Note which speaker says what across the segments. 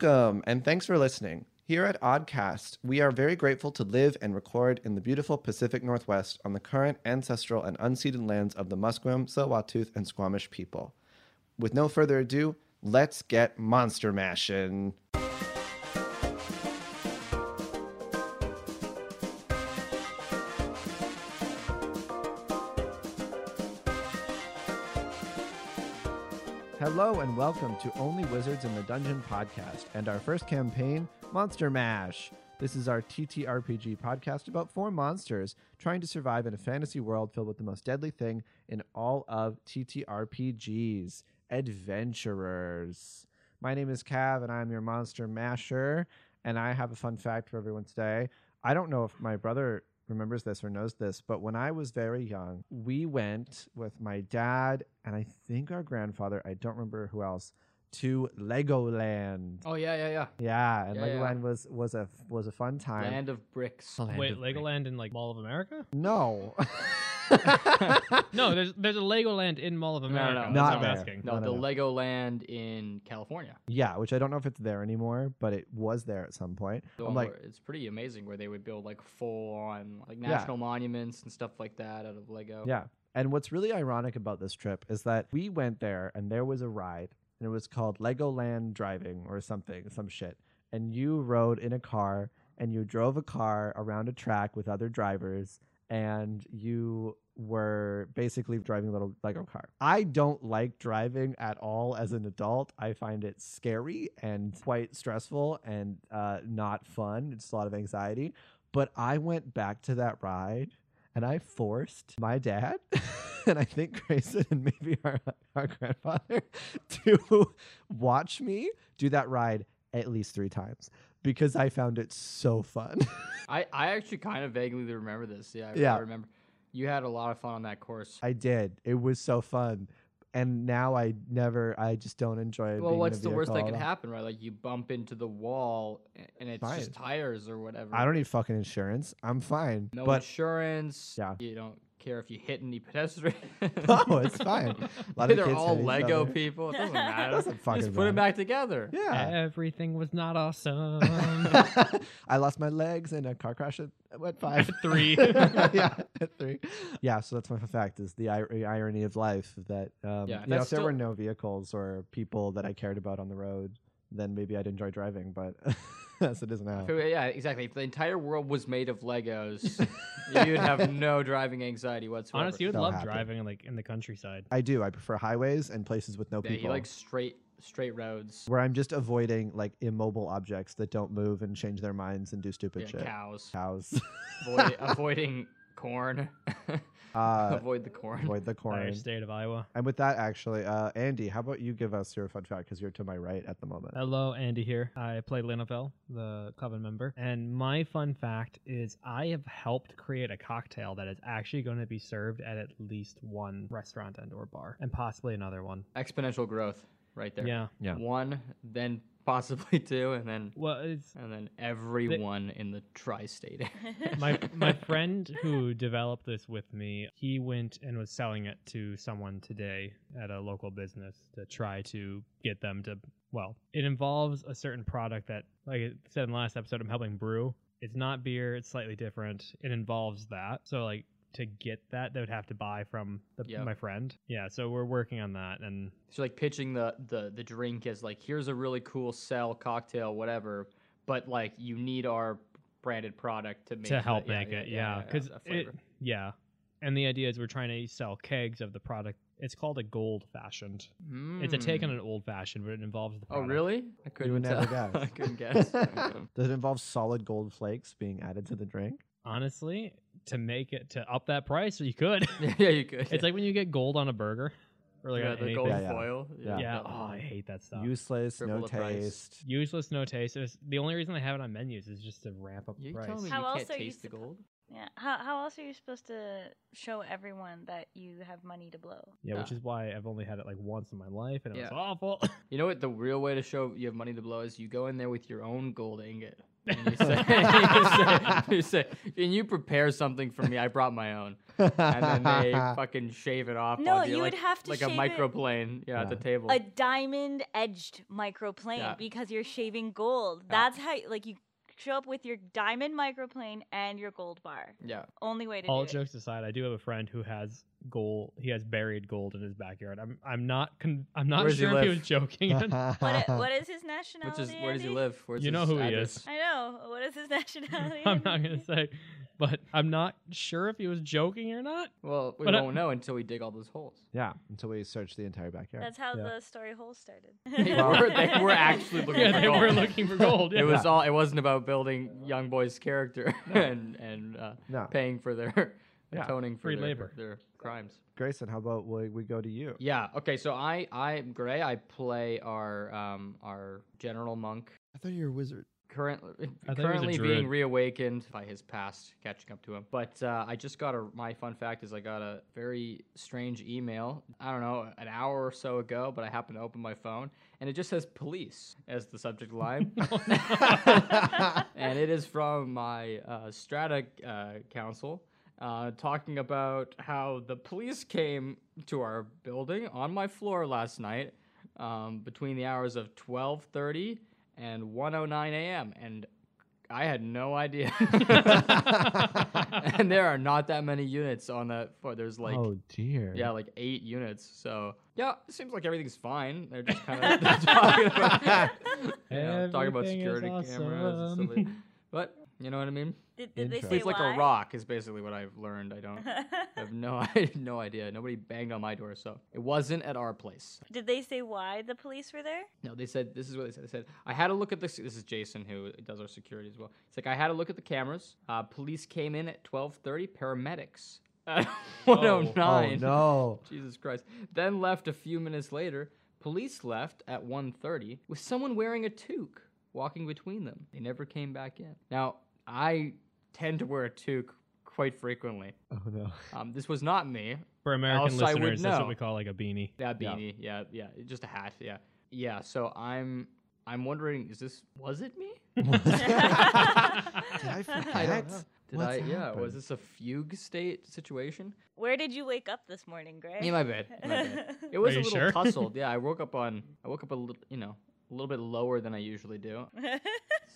Speaker 1: Welcome, and thanks for listening. Here at Oddcast, we are very grateful to live and record in the beautiful Pacific Northwest on the current ancestral and unceded lands of the Musqueam, Tsleil-Waututh, and Squamish people. With no further ado, let's get monster mashin'. Hello and welcome to Only Wizards in the Dungeon podcast and our first campaign, Monster Mash. This is our TTRPG podcast about four monsters trying to survive in a fantasy world filled with the most deadly thing in all of TTRPGs adventurers. My name is Cav and I'm your Monster Masher. And I have a fun fact for everyone today. I don't know if my brother remembers this or knows this, but when I was very young, we went with my dad and I think our grandfather, I don't remember who else, to Legoland.
Speaker 2: Oh yeah, yeah, yeah.
Speaker 1: Yeah, and
Speaker 2: Yeah, yeah.
Speaker 1: Legoland was was a was a fun time.
Speaker 2: Land of bricks.
Speaker 1: Land
Speaker 3: Wait,
Speaker 1: of Brick.
Speaker 3: Legoland in like Mall of America?
Speaker 1: No.
Speaker 3: No, there's there's a Legoland in Mall of
Speaker 2: no,
Speaker 3: America.
Speaker 2: no,
Speaker 3: that's
Speaker 1: not
Speaker 3: what I'm
Speaker 1: there.
Speaker 3: asking.
Speaker 2: No,
Speaker 1: No, no,
Speaker 2: the
Speaker 1: no.
Speaker 2: Legoland in California.
Speaker 1: yeah, which I don't know if it's there anymore, but it was there at some point.
Speaker 2: The
Speaker 1: I'm
Speaker 2: one
Speaker 1: like,
Speaker 2: where it's pretty amazing where they would build like full on like
Speaker 1: Yeah.
Speaker 2: national monuments and stuff like that out of Lego.
Speaker 1: Yeah. And what's really ironic about this trip is that we went there and there was a ride and it was called Legoland Driving or something, some shit. And you rode in a car and you drove a car around a track with other drivers and you were basically driving a little Lego car. I don't like driving at all as an adult. I find it scary and quite stressful and uh, not fun. It's a lot of anxiety. But I went back to that ride and I forced my dad and I think Grayson and maybe our, our grandfather to watch me do that ride at least three times because I found it so fun.
Speaker 2: I, I actually kind of vaguely remember this. Yeah, I,
Speaker 1: Yeah.
Speaker 2: I remember. You had a lot of fun on that course.
Speaker 1: I did. It was so fun. And now I never, I just don't enjoy. being
Speaker 2: well,
Speaker 1: in a
Speaker 2: what's the worst that
Speaker 1: vehicle
Speaker 2: could
Speaker 1: at all.
Speaker 2: happen, right? Like you bump into the wall a- and it's just tires or whatever.
Speaker 1: I don't need fucking insurance. I'm fine.
Speaker 2: no
Speaker 1: but
Speaker 2: insurance.
Speaker 1: Yeah.
Speaker 2: You don't care if you hit any pedestrians.
Speaker 1: No, it's fine. A lot of the
Speaker 2: They're
Speaker 1: kids
Speaker 2: all
Speaker 1: hit each
Speaker 2: Lego
Speaker 1: other.
Speaker 2: people. It doesn't matter.
Speaker 1: doesn't fucking
Speaker 2: just put
Speaker 1: matter.
Speaker 2: it back together.
Speaker 1: yeah.
Speaker 3: Everything was not awesome.
Speaker 1: I lost my legs in a car crash at, at five.
Speaker 3: At three.
Speaker 1: yeah, at three. Yeah, so that's my fun fact is the ir- irony of life that um,
Speaker 2: Yeah,
Speaker 1: you know, if
Speaker 2: that's
Speaker 1: there were
Speaker 2: still-
Speaker 1: no vehicles or people that I cared about on the road, then maybe I'd enjoy driving, but as it is now.
Speaker 2: If it- yeah, exactly. If the entire world was made of Legos, you'd have no driving anxiety whatsoever.
Speaker 3: Honestly, you'd
Speaker 1: That'll
Speaker 3: love
Speaker 1: happen.
Speaker 3: driving like in the countryside.
Speaker 1: I do. I prefer highways and places with no
Speaker 2: yeah,
Speaker 1: people.
Speaker 2: you like straight straight roads.
Speaker 1: where I'm just avoiding like immobile objects that don't move and change their minds and do
Speaker 2: Yeah,
Speaker 1: stupid shit.
Speaker 2: cows.
Speaker 1: Cows.
Speaker 2: Avoid, avoiding corn.
Speaker 1: Uh,
Speaker 2: Avoid the corn.
Speaker 1: avoid the
Speaker 3: Entire
Speaker 1: corn.
Speaker 3: state of Iowa.
Speaker 1: And with that, actually, uh, Andy, how about you give us your fun fact because you're to my right at the moment.
Speaker 3: Hello, Andy here. I play Linovel, the coven member, and my fun fact is I have helped create a cocktail that is actually going to be served at at least one restaurant and/or bar, and possibly another one.
Speaker 2: Exponential growth, right there.
Speaker 3: Yeah.
Speaker 1: Yeah.
Speaker 2: One, then possibly two, and then
Speaker 3: Well, it's
Speaker 2: and then everyone in the tri-state. area.
Speaker 3: my my friend who developed this with me, he went and was selling it to someone today at a local business to try to get them to well, it involves a certain product that like I said in the last episode I'm helping brew. It's not beer, it's slightly different. It involves that. So like to get that they would have to buy from the,
Speaker 2: Yep.
Speaker 3: my friend. Yeah, so we're working on that and
Speaker 2: So like pitching the the the drink as like here's a really cool sell cocktail whatever, but like you need our branded product to make
Speaker 3: to
Speaker 2: the-
Speaker 3: help make it. Yeah, because
Speaker 2: that
Speaker 3: yeah,
Speaker 2: flavor.
Speaker 3: and the idea is we're trying to sell kegs of the product. It's called a gold fashioned. It's a take on
Speaker 2: Mm.
Speaker 3: an old fashioned, but it involves the
Speaker 2: Oh
Speaker 3: product.
Speaker 2: really? I couldn't
Speaker 1: would never
Speaker 2: tell.
Speaker 1: guess.
Speaker 2: I couldn't guess.
Speaker 1: Does it involve solid gold flakes being added to the drink?
Speaker 3: Honestly, to make it to up that price, you could.
Speaker 2: yeah, you could.
Speaker 3: it's like when you get gold on a burger, or like
Speaker 2: yeah,
Speaker 3: on
Speaker 2: the
Speaker 3: anything.
Speaker 2: gold
Speaker 1: Yeah, yeah.
Speaker 2: foil.
Speaker 1: Yeah.
Speaker 3: Yeah.
Speaker 2: that
Speaker 3: Oh, I
Speaker 2: one.
Speaker 3: hate that stuff.
Speaker 1: Useless, no
Speaker 2: Triple the price.
Speaker 1: taste.
Speaker 3: Useless, no taste. It's- the only reason they have it on menus is just to ramp up the
Speaker 2: you
Speaker 3: price.
Speaker 2: telling me
Speaker 4: How
Speaker 2: you
Speaker 4: else
Speaker 2: can't
Speaker 4: are you
Speaker 2: taste the
Speaker 4: suppo-
Speaker 2: gold?
Speaker 4: Yeah. How how else are you supposed to show everyone that you have money to blow?
Speaker 3: yeah, which
Speaker 2: Yeah.
Speaker 3: is why I've only had it like once in my life, and it
Speaker 2: Yeah.
Speaker 3: was awful.
Speaker 2: You know what? The real way to show you have money to blow is you go in there with your own gold ingot. And you say, you say, you say, can you prepare something for me? I brought my own. And then they fucking shave it off.
Speaker 4: No,
Speaker 2: onto
Speaker 4: you
Speaker 2: like,
Speaker 4: would have to
Speaker 2: like
Speaker 4: shave
Speaker 2: a
Speaker 4: it-
Speaker 2: microplane. Yeah, at the
Speaker 1: Yeah.
Speaker 2: table.
Speaker 4: a diamond edged microplane
Speaker 2: Yeah.
Speaker 4: because you're shaving gold.
Speaker 2: Yeah.
Speaker 4: That's how like you show up with your diamond microplane and your gold bar.
Speaker 2: yeah,
Speaker 4: Only way to
Speaker 3: All
Speaker 4: do it.
Speaker 3: jokes aside, I do have a friend who has gold. He has buried gold in his backyard. I'm I'm not con- I'm not
Speaker 2: Where does he
Speaker 3: sure if he
Speaker 2: live?
Speaker 3: was joking.
Speaker 4: What, i- what is his
Speaker 2: which
Speaker 4: nationality?
Speaker 2: is where does he
Speaker 4: Andy?
Speaker 2: live? Where's
Speaker 3: You know
Speaker 2: his
Speaker 3: who he
Speaker 2: address?
Speaker 3: is.
Speaker 4: I know. What is his nationality?
Speaker 3: I'm not gonna
Speaker 4: Andy?
Speaker 3: say, but I'm not sure if he was joking or not.
Speaker 2: Well, we
Speaker 3: But I-
Speaker 2: won't know until we dig all those holes.
Speaker 1: yeah, until we search the entire backyard.
Speaker 4: That's how
Speaker 1: Yeah.
Speaker 4: the story hole started.
Speaker 2: They were, they were actually looking
Speaker 3: Yeah,
Speaker 2: for
Speaker 3: they
Speaker 2: gold.
Speaker 3: were looking for gold.
Speaker 2: It
Speaker 3: yeah.
Speaker 2: was all. It wasn't about building young boys' character and and uh,
Speaker 1: No.
Speaker 2: paying for their
Speaker 1: Yeah.
Speaker 2: atoning for
Speaker 3: Free
Speaker 2: their,
Speaker 3: labor.
Speaker 2: their crimes.
Speaker 1: Grayson, how about we, we go to you?
Speaker 2: Yeah. Okay. So I I am Gray. I play our um our general monk
Speaker 5: I thought you were a wizard.
Speaker 2: currently
Speaker 3: I thought he was a
Speaker 2: currently being
Speaker 3: druid.
Speaker 2: reawakened by his past catching up to him but uh, i just got a my fun fact is i got a very strange email i don't know an hour or so ago but i happened to open my phone and it just says police as the subject line
Speaker 3: Oh,
Speaker 2: and it is from my uh, strata uh, council uh, talking about how the police came to our building on my floor last night um, between the hours of 12.30 and 1.09 a.m. And I had no idea. and there are not that many units on that floor. There's like,
Speaker 1: oh dear.
Speaker 2: yeah, like eight units. So, yeah, it seems like everything's fine. They're just kind of talking about, you know, talking about
Speaker 3: Everything is
Speaker 2: security cameras and stuff like But, you know what I mean?
Speaker 4: Did, did they
Speaker 1: Intro.
Speaker 4: say
Speaker 2: Sleep
Speaker 4: why?
Speaker 2: like a rock is basically what I've learned. I don't. I have no, I have no idea. Nobody banged on my door, so it wasn't at our place.
Speaker 4: did they say why the police were there?
Speaker 2: No, they said this is what they said. They said I had a look at this. This is Jason who does our security as well. It's like I had a look at the cameras. Uh, police came in at twelve thirty. Paramedics at one oh
Speaker 1: Oh
Speaker 2: nine.
Speaker 1: no.
Speaker 2: Jesus Christ. Then left a few minutes later. Police left at 1.30 with someone wearing a toque walking between them. They never came back in. Now, I tend to wear a toque quite frequently.
Speaker 1: Oh no.
Speaker 2: Um, this was not me.
Speaker 3: For American
Speaker 2: Else I would
Speaker 3: listeners, that's
Speaker 2: know.
Speaker 3: what we call like a beanie.
Speaker 2: That
Speaker 1: Yeah.
Speaker 2: beanie, yeah. yeah, just a hat, yeah, yeah. So I'm, I'm wondering, is this was it me?
Speaker 1: Oh,
Speaker 5: Did I forget?
Speaker 2: I don't know. Did
Speaker 1: What's
Speaker 2: I? Yeah, was
Speaker 1: happened?
Speaker 2: this a fugue state situation?
Speaker 4: Where did you wake up this morning, Gray?
Speaker 2: Yeah, my bad. My bad. It was a
Speaker 3: you
Speaker 2: little
Speaker 3: sure?
Speaker 2: tussled. Yeah, I woke up on, I woke up a little, you know, a little bit lower than I usually do.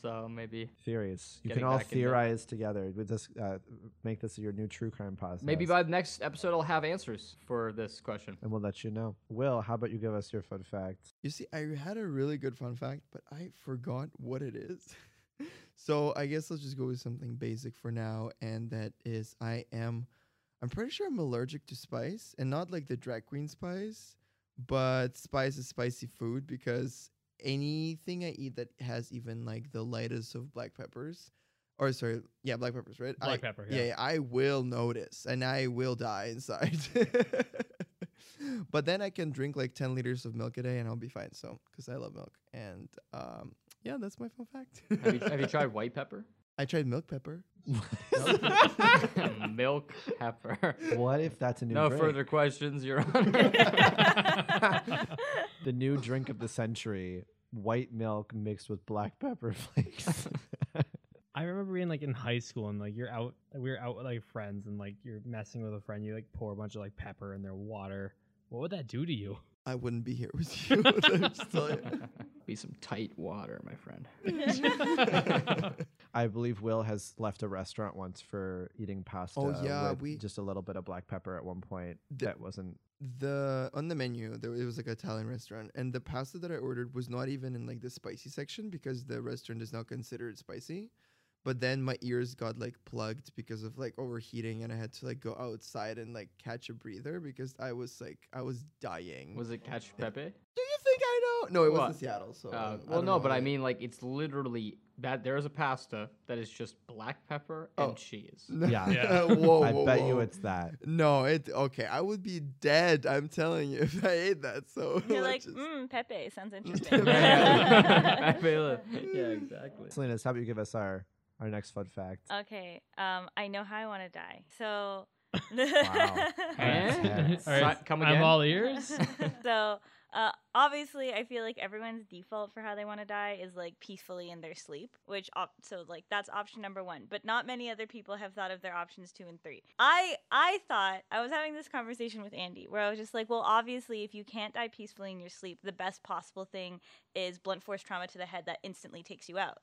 Speaker 2: So maybe,
Speaker 1: Theories. You
Speaker 2: Getting
Speaker 1: can all
Speaker 2: back into-
Speaker 1: theorize together. With this, uh, make this your new true crime podcast.
Speaker 2: maybe by the next episode, I'll have answers for this question.
Speaker 1: and we'll let you know. Will, how about you give us your fun fact?
Speaker 5: You see, I had a really good fun fact, but I forgot what it is. so I guess let's just go with something basic for now, and that is I am I'm pretty sure I'm allergic to spice, and not like the drag queen spice, but spice is spicy food because anything I eat that has even like the lightest of black peppers, or sorry, yeah, black peppers, right?
Speaker 3: Black
Speaker 5: I-
Speaker 3: pepper.
Speaker 5: yeah. I will notice and I will die inside. but then I can drink like 10 liters of milk a day and I'll be fine. So, because I love milk. And um, yeah, that's my fun fact.
Speaker 2: Have you, have you tried white pepper?
Speaker 5: I tried milk pepper.
Speaker 2: Milk pepper.
Speaker 1: What if that's a new
Speaker 2: No
Speaker 1: drink?
Speaker 2: further questions, Your Honor.
Speaker 1: The new drink of the century: white milk mixed with black pepper flakes.
Speaker 3: I remember being like in high school and like you're out, we were out with like friends and like you're messing with a friend. You like pour a bunch of like pepper in their water. What would that do to you?
Speaker 5: I wouldn't be here with you. I'm just telling you.
Speaker 2: Be some tight water, my friend.
Speaker 1: I believe Will has left a restaurant once for eating pasta.
Speaker 5: Oh, yeah,
Speaker 1: with
Speaker 5: we-
Speaker 1: just a little bit of black pepper at one point.
Speaker 5: The-
Speaker 1: that wasn't.
Speaker 5: the on the menu there it was like an Italian restaurant and the pasta that I ordered was not even in like the spicy section because the restaurant does not consider it spicy. But then my ears got like plugged because of like overheating and I had to like go outside and like catch a breather because I was like I was dying.
Speaker 2: Was it catch Pepe?
Speaker 5: Do you think I know? No, it was
Speaker 2: What?
Speaker 5: in Seattle, so I
Speaker 2: Uh,
Speaker 5: don't- I
Speaker 2: well,
Speaker 5: don't
Speaker 2: no,
Speaker 5: know
Speaker 2: but I
Speaker 5: that.
Speaker 2: mean, like, it's literally that there is a pasta that is just black pepper and
Speaker 5: Oh.
Speaker 2: cheese.
Speaker 5: No.
Speaker 1: Yeah.
Speaker 3: Yeah.
Speaker 5: whoa,
Speaker 1: I
Speaker 5: Oh, whoa,
Speaker 1: bet you
Speaker 5: whoa.
Speaker 1: it's that.
Speaker 5: No, it okay. I would be dead. I'm telling you if I ate that. So
Speaker 4: You're like,
Speaker 5: let's just-
Speaker 4: mm, Pepe sounds
Speaker 2: Yeah,
Speaker 4: interesting.
Speaker 2: yeah, yeah. I feel it. Yeah, exactly.
Speaker 1: Salinas, how about you give us our our next fun fact?
Speaker 3: Uh,
Speaker 4: okay, um, I know how I want to die. So,
Speaker 1: Wow.
Speaker 3: All right.
Speaker 1: Yes.
Speaker 3: All right.
Speaker 2: Si- Eh? come
Speaker 3: I'm
Speaker 2: again?
Speaker 3: all ears.
Speaker 4: so Uh, obviously, I feel like everyone's default for how they want to die is like peacefully in their sleep, which op- so like that's option number one. But not many other people have thought of their options two and three. I I thought I was having this conversation with Andy where I was just like, well, obviously, if you can't die peacefully in your sleep, the best possible thing is blunt force trauma to the head that instantly takes you out.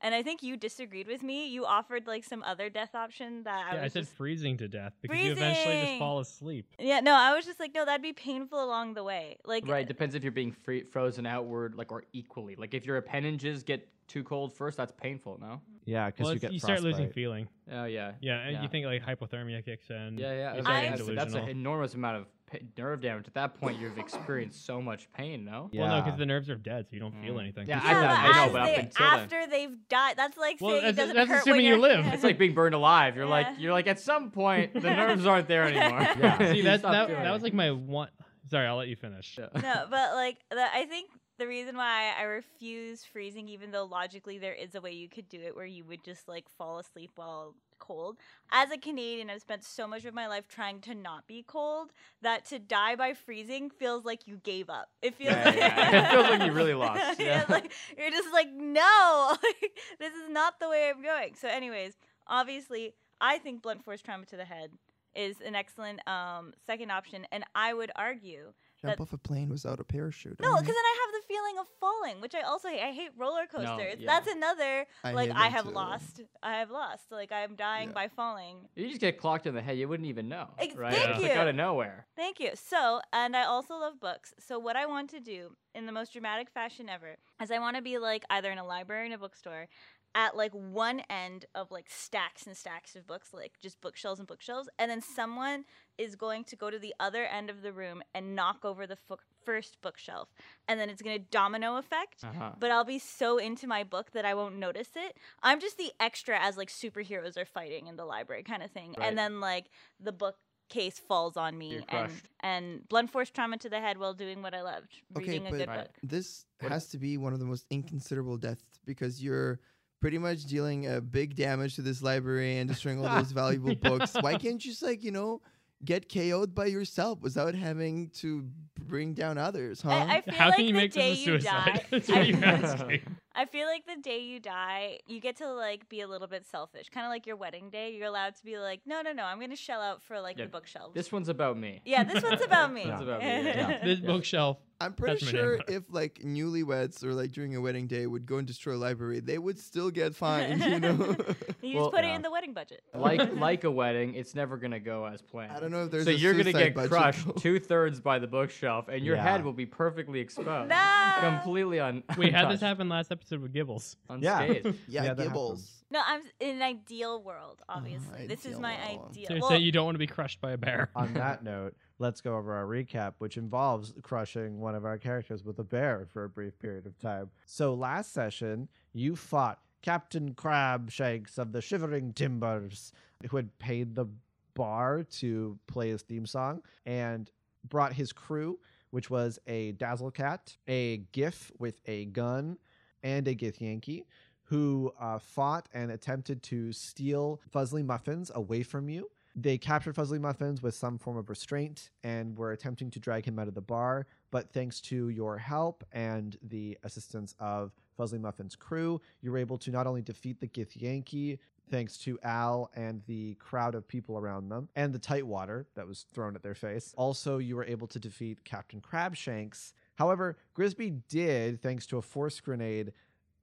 Speaker 4: And I think you disagreed with me. You offered like some other death option that
Speaker 3: yeah,
Speaker 4: I
Speaker 3: I
Speaker 4: was
Speaker 3: said
Speaker 4: just
Speaker 3: freezing to death because you eventually just
Speaker 4: Freezing!
Speaker 3: fall asleep.
Speaker 4: yeah, no, I was just like, no, that'd be painful along the way. Like,
Speaker 2: Right, depends if you're being free, frozen outward, like or equally. Like if your appendages get too cold first, that's painful. No.
Speaker 1: Yeah, because
Speaker 3: Well,
Speaker 1: you
Speaker 3: it's- you,
Speaker 1: get
Speaker 3: start losing
Speaker 1: frostbite.
Speaker 3: feeling.
Speaker 2: Oh yeah.
Speaker 3: Yeah, and
Speaker 2: Yeah.
Speaker 3: you think like hypothermia kicks in.
Speaker 2: Yeah, yeah. That's,
Speaker 3: You start
Speaker 4: I-
Speaker 2: that's,
Speaker 3: getting
Speaker 2: that's an
Speaker 3: delusional.
Speaker 2: enormous amount of pa- nerve damage. At that point, you've experienced so much pain. No.
Speaker 1: Yeah.
Speaker 3: Well, no, because the nerves are dead, so you don't feel
Speaker 2: Mm.
Speaker 3: anything.
Speaker 2: Yeah,
Speaker 4: yeah,
Speaker 2: I thought- I know,
Speaker 4: but
Speaker 2: but up
Speaker 4: as
Speaker 2: until then-
Speaker 4: they- after they've died, that's like
Speaker 3: Well,
Speaker 4: saying it
Speaker 3: that's-
Speaker 4: doesn't
Speaker 3: that's
Speaker 4: hurt
Speaker 3: assuming
Speaker 4: when
Speaker 3: you
Speaker 4: you're-
Speaker 3: live. It's
Speaker 2: It's like being burned alive. You're like
Speaker 4: Yeah.
Speaker 2: you're like at some point the nerves aren't there anymore.
Speaker 1: Yeah.
Speaker 3: See,
Speaker 2: You
Speaker 3: that's
Speaker 2: stop
Speaker 3: that,
Speaker 2: doing
Speaker 3: that
Speaker 2: it.
Speaker 3: was like my one. Sorry, I'll let you finish.
Speaker 2: Yeah.
Speaker 4: no, but like the, I think the reason why I refuse freezing, even though logically there is a way you could do it where you would just like fall asleep while cold. As a Canadian, I've spent so much of my life trying to not be cold that to die by freezing feels like you gave up. It feels
Speaker 2: Yeah,
Speaker 4: like
Speaker 2: yeah, yeah. It feels like you really lost, yeah.
Speaker 4: like you're just like no, like, this is not the way I'm going. So, anyways, obviously, I think blunt force trauma to the head is an excellent um, second option, and I would argue
Speaker 5: Jump
Speaker 4: That-
Speaker 5: off a plane without a parachute. oh,
Speaker 4: no,
Speaker 5: alright?
Speaker 4: because then I have the feeling of falling, which I also hate. I hate roller
Speaker 2: No,
Speaker 4: coasters.
Speaker 2: yeah.
Speaker 4: That's another like
Speaker 5: hate
Speaker 4: I
Speaker 5: them
Speaker 4: have
Speaker 5: too.
Speaker 4: lost. I have lost. Like I'm dying
Speaker 5: Yeah.
Speaker 4: by falling.
Speaker 2: You just get clocked in the head. You wouldn't even know.
Speaker 4: Ex-
Speaker 2: right?
Speaker 4: thank
Speaker 2: It's like
Speaker 4: you.
Speaker 2: out of nowhere.
Speaker 4: Thank you. So, and I also love books. So what I want to do in the most dramatic fashion ever is I want to be like either in a library or in a bookstore at like one end of like stacks and stacks of books, like just bookshelves and bookshelves, and then someone is going to go to the other end of the room and knock over the fo- first bookshelf, and then it's going to domino effect.
Speaker 2: Uh-huh.
Speaker 4: but I'll be so into my book that I won't notice it. I'm just the extra as like superheroes are fighting in the library kind of thing.
Speaker 2: Right.
Speaker 4: And then like the bookcase falls on me
Speaker 2: You're
Speaker 4: and
Speaker 2: crushed.
Speaker 4: and blunt force trauma to the head while doing what I loved,
Speaker 5: Okay,
Speaker 4: reading a
Speaker 5: but-
Speaker 4: good
Speaker 2: Right.
Speaker 4: book.
Speaker 5: This
Speaker 2: What-
Speaker 5: has to be one of the most inconsiderable deaths because you're pretty much dealing a big damage to this library and destroying all those valuable books. Why can't you just like you know get KO'd by yourself without having to bring down others? Huh?
Speaker 4: I, I feel
Speaker 3: How
Speaker 4: like
Speaker 3: can you
Speaker 4: the
Speaker 3: make
Speaker 4: day
Speaker 3: this a
Speaker 4: you die,
Speaker 3: suicide? That's
Speaker 4: I-
Speaker 3: what you're asking.
Speaker 4: I feel like the day you die, you get to like be a little bit selfish, kind of like your wedding day. You're allowed to be like, no, no, no, I'm gonna shell out for like
Speaker 2: Yeah,
Speaker 4: the bookshelves.
Speaker 2: This one's about me.
Speaker 4: yeah, this one's about me.
Speaker 2: This one's about me. yeah.
Speaker 4: Yeah.
Speaker 3: This
Speaker 2: Yeah.
Speaker 3: bookshelf.
Speaker 5: I'm pretty
Speaker 3: That's my
Speaker 5: sure
Speaker 3: name.
Speaker 5: if like newlyweds or like during a wedding day would go and destroy a library, they would still get fined. You know,
Speaker 4: You
Speaker 2: Well,
Speaker 4: just put
Speaker 1: yeah.
Speaker 4: it in the wedding budget.
Speaker 2: Like like a wedding, it's never gonna go as planned.
Speaker 5: I don't know if there's
Speaker 2: so
Speaker 5: a
Speaker 2: you're gonna
Speaker 5: suicide
Speaker 2: get
Speaker 5: budget,
Speaker 2: crushed
Speaker 5: though.
Speaker 2: two thirds by the bookshelf, and your
Speaker 1: Yeah.
Speaker 2: head will be perfectly exposed,
Speaker 4: No!
Speaker 2: completely un.
Speaker 3: We had this
Speaker 2: untouched,
Speaker 3: happen last episode with Gibbles.
Speaker 1: Yeah.
Speaker 2: unscathed.
Speaker 5: yeah,
Speaker 1: Yeah, that
Speaker 5: Gibbles.
Speaker 4: No, I'm s- in an ideal world, obviously. this is
Speaker 5: Oh, ideal
Speaker 4: my
Speaker 5: world.
Speaker 4: ideal.
Speaker 3: So you
Speaker 4: well,
Speaker 3: you don't want to be crushed by a bear.
Speaker 1: On that note, let's go over our recap, which involves crushing one of our characters with a bear for a brief period of time. So last session, you fought Captain Crabshanks of the Shivering Timbers, who had paid the bar to play his theme song and brought his crew, which was a Dazzlecat, a Gif with a gun, and a Gith Yankee. Who uh, fought and attempted to steal Fuzzly Muffins away from you? They captured Fuzzly Muffins with some form of restraint and were attempting to drag him out of the bar. But thanks to your help and the assistance of Fuzzly Muffin's crew, you were able to not only defeat the Gith Yankee, thanks to Al and the crowd of people around them, and the tight water that was thrown at their face. Also, you were able to defeat Captain Crabshanks. However, Grisby did, thanks to a force grenade,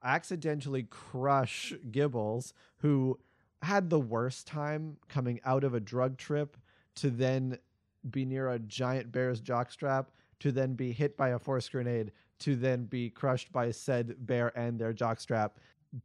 Speaker 1: accidentally crush Gibbles, who had the worst time coming out of a drug trip to then be near a giant bear's jockstrap to then be hit by a force grenade to then be crushed by said bear and their jockstrap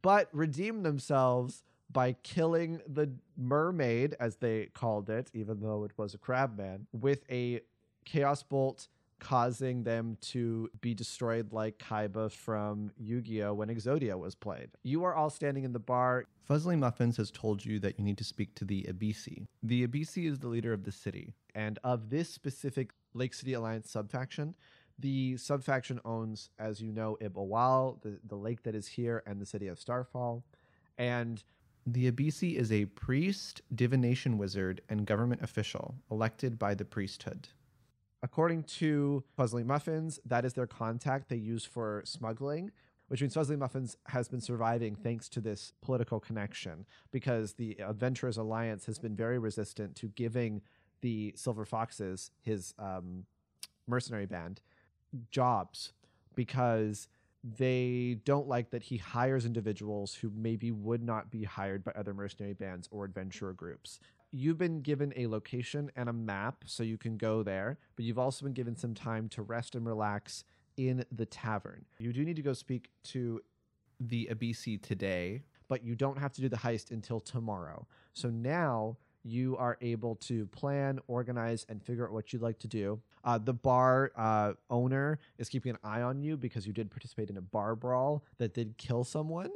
Speaker 1: but redeemed themselves by killing the mermaid as they called it even though it was a crabman with a chaos bolt causing them to be destroyed like Kaiba from Yu-Gi-Oh when Exodia was played. You are all standing in the bar. Fuzzly Muffins has told you that you need to speak to the Ibisi. The Ibisi is the leader of the city, and of this specific Lake City Alliance subfaction, the subfaction owns, as you know, Ibawal, the, the lake that is here, and the city of Starfall. And the Ibisi is a priest, divination wizard, and government official elected by the priesthood. According to Fuzzly Muffins, that is their contact they use for smuggling, which means Fuzzly Muffins has been surviving thanks to this political connection because the Adventurers Alliance has been very resistant to giving the Silver Foxes, his um, mercenary band, jobs because they don't like that he hires individuals who maybe would not be hired by other mercenary bands or adventurer groups. You've been given a location and a map so you can go there, but you've also been given some time to rest and relax in the tavern. You do need to go speak to,
Speaker 6: The ABC today.
Speaker 1: but you don't have to do the heist until tomorrow. So now you are able to plan, organize, and figure out what you'd like to do. Uh, the bar uh, owner is keeping an eye on you because you did participate in a bar brawl that did kill someone,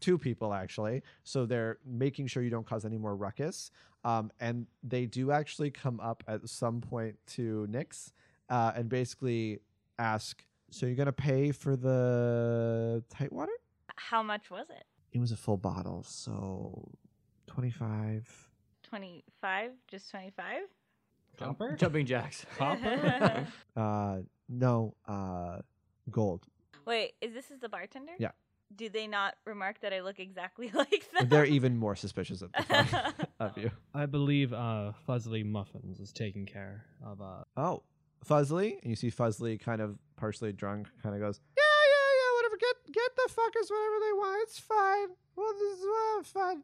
Speaker 1: two people actually. So they're making sure you don't cause any more ruckus. Um, and they do actually come up at some point to Nick's uh, and basically ask, "So you're gonna pay for the tight water?"
Speaker 4: How much was it?
Speaker 1: It was a full bottle, so twenty-five.
Speaker 4: 25? Just 25?
Speaker 2: Jump-
Speaker 3: Copper?
Speaker 2: Jumping jacks.
Speaker 4: Copper?
Speaker 1: Uh, no, uh, gold.
Speaker 4: Wait, is this is the bartender?
Speaker 1: Yeah.
Speaker 4: Do they not remark that I look exactly like them?
Speaker 1: They're
Speaker 5: e
Speaker 1: even more suspicious of, the fact of you.
Speaker 3: I believe uh, Fuzzly Muffins is taking care of. Uh,
Speaker 1: Oh, Fuzzly, and you see Fuzzly kind of partially drunk, kind of goes, yeah, yeah, yeah, whatever. Get get the fuckers whatever they want. It's fine. Well, this is uh, fun.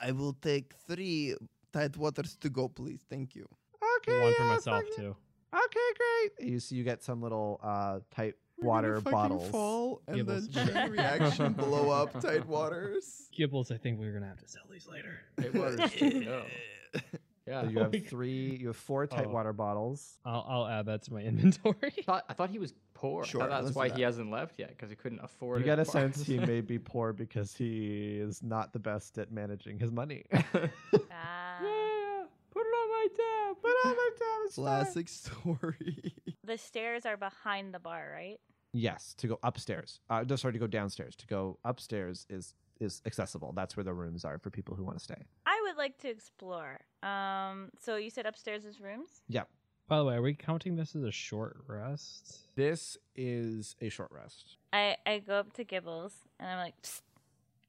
Speaker 5: I will take three tight waters to go, please. Thank you.
Speaker 1: Okay,
Speaker 3: one for
Speaker 1: yeah,
Speaker 3: myself
Speaker 1: fuck it.
Speaker 3: too.
Speaker 1: Okay, great. You see, you get some little uh tight water bottles.
Speaker 5: fall and
Speaker 3: Give us
Speaker 5: then
Speaker 3: a
Speaker 5: chain
Speaker 2: drink.
Speaker 5: reaction blow up tight waters.
Speaker 3: Gibbles, I think we're gonna have to sell these later.
Speaker 2: It was. Yeah.
Speaker 1: So
Speaker 2: Yeah.
Speaker 1: you have three. You have four tight
Speaker 3: Oh.
Speaker 1: water bottles.
Speaker 3: I'll, I'll add that to my inventory.
Speaker 2: thought, I thought he was poor. I
Speaker 5: Sure,
Speaker 2: thought
Speaker 5: let's
Speaker 2: that's
Speaker 5: do
Speaker 2: why
Speaker 5: that.
Speaker 2: he hasn't left yet because he couldn't afford.
Speaker 1: You
Speaker 2: his
Speaker 1: get a
Speaker 2: bar.
Speaker 1: sense he may be poor because he is not the best at managing his money.
Speaker 4: Ah.
Speaker 2: put it on my tab.
Speaker 1: But I'm a damn star.
Speaker 5: Classic story.
Speaker 4: the stairs are behind the bar, right?
Speaker 1: Yes, to go upstairs. Uh, no, sorry, to go downstairs. To go upstairs is is accessible. That's where the rooms are for people who want to stay.
Speaker 4: I would like to explore. Um, so you said upstairs is rooms?
Speaker 3: By the way, are we counting this as a short rest?
Speaker 1: This is a short rest.
Speaker 4: I, I go up to Gibbles and I'm like, Psst,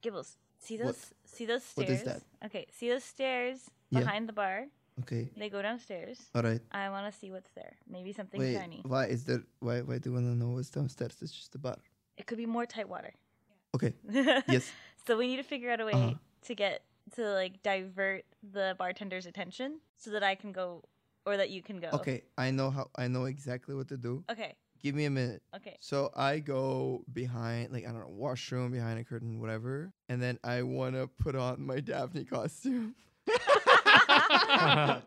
Speaker 4: Gibbles, see those
Speaker 5: What?
Speaker 4: see those
Speaker 5: What
Speaker 4: stairs?
Speaker 5: is
Speaker 4: Okay, see those stairs
Speaker 5: Yeah.
Speaker 4: behind the bar?
Speaker 5: Okay.
Speaker 4: They go downstairs.
Speaker 5: All right.
Speaker 4: I want to see what's there. Maybe something
Speaker 5: Wait.
Speaker 4: shiny.
Speaker 5: Why is there? Why? Why do you want to know what's downstairs? It's just a bar.
Speaker 4: It could be more tight water.
Speaker 5: Okay. Yes.
Speaker 4: so we need to figure out a way
Speaker 5: Uh-huh.
Speaker 4: to get to like divert the bartender's attention so that I can go or that you can go.
Speaker 5: Okay. I know how. I know exactly what to do.
Speaker 4: Okay.
Speaker 5: Give me a minute.
Speaker 4: Okay.
Speaker 5: So I go behind, like I don't know, washroom behind a curtain, whatever, and then I want to put on my Daphne costume. and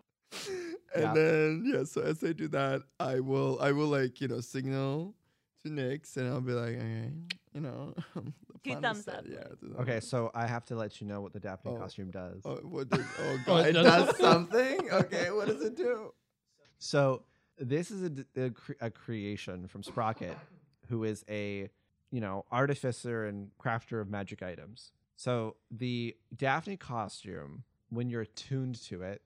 Speaker 1: Yeah.
Speaker 5: then yeah, so as I do that, I will I will like you know signal to Nyx, and I'll be like, okay, you know, the plan is
Speaker 4: thumbs
Speaker 5: set."
Speaker 4: up,
Speaker 5: Yeah.
Speaker 4: like.
Speaker 5: two thumbs
Speaker 1: Okay,
Speaker 5: up.
Speaker 1: so I have to let you know what the Daphne
Speaker 5: Oh.
Speaker 1: costume does.
Speaker 5: Oh, what does, oh
Speaker 3: Oh,
Speaker 5: god,
Speaker 3: it
Speaker 5: it
Speaker 3: does-
Speaker 5: does something. Okay, what does it do?
Speaker 1: So this is a, d- a cre- a creation from Sprocket, who is a you know artificer and crafter of magic items. So the Daphne costume, when you're attuned to it,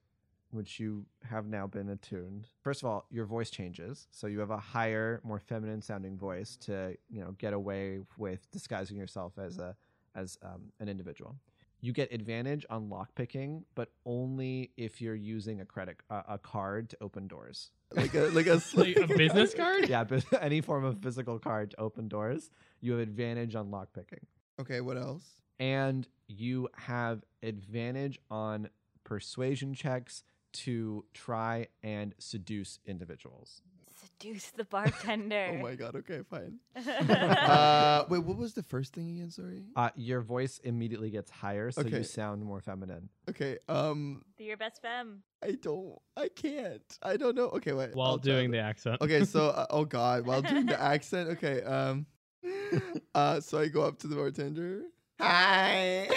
Speaker 1: which you have now been attuned. First of all, your voice changes, so you have a higher, more feminine sounding voice to you know get away with disguising yourself as a as um, an individual. You get advantage on lockpicking, but only if you're using a credit uh, a card to open doors.
Speaker 5: Like a like a,
Speaker 3: Like a business card?
Speaker 1: yeah, but any form of physical card to open doors, you have advantage on lockpicking,
Speaker 5: Okay, what else?
Speaker 1: and you have advantage on persuasion checks to try and seduce individuals.
Speaker 4: Seduce the bartender.
Speaker 5: Oh my god. Okay, fine.
Speaker 4: god.
Speaker 5: Oh Uh, wait, what was the first thing again? Sorry.
Speaker 1: Uh, your voice immediately gets higher, so you
Speaker 5: Okay.
Speaker 1: sound more feminine.
Speaker 5: Okay. Um,
Speaker 4: Do your best femme.
Speaker 5: I don't. I can't. I don't know. Okay, wait.
Speaker 3: While
Speaker 5: I'll try
Speaker 3: doing
Speaker 5: it.
Speaker 3: the accent.
Speaker 5: Okay, so uh, oh god, while doing the accent. Okay. Um. Uh. So I go up to the bartender. Hi.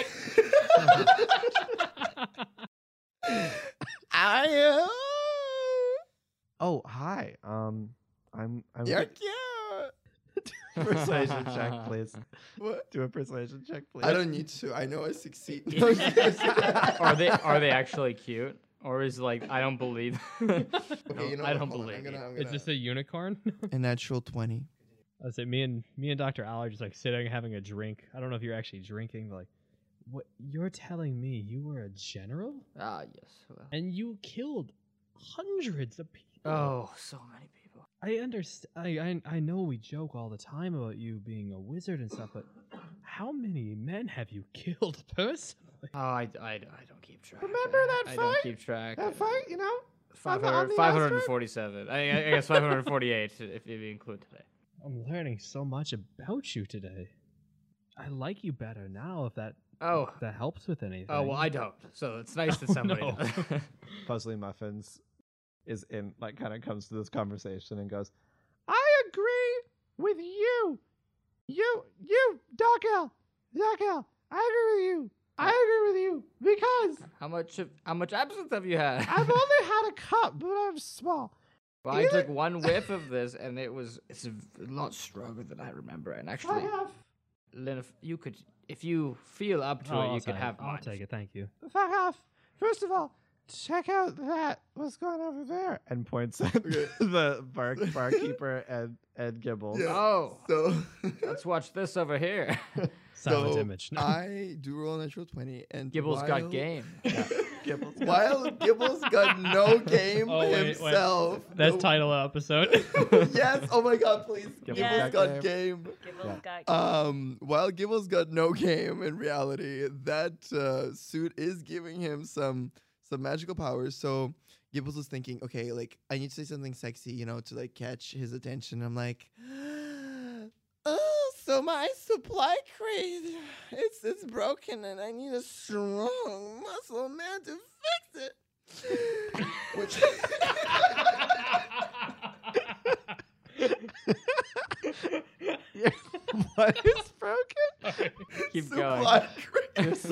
Speaker 5: I am.
Speaker 1: Oh, hi. Um, I'm. I'm
Speaker 5: You're
Speaker 1: good-
Speaker 5: cute.
Speaker 1: persuasion check, please.
Speaker 5: What?
Speaker 1: Do a persuasion check, please.
Speaker 5: I don't need to. I know I succeed.
Speaker 2: are they are they actually cute? Or is like I don't believe. I don't- I
Speaker 5: what,
Speaker 2: don't
Speaker 5: hold on,
Speaker 2: believe.
Speaker 5: I'm gonna,
Speaker 2: it.
Speaker 5: I'm
Speaker 3: Is
Speaker 5: gonna,
Speaker 3: this a unicorn?
Speaker 5: a natural twenty?
Speaker 3: I said, me and me and Doctor Aller just like sitting having a drink. I don't know if you're actually drinking, but like, what you're telling me? You were a general
Speaker 2: Ah yes. well.
Speaker 3: and you killed hundreds of people.
Speaker 2: Oh, so many people.
Speaker 3: I understand. I, I I know we joke all the time about you being a wizard and stuff, but how many men have you killed personally?
Speaker 2: Oh, I, I, I don't keep track.
Speaker 6: Remember
Speaker 2: I-
Speaker 6: that
Speaker 2: I don't
Speaker 6: fight?
Speaker 2: keep track.
Speaker 6: That fight, you know? On the- on
Speaker 2: 500,
Speaker 6: the
Speaker 2: 547. I, I- I guess 548 if you include today.
Speaker 3: I'm learning so much about you today. I like you better now. If that
Speaker 2: Oh.
Speaker 3: if that helps with anything.
Speaker 2: Oh, well, I don't. So it's nice that
Speaker 3: Oh,
Speaker 2: somebody
Speaker 3: no.
Speaker 2: does.
Speaker 1: Puzzly Muffins is in, like, kind of comes to this conversation and goes, I agree with you. You, you, Doc L. Doc L, I agree with you. I agree with you because
Speaker 2: How much of, how much absinthe have you had?
Speaker 1: I've only had a cup, but I'm small.
Speaker 2: Well, I took one whiff of this, and it was Oh, it's a lot stronger than I remember. And
Speaker 1: I
Speaker 2: actually,
Speaker 1: have,
Speaker 2: Lynn, if you could, if you feel up to
Speaker 3: Oh,
Speaker 2: it,
Speaker 3: I'll
Speaker 2: you can
Speaker 3: take
Speaker 2: have
Speaker 3: I'll
Speaker 2: mine.
Speaker 3: take it. Thank you.
Speaker 1: fuck off. First of all, check out that, what's going over there. And points at
Speaker 5: Okay.
Speaker 1: the bar, barkeeper and, and Gibbles.
Speaker 5: Yeah.
Speaker 2: Oh,
Speaker 5: So
Speaker 2: let's watch this over here.
Speaker 3: Silent
Speaker 5: So,
Speaker 3: image. No.
Speaker 5: I do roll a natural twenty, and
Speaker 2: Gibble's
Speaker 5: while,
Speaker 2: got game.
Speaker 1: Gibbles.
Speaker 5: While Gibble's got no game
Speaker 3: Oh, wait, wait.
Speaker 5: himself.
Speaker 3: That's
Speaker 5: no-
Speaker 3: title of episode.
Speaker 5: yes. Oh my God! Please,
Speaker 1: Gibble's
Speaker 4: got
Speaker 5: Gibble's got game.
Speaker 4: Gibble
Speaker 1: Yeah.
Speaker 4: got
Speaker 5: Um, while Gibble's got no game in reality, that uh, suit is giving him some some magical powers. So Gibbles was thinking, okay, like I need to say something sexy, you know, to like catch his attention. I'm like, oh, so my supply crate, it's it's broken, and I need a strong muscle man to fix it. Which
Speaker 1: what is broken?
Speaker 2: Keep
Speaker 5: supply crate.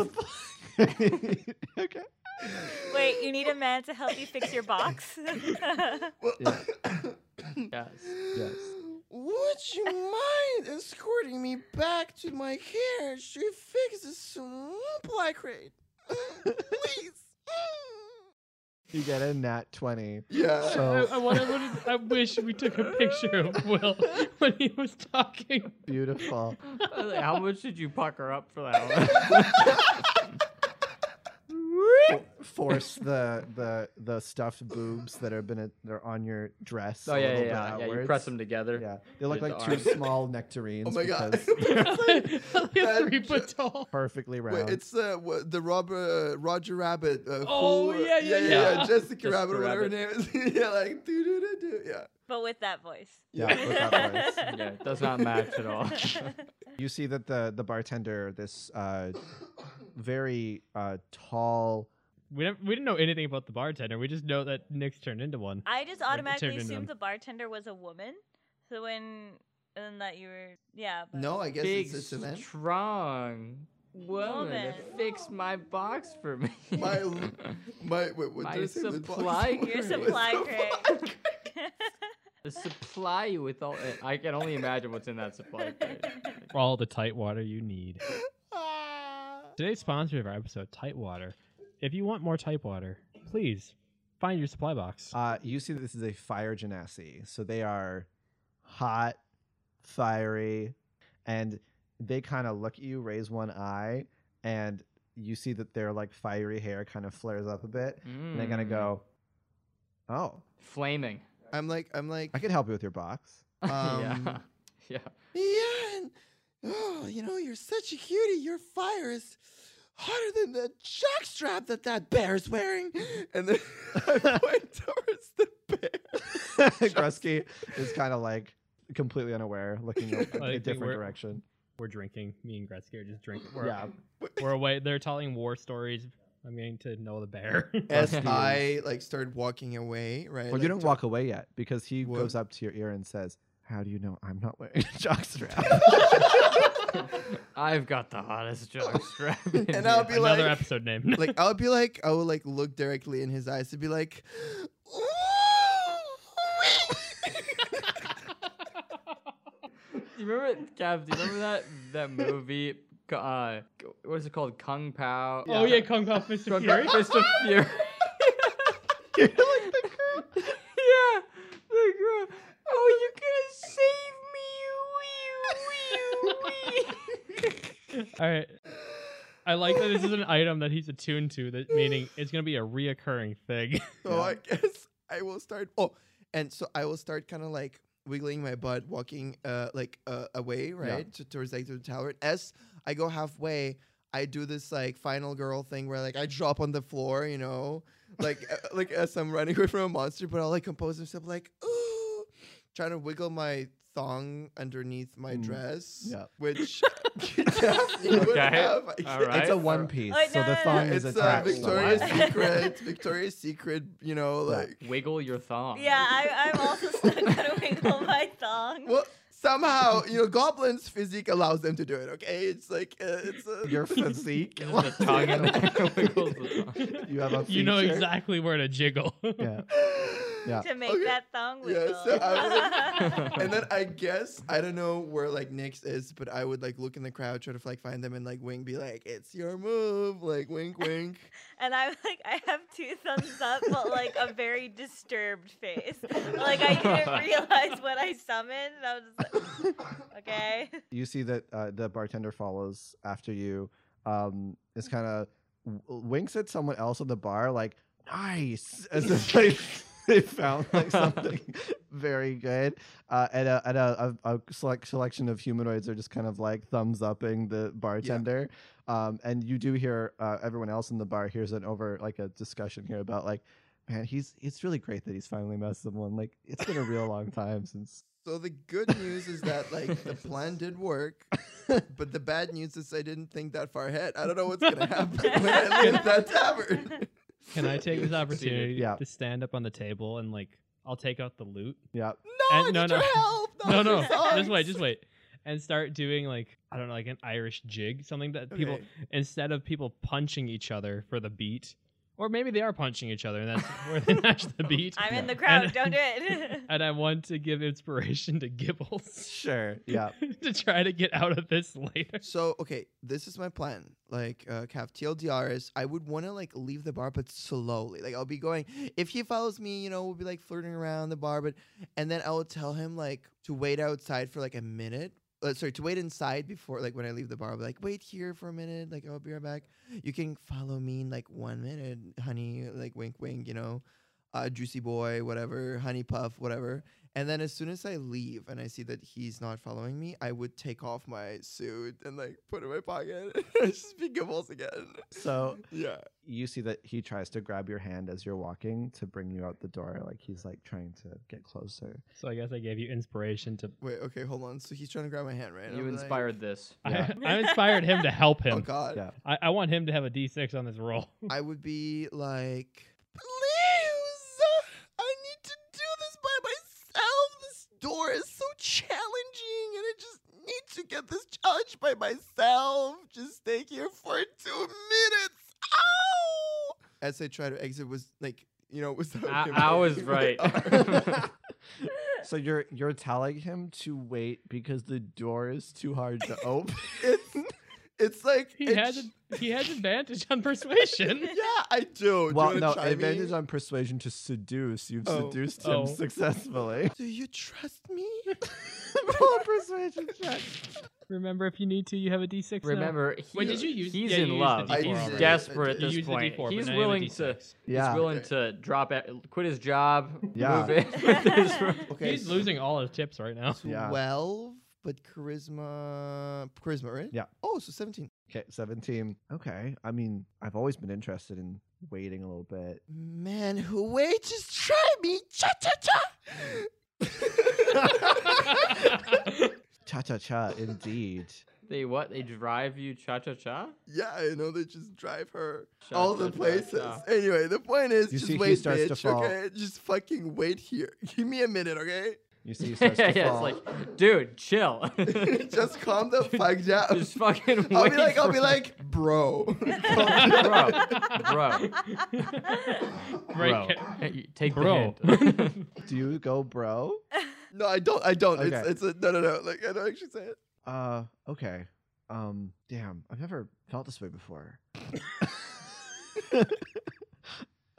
Speaker 1: okay.
Speaker 4: Wait, you need a man to help you fix your box?
Speaker 5: Well,
Speaker 1: Yeah.
Speaker 2: going. Yes.
Speaker 1: Yes.
Speaker 5: Would you mind escorting me back to my carriage to fix the supply crate? Please.
Speaker 1: You get a nat 20.
Speaker 5: Yeah.
Speaker 1: So
Speaker 3: I, I wanna- I wanna- I wish we took a picture of Will when he was talking.
Speaker 1: beautiful.
Speaker 2: I was like, How much did you pucker up for that one?
Speaker 1: Force the the the stuffed boobs that have been that are on your dress.
Speaker 2: Oh
Speaker 1: a
Speaker 2: yeah,
Speaker 1: little
Speaker 2: yeah,
Speaker 1: bit
Speaker 2: yeah. yeah. You press
Speaker 1: outwards.
Speaker 2: them together.
Speaker 1: Yeah, they look
Speaker 2: The
Speaker 1: like two
Speaker 2: arms.
Speaker 1: small nectarines.
Speaker 5: oh my god.
Speaker 1: because
Speaker 3: Like a
Speaker 5: That
Speaker 3: three foot tall.
Speaker 1: Perfectly round.
Speaker 5: Wait, it's uh, what, the Robert, uh, Roger Rabbit. Uh,
Speaker 3: Oh,
Speaker 5: who-
Speaker 3: yeah, yeah, yeah.
Speaker 5: Jessica,
Speaker 2: Jessica
Speaker 5: Rabbit, or whatever her name is. yeah, like, do, do, do, do. Yeah.
Speaker 4: but with that voice.
Speaker 1: Yeah, with that voice.
Speaker 2: Yeah, it does not match at all.
Speaker 1: You see that the the bartender, this uh, very uh, tall.
Speaker 3: We didn't, we didn't know anything about the bartender. We just know that Nick's turned into one.
Speaker 4: I just
Speaker 3: turned
Speaker 4: automatically
Speaker 3: into him.
Speaker 4: assumed the bartender was a woman. So when and that you were yeah, but
Speaker 5: No, I guess
Speaker 2: Big,
Speaker 5: it's it's a man.
Speaker 2: strong woman that
Speaker 4: Woman.
Speaker 2: fixed my box for me.
Speaker 5: My l- My, wait, what
Speaker 2: My
Speaker 5: did I say? The box?
Speaker 2: supply
Speaker 4: your
Speaker 2: crate.
Speaker 4: supply crate.
Speaker 2: the supply with all. I can only imagine what's in that supply crate.
Speaker 3: All the tight water you need.
Speaker 5: Ah.
Speaker 3: Today's sponsor of our episode, Tight Water. If you want more Tight Water, please find your supply box.
Speaker 1: Uh, you see that this is a fire genasi, so they are hot, fiery, and they kind of look at you, raise one eye, and you see that their like fiery hair kind of flares up a bit, and they're gonna
Speaker 3: Mm-hmm.
Speaker 2: Mm.
Speaker 1: go, "Oh,
Speaker 2: flaming.
Speaker 5: I'm like, I'm like.
Speaker 1: I could help you with your box."
Speaker 2: yeah,
Speaker 5: Um,
Speaker 2: yeah.
Speaker 5: Yeah, and oh, you know, you're such a cutie. Your fire is hotter than the jockstrap that that bear's wearing. And then I point towards the bear.
Speaker 1: Grusky is kind of like completely unaware, looking in
Speaker 3: I
Speaker 1: a
Speaker 3: think
Speaker 1: different
Speaker 3: we're-
Speaker 1: direction.
Speaker 3: We're drinking. Me and Gretzky are just drinking. We're,
Speaker 1: Yeah,
Speaker 3: we're away. They're telling war stories. I'm getting to know the bear.
Speaker 5: As
Speaker 1: Grusky
Speaker 5: I like started walking away, right?
Speaker 1: Well, you
Speaker 5: like,
Speaker 1: don't
Speaker 5: to-
Speaker 1: walk away yet because he
Speaker 5: What?
Speaker 1: goes up to your ear and says, "How do you know I'm not wearing a jockstrap?"
Speaker 2: I've got the hottest jock strap. in
Speaker 5: And I'll
Speaker 2: here.
Speaker 5: be
Speaker 3: Another
Speaker 5: like,
Speaker 3: episode name.
Speaker 5: like, I'll be like, I will like look directly in his eyes and be like, "Ooh, wee."
Speaker 2: Do you remember, Gav? Do you remember that that movie? Uh, what is it called? Kung Pao.
Speaker 3: Oh yeah, Kung Pao Mr.
Speaker 2: Kung
Speaker 3: Fury.
Speaker 2: Pao- Fist of Fury.
Speaker 5: You're like the girl.
Speaker 2: yeah, the girl. Oh, you gonna save me? Wee, wee, wee.
Speaker 3: All right. I like that this is an item that he's attuned to, that meaning it's going to be a reoccurring thing.
Speaker 5: So I guess I will start. Oh, and so I will start kind of like wiggling my butt, walking uh like uh, away, right, to, towards like the tower. As I go halfway, I do this like final girl thing where like I drop on the floor, you know, like uh, like as I'm running away from a monster, but I'll like compose myself, like ooh, trying to wiggle my thong underneath my
Speaker 1: Mm.
Speaker 5: dress,
Speaker 1: Yeah.
Speaker 5: which Daphne would
Speaker 2: Okay.
Speaker 5: have,
Speaker 2: All
Speaker 5: I guess.
Speaker 2: right.
Speaker 1: It's a one piece,
Speaker 4: Wait,
Speaker 1: so
Speaker 4: no,
Speaker 1: the
Speaker 4: no, no,
Speaker 1: thong
Speaker 4: no.
Speaker 1: is
Speaker 5: It's uh,
Speaker 1: attached.
Speaker 5: Victoria's
Speaker 1: somewhere.
Speaker 5: Secret, Victoria's Secret, you know,
Speaker 1: Yeah.
Speaker 5: like
Speaker 2: Wiggle your thong.
Speaker 4: Yeah, I, I'm also still gonna wiggle my thong.
Speaker 5: Well, somehow, you know, goblins' physique allows them to do it. Okay, it's like uh, it's a,
Speaker 1: Your physique.
Speaker 2: Just the tongue in there wiggles the thong.
Speaker 1: You have a
Speaker 3: You know
Speaker 1: feature.
Speaker 3: exactly where to jiggle.
Speaker 1: Yeah. Yeah.
Speaker 4: To make
Speaker 5: Okay.
Speaker 4: that thong
Speaker 5: Yeah,
Speaker 4: wiggle.
Speaker 5: so I And then I guess I don't know where like Nyx is, but I would like look in the crowd, try to like find them, and like wink, be like, "It's your move," like wink, wink.
Speaker 4: And I'm like, I have two thumbs up, but like a very disturbed face. Like I didn't realize what I summoned. And I was just like, okay.
Speaker 1: you see that uh, the bartender follows after you um is kind of w- winks at someone else at the bar like nice as if they, they found like something very good uh at a at a, a, a select selection of humanoids are just kind of like thumbs upping the bartender um and you do hear uh, everyone else in the bar hears an over like a discussion here about like man he's it's really great that he's finally met someone like it's been a real long time since
Speaker 5: So the good news is that like the plan did work, but the bad news is I didn't think that far ahead. I don't know what's gonna happen when I leave that tavern.
Speaker 3: Can I take this opportunity
Speaker 1: Yeah.
Speaker 3: to stand up on the table and like I'll take out the loot?
Speaker 1: yeah
Speaker 5: No,
Speaker 3: And-
Speaker 5: I
Speaker 3: no,
Speaker 5: need
Speaker 3: no.
Speaker 5: your help.
Speaker 1: Oh,
Speaker 3: No,
Speaker 5: not
Speaker 3: no,
Speaker 5: your songs.
Speaker 3: just wait, just wait, and start doing like I don't know, like an Irish jig, something that people
Speaker 5: Okay.
Speaker 3: instead of people punching each other for the beat, or maybe they are punching each other and that's where they match the beat.
Speaker 4: I'm in the
Speaker 3: And-
Speaker 4: crowd. Don't do it.
Speaker 3: And I want to give inspiration to Gibbles
Speaker 1: sure yeah
Speaker 3: to try to get out of this later.
Speaker 5: So okay, this is my plan. Like uh Cav TLDR is I would want to like leave the bar but slowly. Like I'll be going if he follows me, you know, we'll be like flirting around the bar, but and then I will tell him like to wait outside for like a minute. Uh, sorry, to wait inside before like when I leave the bar, I'll be like, wait here for a minute, like I'll be right back. You can follow me in like one minute, honey, like wink wink, you know. Uh, juicy boy, whatever, honey puff, whatever. And then as soon as I leave and I see that he's not following me, I would take off my suit and like put it in my pocket and just be Gibbles again.
Speaker 1: so
Speaker 5: Yeah.
Speaker 1: you see that he tries to grab your hand as you're walking to bring you out the door like he's like trying to get closer
Speaker 3: So I guess I gave you inspiration to. Wait.
Speaker 5: Wait, okay, hold on. So he's trying to grab my hand, right?
Speaker 2: You
Speaker 5: I'm like,
Speaker 2: inspired this.
Speaker 1: Yeah.
Speaker 3: I, I inspired him to help
Speaker 5: oh
Speaker 3: him.
Speaker 5: god.
Speaker 1: yeah
Speaker 3: I, I want him to have a D6 on this roll.
Speaker 5: I would be like, please, I need to do this by myself. This door is so challenging, and I just need to get this challenge by myself. Just stay here for two minutes. Ow! As I try to exit, was like, you know, was
Speaker 2: I- I was right.
Speaker 1: so you're you're telling him to wait because the door is too hard to open
Speaker 5: it's, it's like
Speaker 3: He
Speaker 5: it
Speaker 3: has
Speaker 5: sh-
Speaker 3: a, he has advantage on persuasion.
Speaker 5: yeah, I Oh, do. Do you
Speaker 1: well
Speaker 5: wanna
Speaker 1: no
Speaker 5: try me?
Speaker 1: advantage on persuasion to seduce you've
Speaker 5: Oh.
Speaker 1: seduced
Speaker 3: Oh.
Speaker 1: him successfully
Speaker 5: Do you trust me?
Speaker 1: Roll a persuasion check
Speaker 3: Remember, if you need to, you have a D6. now.
Speaker 2: Remember, he,
Speaker 3: Wait, did you use-
Speaker 2: he's
Speaker 3: yeah, you
Speaker 2: in
Speaker 3: used the
Speaker 2: love.
Speaker 3: D4
Speaker 2: He's
Speaker 5: already.
Speaker 2: desperate
Speaker 5: I
Speaker 2: at
Speaker 5: did.
Speaker 2: this
Speaker 3: You used the
Speaker 2: point.
Speaker 3: D4, but
Speaker 2: he's
Speaker 3: now you have a
Speaker 2: willing to.
Speaker 3: D6.
Speaker 1: yeah
Speaker 2: He's willing
Speaker 5: Okay.
Speaker 2: to drop out, quit his job,
Speaker 1: Yeah.
Speaker 2: move in with his room.
Speaker 5: Okay,
Speaker 3: He's
Speaker 5: so-
Speaker 3: losing all his tips right now.
Speaker 1: Yeah.
Speaker 5: 12, but charisma, charisma, right?
Speaker 1: Yeah.
Speaker 5: Oh, so 17.
Speaker 1: okay 17 okay i mean i've always been interested in waiting a little bit
Speaker 5: Man, who wait, just try me. Cha cha cha.
Speaker 1: cha cha cha indeed
Speaker 2: They what? They drive you cha cha cha.
Speaker 5: yeah, I know they just drive her
Speaker 2: Cha,
Speaker 5: all
Speaker 2: cha,
Speaker 5: the
Speaker 2: cha,
Speaker 5: places.
Speaker 2: cha.
Speaker 5: Anyway, the point is,
Speaker 1: You
Speaker 5: just
Speaker 1: see he
Speaker 5: wait,
Speaker 1: starts to
Speaker 5: bitch.
Speaker 1: fall.
Speaker 5: Okay, just fucking wait here. Give me a minute, okay?
Speaker 1: you see he
Speaker 2: yeah,
Speaker 1: starts to fall.
Speaker 2: it's like, dude, chill.
Speaker 5: just calm the fuck down.
Speaker 2: Just fucking.
Speaker 5: I'll
Speaker 2: wait
Speaker 5: be like, I'll
Speaker 2: for
Speaker 5: be
Speaker 2: it.
Speaker 5: like, bro.
Speaker 2: bro,
Speaker 3: Right,
Speaker 2: bro, Hey, take
Speaker 3: Bro.
Speaker 2: the hint.
Speaker 1: do you go bro
Speaker 5: no, I don't. I don't.
Speaker 1: Okay.
Speaker 5: It's, it's a, no, no, no. Like I don't actually say it.
Speaker 1: Uh, okay. Um, damn, I've never felt this way before.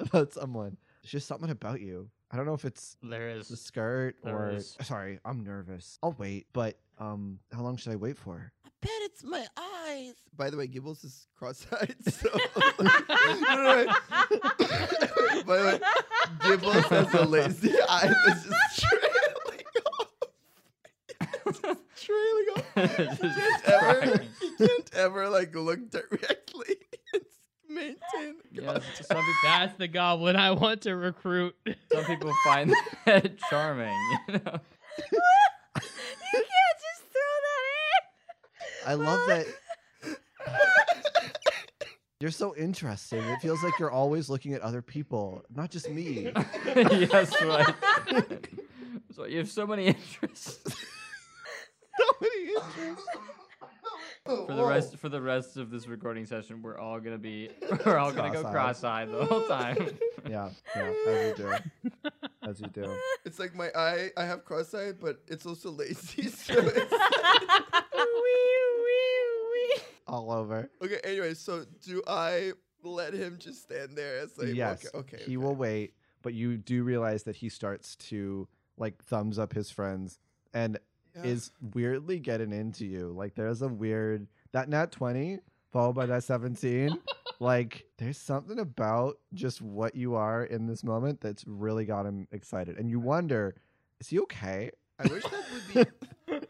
Speaker 1: About someone. It's just something about you. I don't know if it's
Speaker 2: There
Speaker 1: the
Speaker 2: is.
Speaker 1: skirt
Speaker 2: There
Speaker 1: or uh,
Speaker 2: is.
Speaker 1: sorry, I'm nervous. I'll wait, but um how long should I wait for?
Speaker 5: I bet it's my eyes. By the way, Gibbles is cross-eyed. So no, no, no. By the way, Gibbles has a lazy eye that's just trailing off. It's just trailing off.
Speaker 2: Just
Speaker 5: You can't ever,
Speaker 2: dragging.
Speaker 5: you can't ever like look directly. It's maintain.
Speaker 2: Yeah, s- some, peop-
Speaker 3: That's the goblin I want to recruit.
Speaker 2: some people find that charming. You know?
Speaker 4: you can't just throw that in.
Speaker 1: I love that you're so interesting. It feels like you're always looking at other people, not just me.
Speaker 2: yes, right. so you have so many interests for the rest for the rest of this recording session. We're all gonna be we're all gonna go
Speaker 1: Cross-eyed.
Speaker 2: cross-eyed the whole time.
Speaker 1: Yeah, yeah, as you do. As you do.
Speaker 5: It's like my eye. I have cross-eyed, but it's also lazy. So it's,
Speaker 1: All over.
Speaker 5: okay. Anyway, so do I let him just stand there? It's like
Speaker 1: yes.
Speaker 5: Okay. okay
Speaker 1: He will wait, but you do realize that he starts to like thumbs up his friends and
Speaker 5: Yeah.
Speaker 1: is weirdly getting into you. Like there's a weird that nat 20 followed by that 17. like there's something about just what you are in this moment that's really got him excited. And you wonder, is he okay?
Speaker 5: I wish that would be.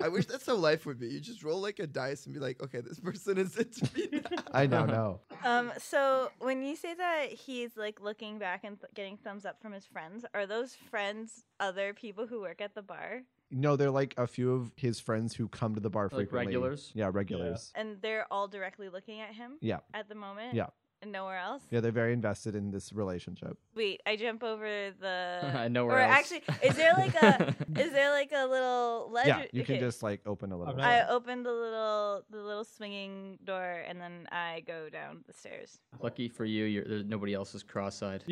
Speaker 5: I wish that's how life would be. You just roll like a dice and be like, okay, this person is it to me now.
Speaker 1: I now know.
Speaker 4: Um, so when you say that he's like looking back and th- getting thumbs up from his friends, are those friends other people who work at the bar?
Speaker 1: No, they're like a few of his friends who come to the bar frequently.
Speaker 2: regulars?
Speaker 1: Yeah, regulars.
Speaker 4: And they're all directly looking at him
Speaker 1: Yeah.
Speaker 4: at the moment?
Speaker 1: Yeah.
Speaker 4: And nowhere else?
Speaker 1: Yeah, they're very invested in this relationship.
Speaker 4: Wait, I jump over the.
Speaker 2: I know where
Speaker 4: or
Speaker 2: else.
Speaker 4: actually, is there like a- Is there like a little ledge?
Speaker 1: Yeah, you
Speaker 4: okay.
Speaker 1: can just like open a little.
Speaker 3: Okay.
Speaker 4: I open the little the little swinging door and then I go down the stairs.
Speaker 2: lucky for you? You're, there's nobody else is cross-eyed.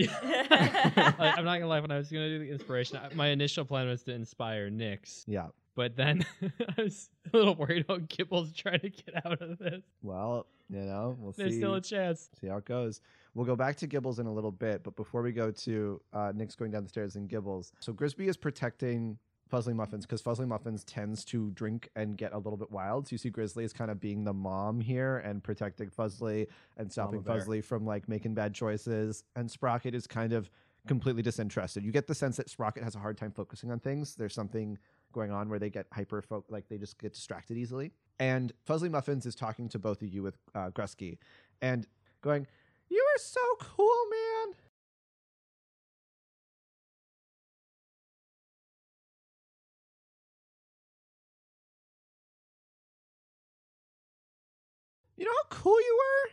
Speaker 3: I, I'm not gonna lie. When I was gonna do the inspiration, I, my initial plan was to inspire Nyx,
Speaker 1: Yeah.
Speaker 3: but then I was a little worried about Gibble's trying to get out of this.
Speaker 1: Well, you know, we'll
Speaker 3: There's
Speaker 1: see.
Speaker 3: still a chance.
Speaker 1: see how it goes. We'll go back to Gibbles in a little bit, but before we go to uh, Nick's going down the stairs and Gibbles, so Grisby is protecting Fuzzly Muffins because Fuzzly Muffins tends to drink and get a little bit wild. So you see Grizzly is kind of being the mom here and protecting Fuzzly and stopping
Speaker 3: bear.
Speaker 1: Fuzzly from like making bad choices. And Sprocket is kind of completely disinterested. You get the sense that Sprocket has a hard time focusing on things. There's something going on where they get hyper fo- like they just get distracted easily. And Fuzzly Muffins is talking to both of you with uh, Grusky and going, "You are so cool, man." You know how cool you were?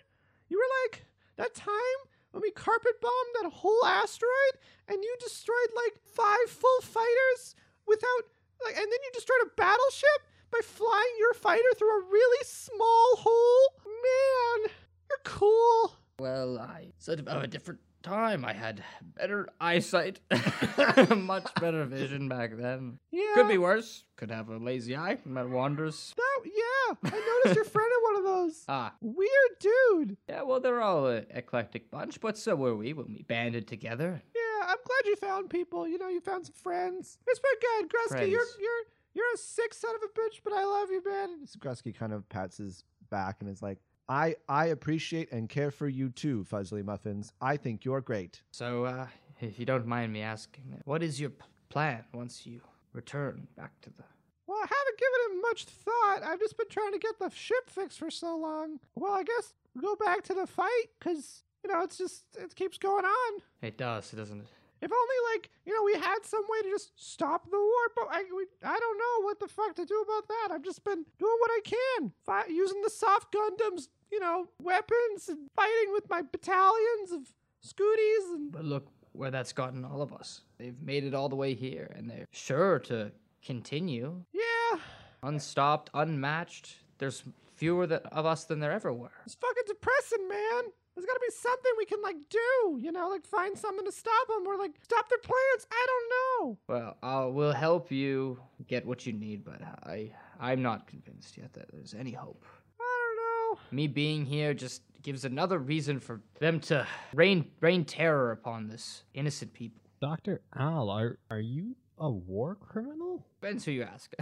Speaker 1: You were like that time when we carpet bombed that whole asteroid and you destroyed like five full fighters without like and then you destroyed a battleship by flying your fighter through a really small hole? Man, you're cool.
Speaker 2: Well, I said about a different time. I had better eyesight, much better vision back then.
Speaker 1: Yeah.
Speaker 2: Could be worse. Could have a lazy eye that wanders.
Speaker 1: that, yeah. I noticed your friend in one of those.
Speaker 2: Ah,
Speaker 1: Weird dude.
Speaker 2: yeah. Well, they're all a eclectic bunch, but so were we when we banded together.
Speaker 1: Yeah, I'm glad you found people. You know, you found some friends. It's been good, Grusky. You're
Speaker 2: Friends.
Speaker 1: you're you're a sick son of a bitch, but I love you, man. And Grusky kind of pats his back and is like, I I appreciate and care for you too, Fuzzly Muffins. I think you're great.
Speaker 2: So, uh, if you don't mind me asking, what is your p- plan once you return back to the?
Speaker 1: Well, I haven't given it much thought. I've just been trying to get the ship fixed for so long. Well, I guess go back to the fight, cause you know it's just it keeps going on.
Speaker 2: It does, doesn't it?
Speaker 1: If only, like, you know, we had some way to just stop the war, but I, we, I don't know what the fuck to do about that. I've just been doing what I can, fi- using the soft Gundams, you know, weapons, and fighting with my battalions of Scooties and.
Speaker 2: But look where that's gotten all of us. They've made it all the way here, and they're sure to continue.
Speaker 1: Yeah,
Speaker 2: unstopped, unmatched. There's fewer th- of us than there ever were.
Speaker 1: it's fucking depressing, man. There's gotta be something we can, like, do, you know, like, find something to stop them or, like, stop their plans. I don't know.
Speaker 2: Well, I will help you get what you need, but I I'm not convinced yet that there's any hope.
Speaker 1: I don't know.
Speaker 2: Me being here just gives another reason for them to rain rain terror upon this innocent people.
Speaker 3: Dr. Al, are, are you a war criminal?
Speaker 2: Depends who you ask.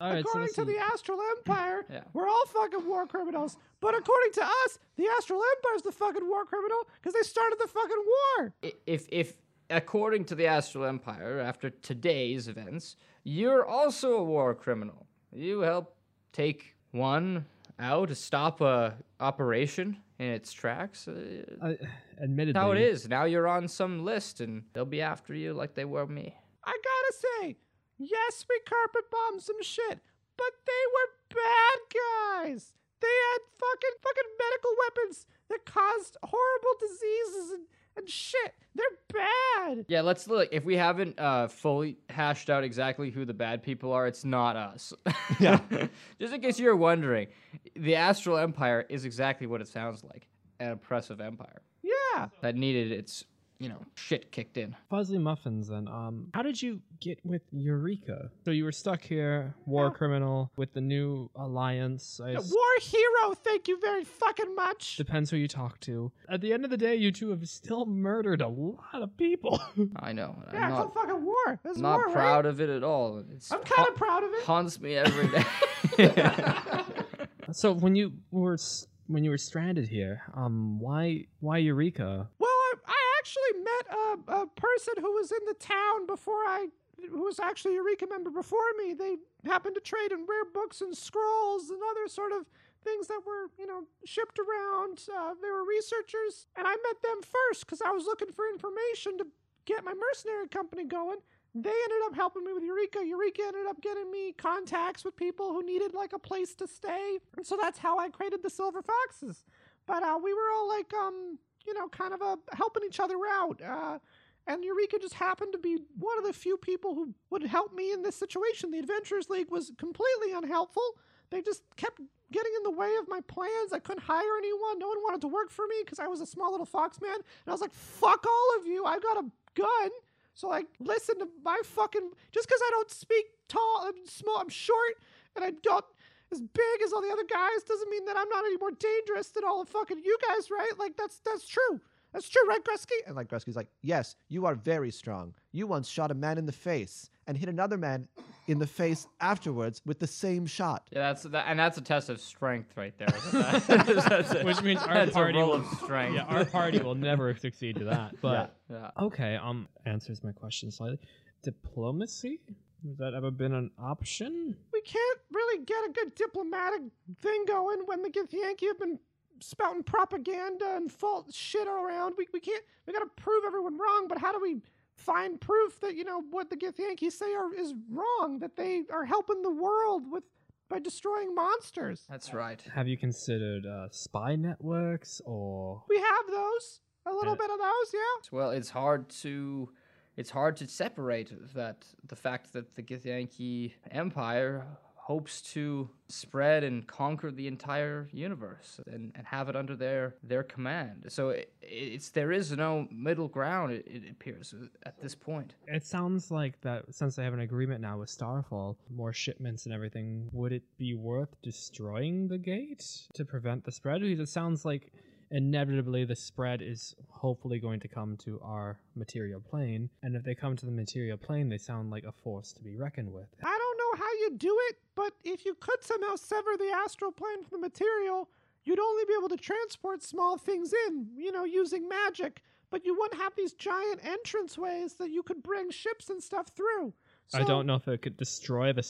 Speaker 3: All right, so
Speaker 1: according
Speaker 3: let's
Speaker 1: to
Speaker 3: see.
Speaker 1: the Astral Empire,
Speaker 2: Yeah.
Speaker 1: we're all fucking war criminals. But according to us, the Astral Empire's the fucking war criminal because they started the fucking war.
Speaker 2: I- if if according to the Astral Empire, after today's events, you're also a war criminal. You helped take one out, stop a operation in its tracks. Uh,
Speaker 3: I- admittedly,
Speaker 2: That's how it is. Now you're on some list, and they'll be after you like they were me.
Speaker 1: I gotta say, yes, we carpet bombed some shit, but they were bad guys. They had fucking fucking medical weapons that caused horrible diseases and, and shit. They're bad.
Speaker 2: Yeah, let's look. If we haven't uh, fully hashed out exactly who the bad people are, it's not us. Yeah. Just in case you're wondering, the Astral Empire is exactly what it sounds like an oppressive empire
Speaker 1: Yeah.
Speaker 2: that needed its, you know, shit kicked in.
Speaker 3: Fuzzy muffins. Then, um, how did you get with Eureka? So you were stuck here, war criminal, with the new alliance. I
Speaker 1: The
Speaker 3: ass-
Speaker 1: war hero, thank you very fucking much.
Speaker 3: Depends who you talk to. At the end of the day, you two have still murdered a lot of people.
Speaker 2: I know. and
Speaker 1: Yeah,
Speaker 2: I'm
Speaker 1: it's
Speaker 2: not,
Speaker 1: a fucking war. It's
Speaker 2: I'm not
Speaker 1: war, right?
Speaker 2: proud of it at all. It's
Speaker 1: I'm kind of proud of it.
Speaker 2: haunts me every day.
Speaker 3: so when you were s- when you were stranded here, um, why why Eureka?
Speaker 1: Well, I, I actually met a, a person who was in the town before I, who was actually a Eureka member before me. They happened to trade in rare books and scrolls and other sort of things that were, you know, shipped around. Uh, they were researchers, and I met them first because I was looking for information to get my mercenary company going. They ended up helping me with Eureka. Eureka ended up getting me contacts with people who needed like a place to stay, and so that's how I created the Silver Foxes. But uh, we were all like, um, you know, kind of uh, helping each other out. Uh, and Eureka just happened to be one of the few people who would help me in this situation. The Adventurers League was completely unhelpful. They just kept getting in the way of my plans. I couldn't hire anyone. No one wanted to work for me because I was a small little fox man. And I was like, fuck all of you. I've got a gun. So, like, listen to my fucking. Just because I don't speak tall, I'm small, I'm short, and I don't as big as all the other guys doesn't mean that I'm not any more dangerous than all of fucking you guys, right? Like that's that's true. That's true, right, Gretzky?
Speaker 7: And like Gretzky's like, yes, you are very strong. You once shot a man in the face and hit another man in the face afterwards with the same shot.
Speaker 2: Yeah, that's that, and that's a test of strength right there. That's a-
Speaker 3: Which means our
Speaker 2: that's
Speaker 3: party
Speaker 2: a roll
Speaker 3: will-
Speaker 2: of strength.
Speaker 3: Yeah, our party will never succeed to that. But
Speaker 2: Yeah.
Speaker 3: okay, um, answers my question slightly. Diplomacy has that ever been an option?
Speaker 1: We can't really get a good diplomatic thing going when the Githyanki have been spouting propaganda and false shit all around. We, we can't we gotta prove everyone wrong, but how do we find proof that, you know, what the Githyanki say are, is wrong, that they are helping the world with by destroying monsters?
Speaker 2: that's right.
Speaker 3: Have you considered uh, spy networks or
Speaker 1: We have those. A little
Speaker 3: Uh,
Speaker 1: bit of those, yeah.
Speaker 2: Well, it's hard to it's hard to separate that the fact that the Githyanki Empire hopes to spread and conquer the entire universe and, and have it under their their command. So it, it's there is no middle ground. It, it appears at this point.
Speaker 3: It sounds like that since they have an agreement now with Starfall, more shipments and everything, would it be worth destroying the gate to prevent the spread? Because it sounds like inevitably the spread is hopefully going to come to our material plane. And if they come to the material plane, they sound like a force to be reckoned with.
Speaker 1: I don't know how you do it, but if you could somehow sever the astral plane from the material, you'd only be able to transport small things in, you know, using magic. But you wouldn't have these giant entranceways that you could bring ships and stuff through.
Speaker 3: I
Speaker 1: So-
Speaker 3: don't know if it could destroy the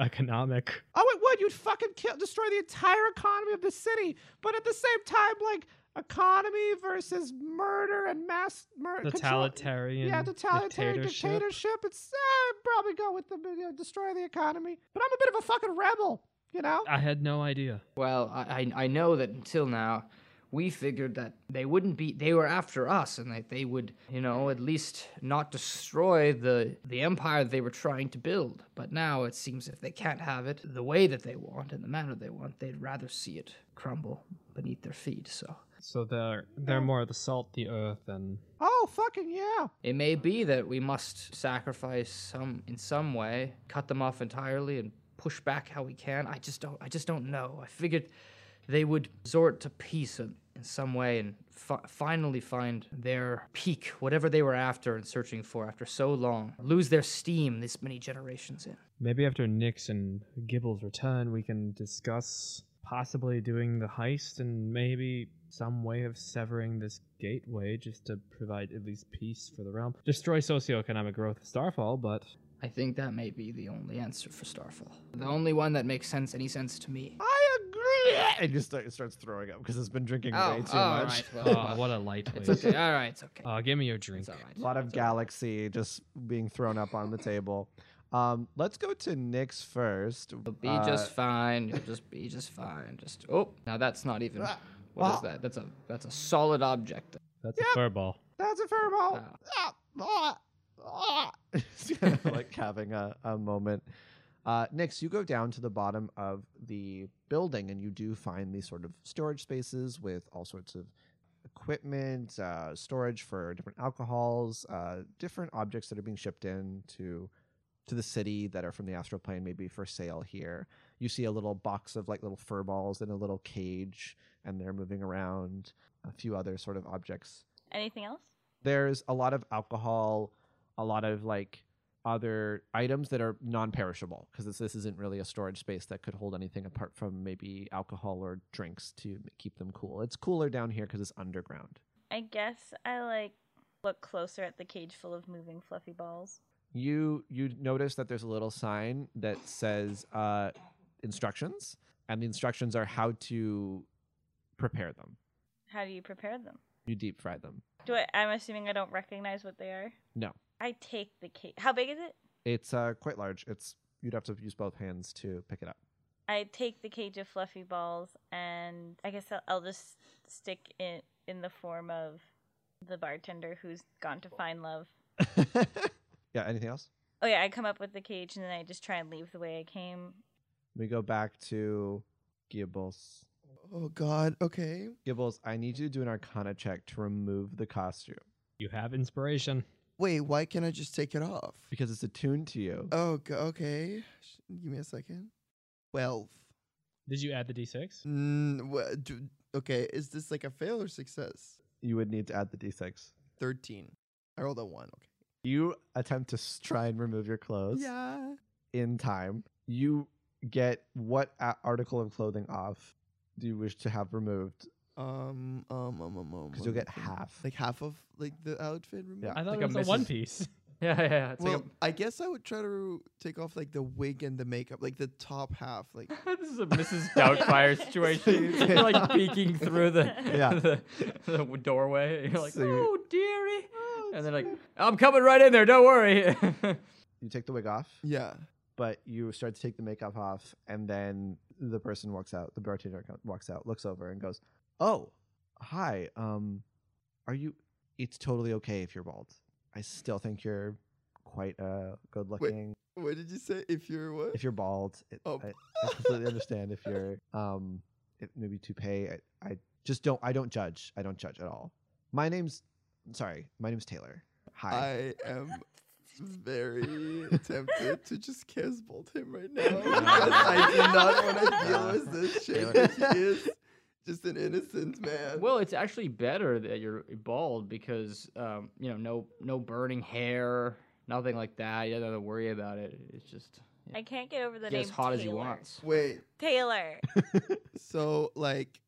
Speaker 3: socioeconomic.
Speaker 1: Oh, it would. You'd fucking kill, destroy the entire economy of the city. But at the same time, like economy versus murder and mass murder.
Speaker 3: Totalitarian
Speaker 1: yeah, totalitarian
Speaker 3: dictatorship.
Speaker 1: dictatorship. It's uh, I'd probably go with the you know, destroy the economy. But I'm a bit of a fucking rebel, you know.
Speaker 3: I had no idea.
Speaker 2: Well, I, I I know that until now, we figured that they wouldn't be. They were after us, and that they would, you know, at least not destroy the the empire they were trying to build. But now it seems if they can't have it the way that they want and the manner they want, they'd rather see it crumble beneath their feet. So
Speaker 3: So they're they're more the salt the earth and
Speaker 1: Oh, fucking yeah.
Speaker 2: it may be that we must sacrifice some in some way, cut them off entirely, and push back how we can. I just don't. I just don't know. I figured they would resort to peace at in some way and fi- finally find their peak, whatever they were after and searching for after so long, lose their steam this many generations in.
Speaker 3: Maybe after Nix and Gibble's return, we can discuss possibly doing the heist and maybe some way of severing this gateway just to provide at least peace for the realm. Destroy socioeconomic growth of Starfall, but
Speaker 2: I think that may be the only answer for Starfall. The only one that makes sense any sense to me.
Speaker 1: I agree. And just start, starts throwing up because it's been drinking way too much.
Speaker 3: oh, what a lightweight.
Speaker 2: it's okay. All right, it's okay.
Speaker 3: Oh, give me your drink.
Speaker 2: it's all right.
Speaker 1: A lot of
Speaker 2: It's all right.
Speaker 1: galaxy just being thrown up on the table. Um, let's go to Nick's first.
Speaker 2: You'll be
Speaker 1: Uh,
Speaker 2: just fine. You'll just be just fine. Just oh, now that's not even. What is
Speaker 1: Ah.
Speaker 2: that? That's a that's a solid object.
Speaker 3: That's a furball.
Speaker 1: That's a furball.
Speaker 2: Ah.
Speaker 1: Ah, ah, ah. Just kind of like having a, a moment. Uh, Nix, you go down to the bottom of the building and you do find these sort of storage spaces with all sorts of equipment, uh, storage for different alcohols, uh, different objects that are being shipped in to to the city that are from the astral plane, maybe for sale here. You see a little box of like little fur balls in a little cage, and they're moving around. A few other sort of objects
Speaker 4: Anything else?
Speaker 1: there's a lot of alcohol, a lot of like other items that are non-perishable because this, this isn't really a storage space that could hold anything apart from maybe alcohol or drinks to m- keep them cool. It's cooler down here because it's underground.
Speaker 4: I guess I like look closer at the cage full of moving fluffy balls.
Speaker 1: You you notice that there's a little sign that says uh, instructions, and the instructions are how to prepare them.
Speaker 4: How do you prepare them?
Speaker 1: You deep fry them.
Speaker 4: Do I? I'm assuming I don't recognize what they are.
Speaker 1: No,
Speaker 4: I take the cage. How big is it?
Speaker 1: it's uh, quite large. It's you'd have to use both hands to pick it up.
Speaker 4: I take the cage of fluffy balls, and I guess I'll, I'll just stick it in the form of the bartender who's gone to find love.
Speaker 1: yeah. Anything else?
Speaker 4: Oh yeah, I come up with the cage, and then I just try and leave the way I came.
Speaker 1: We go back to Gibbles.
Speaker 5: Oh God. Okay.
Speaker 1: Gibbles, I need you to do an arcana check to remove the costume
Speaker 3: You have inspiration.
Speaker 5: Wait. Why can't I just take it off?
Speaker 1: because it's attuned to you.
Speaker 5: Oh. go- Okay. Sh- Give me a second. Twelve.
Speaker 3: Did you add the d6?
Speaker 5: Mm, wha- do- okay. Is this like a fail or success?
Speaker 1: You would need to add the d6.
Speaker 5: Thirteen. I rolled a one. Okay.
Speaker 1: You attempt to s- try and remove your clothes
Speaker 5: Yeah.
Speaker 1: in time. You get what a- article of clothing off do you wish to have removed?
Speaker 5: Um. Um. Um. Um. um,
Speaker 1: Because you'll
Speaker 5: let
Speaker 1: get
Speaker 5: me think.
Speaker 1: half.
Speaker 5: Like half of like the outfit. Removed?
Speaker 1: Yeah.
Speaker 3: I
Speaker 2: Like
Speaker 3: thought it
Speaker 2: a
Speaker 3: was a one
Speaker 2: Mrs.
Speaker 3: piece.
Speaker 2: Yeah, yeah. yeah. It's
Speaker 5: well,
Speaker 2: like
Speaker 5: I guess I would try to take off like the wig and the makeup, like the top half. Like
Speaker 2: a, this is a Mrs. Doubtfire situation.
Speaker 1: So you
Speaker 2: You're like
Speaker 1: did-
Speaker 2: peeking through the
Speaker 1: Yeah.
Speaker 2: the, the w- doorway. You're like,
Speaker 1: So you-
Speaker 2: oh dearie, and they're like, I'm coming right in there. Don't worry.
Speaker 1: You take the wig off,
Speaker 5: yeah.
Speaker 1: but you start to take the makeup off, and then the person walks out. The bartender co- walks out, looks over, and goes, "Oh, hi. Um, are you? It's totally okay if you're bald. I still think you're quite uh good looking.
Speaker 5: What did you say? If you're what?
Speaker 1: If you're bald, it,
Speaker 5: Oh.
Speaker 1: I, I completely understand. If you're um, if maybe toupee. I, I just don't. I don't judge. I don't judge at all. My name's sorry. My name's Taylor. Hi.
Speaker 5: I am very tempted to just casebolt him right now. because I did not want to deal with this shit. that He is just an innocent man.
Speaker 2: Well, it's actually better that you're bald because um, you know no no burning hair, nothing like that. You don't have to worry about it. It's just
Speaker 4: I can't get over the
Speaker 2: get
Speaker 4: name.
Speaker 2: as hot
Speaker 4: Taylor.
Speaker 2: as you want.
Speaker 5: Wait.
Speaker 4: Taylor.
Speaker 5: So like,